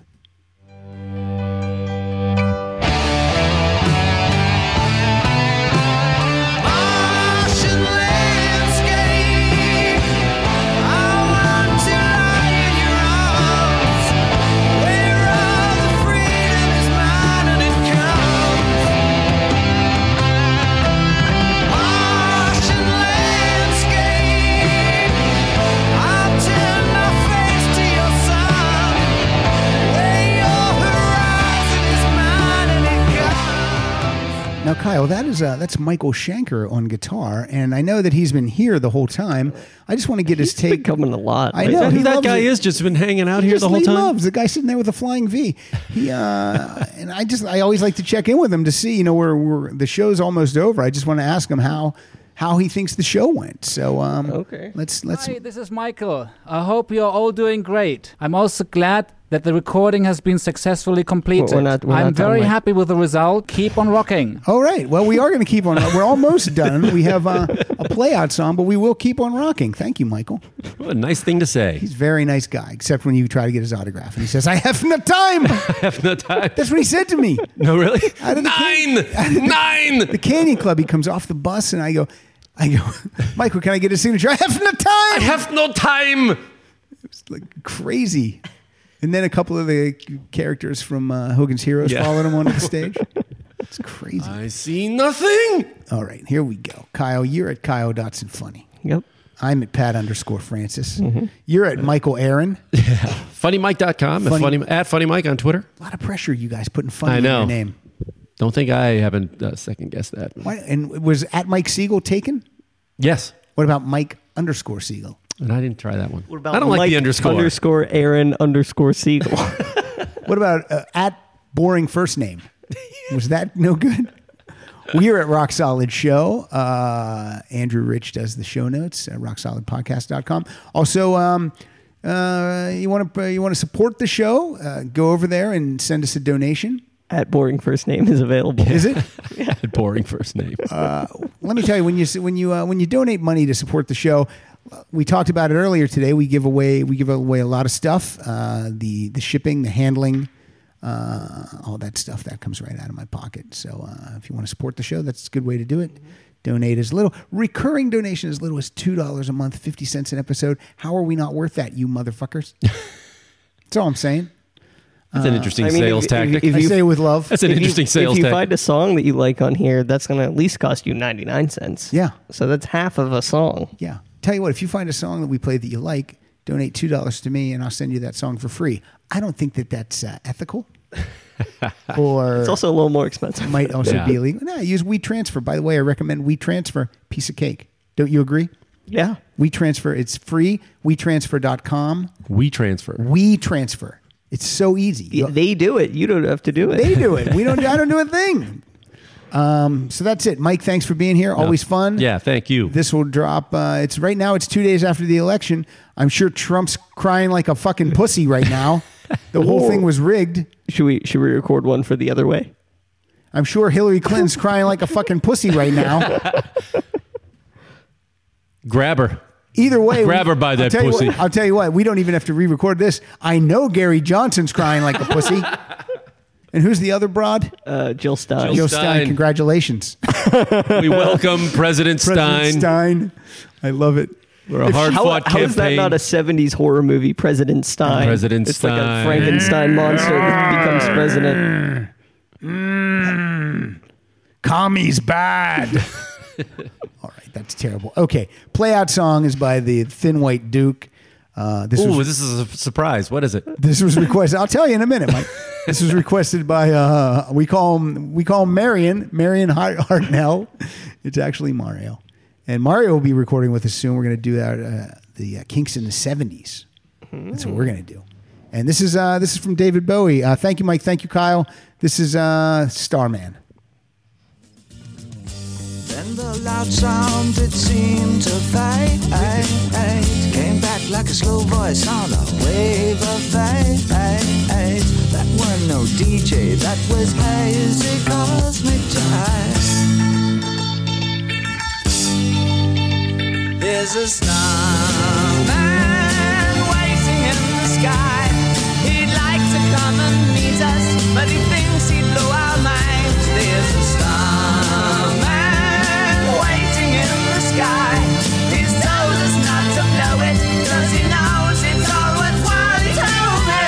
Now, Kyle, that is uh, that's Michael Shanker on guitar, and I know that he's been here the whole time. I just want to get his take. coming a lot. I Is know that he who that loves guy it. is just been hanging out He here just the whole he time. Loves the guy sitting there with a flying V. He uh, and I just I always like to check in with him to see you know we're, we're the show's almost over. I just want to ask him how how he thinks the show went. So um, okay, let's let's Hi, this is Michael. I hope you're all doing great. I'm also glad that the recording has been successfully completed. We're not- we're I'm not done very with- happy with the result. Keep on rocking. All right. Well, we are going to keep on. We're almost done. We have uh, a play out song, but we will keep on rocking. Thank you, Michael. What a nice thing to say. He's a very nice guy, except when you try to get his autograph, and he says, "I have no time." have no time. That's what he said to me. No, really? Out of the Nine! Nine! The Canyon Club, he comes off the bus and I go, I go, Michael, can I get a signature? I have no time. I have no time. It was like crazy. And then a couple of the characters from uh, Hogan's Heroes Yeah. followed him onto the stage. It's crazy. I see nothing. All right, here we go. Kyle, you're at Kyle Dotson Funny. Yep. I'm at Pat underscore Francis. Mm-hmm. You're at Michael Aaron. FunnyMike.com funny. Funny- Funny, at Funny Mike on Twitter. A lot of pressure you guys putting funny I know. in your name. Don't think I haven't uh, second guessed that. Why, and was at Mike Siegel taken? Yes. What about Mike underscore Siegel? And I didn't try that one. What I don't like the underscore. Underscore Aaron underscore Siegel. What about uh, at boring first name? Was that no good? We are at Rock Solid Show. Uh, Andrew Rich does the show notes at rocksolidpodcast.com. Also, um, uh, you want to you want to support the show? Uh, go over there and send us a donation. At boring first name is available. Is it? Boring first name. Uh, let me tell you when you when you uh, when you donate money to support the show we talked about it earlier today we give away we give away a lot of stuff uh, the the shipping the handling uh, all that stuff that comes right out of my pocket so uh, if you want to support the show that's a good way to do it donate as little recurring donation as little as $2 a month 50 cents an episode how are we not worth that you motherfuckers that's all i'm saying That's an interesting sales tactic. I say it with love. That's an if you- interesting sales If you tactic. find a song that you like on here, that's going to at least cost you 99 cents. Yeah. So that's half of a song. Yeah. Tell you what, if you find a song that we play that you like, donate two dollars to me, and I'll send you that song for free. I don't think that that's uh, ethical. or It's also a little more expensive. might also Yeah. be illegal. No, use WeTransfer. By the way, I recommend WeTransfer. Piece of cake. Don't you agree? Yeah. WeTransfer. It's free. WeTransfer.com. We transfer. WeTransfer. It's so easy. You- They do it. You don't have to do it. They do it. We don't. I don't do a thing. Um, so that's it, Mike. Thanks for being here. Always fun. Yeah, thank you. This will drop. Uh, it's right now. It's two days after the election. I'm sure Trump's crying like a fucking pussy right now. The whole thing was rigged. Should we should we record one for the other way? I'm sure Hillary Clinton's crying like a fucking pussy right now. Grab her. Either way, Grab her by I'll that tell you pussy. what- I'll tell you what. We don't even have to re-record this. I know Gary Johnson's crying like a pussy. And who's the other broad? Uh, Jill Stein. Joe Stein. Congratulations, we welcome President, Stein. President Stein. I love it. We're a hard how, fought how campaign. is that not a 70s horror movie, President Stein? President it's like a Stein. Frankenstein monster that becomes president. Mm, commies bad. All right, that's terrible. Okay, play out song is by the Thin White Duke. Uh, this Ooh, was this is a surprise. What is it? this was requested. I'll tell you in a minute, Mike. This was requested by uh, we call him we call him Marion Marion Hart- Hartnell. It's actually Mario, and Mario will be recording with us soon. We're going to do that uh, the uh, Kinks in the seventies. That's what we're going to do. And this is uh, this is from David Bowie. Uh, thank you, Mike. Thank you, Kyle. This is uh, Starman. Then the loud sound it seemed to fade Came back like a slow voice on a wave of fade That were no DJ, that was hazy cosmic jazz There's a man waiting in the sky. He'd like to come and meet us, but he thinks he'd blow our minds. There's a starman waiting in the sky. He's told us not to blow it, cause he knows it's all worthwhile. He's over.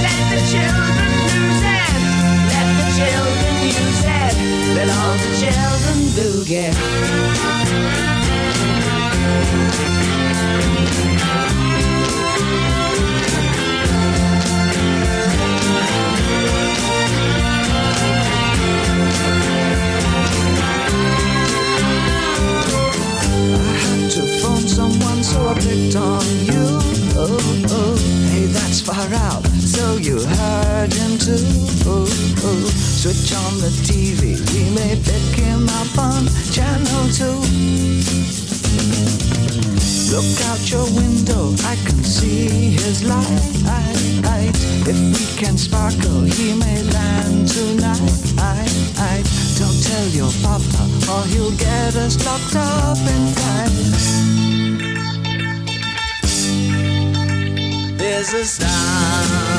Let the children lose it. Let the children use it. Let all the children boogie. to phone someone, so I picked on you. Oh, oh, hey, that's far out. So you heard him too. Oh, oh, switch on the TV. We may pick him up on channel two. Look out your window, I can see his light. If we can sparkle, he may land tonight. Don't tell your papa, or he'll get us locked up in time. There's a star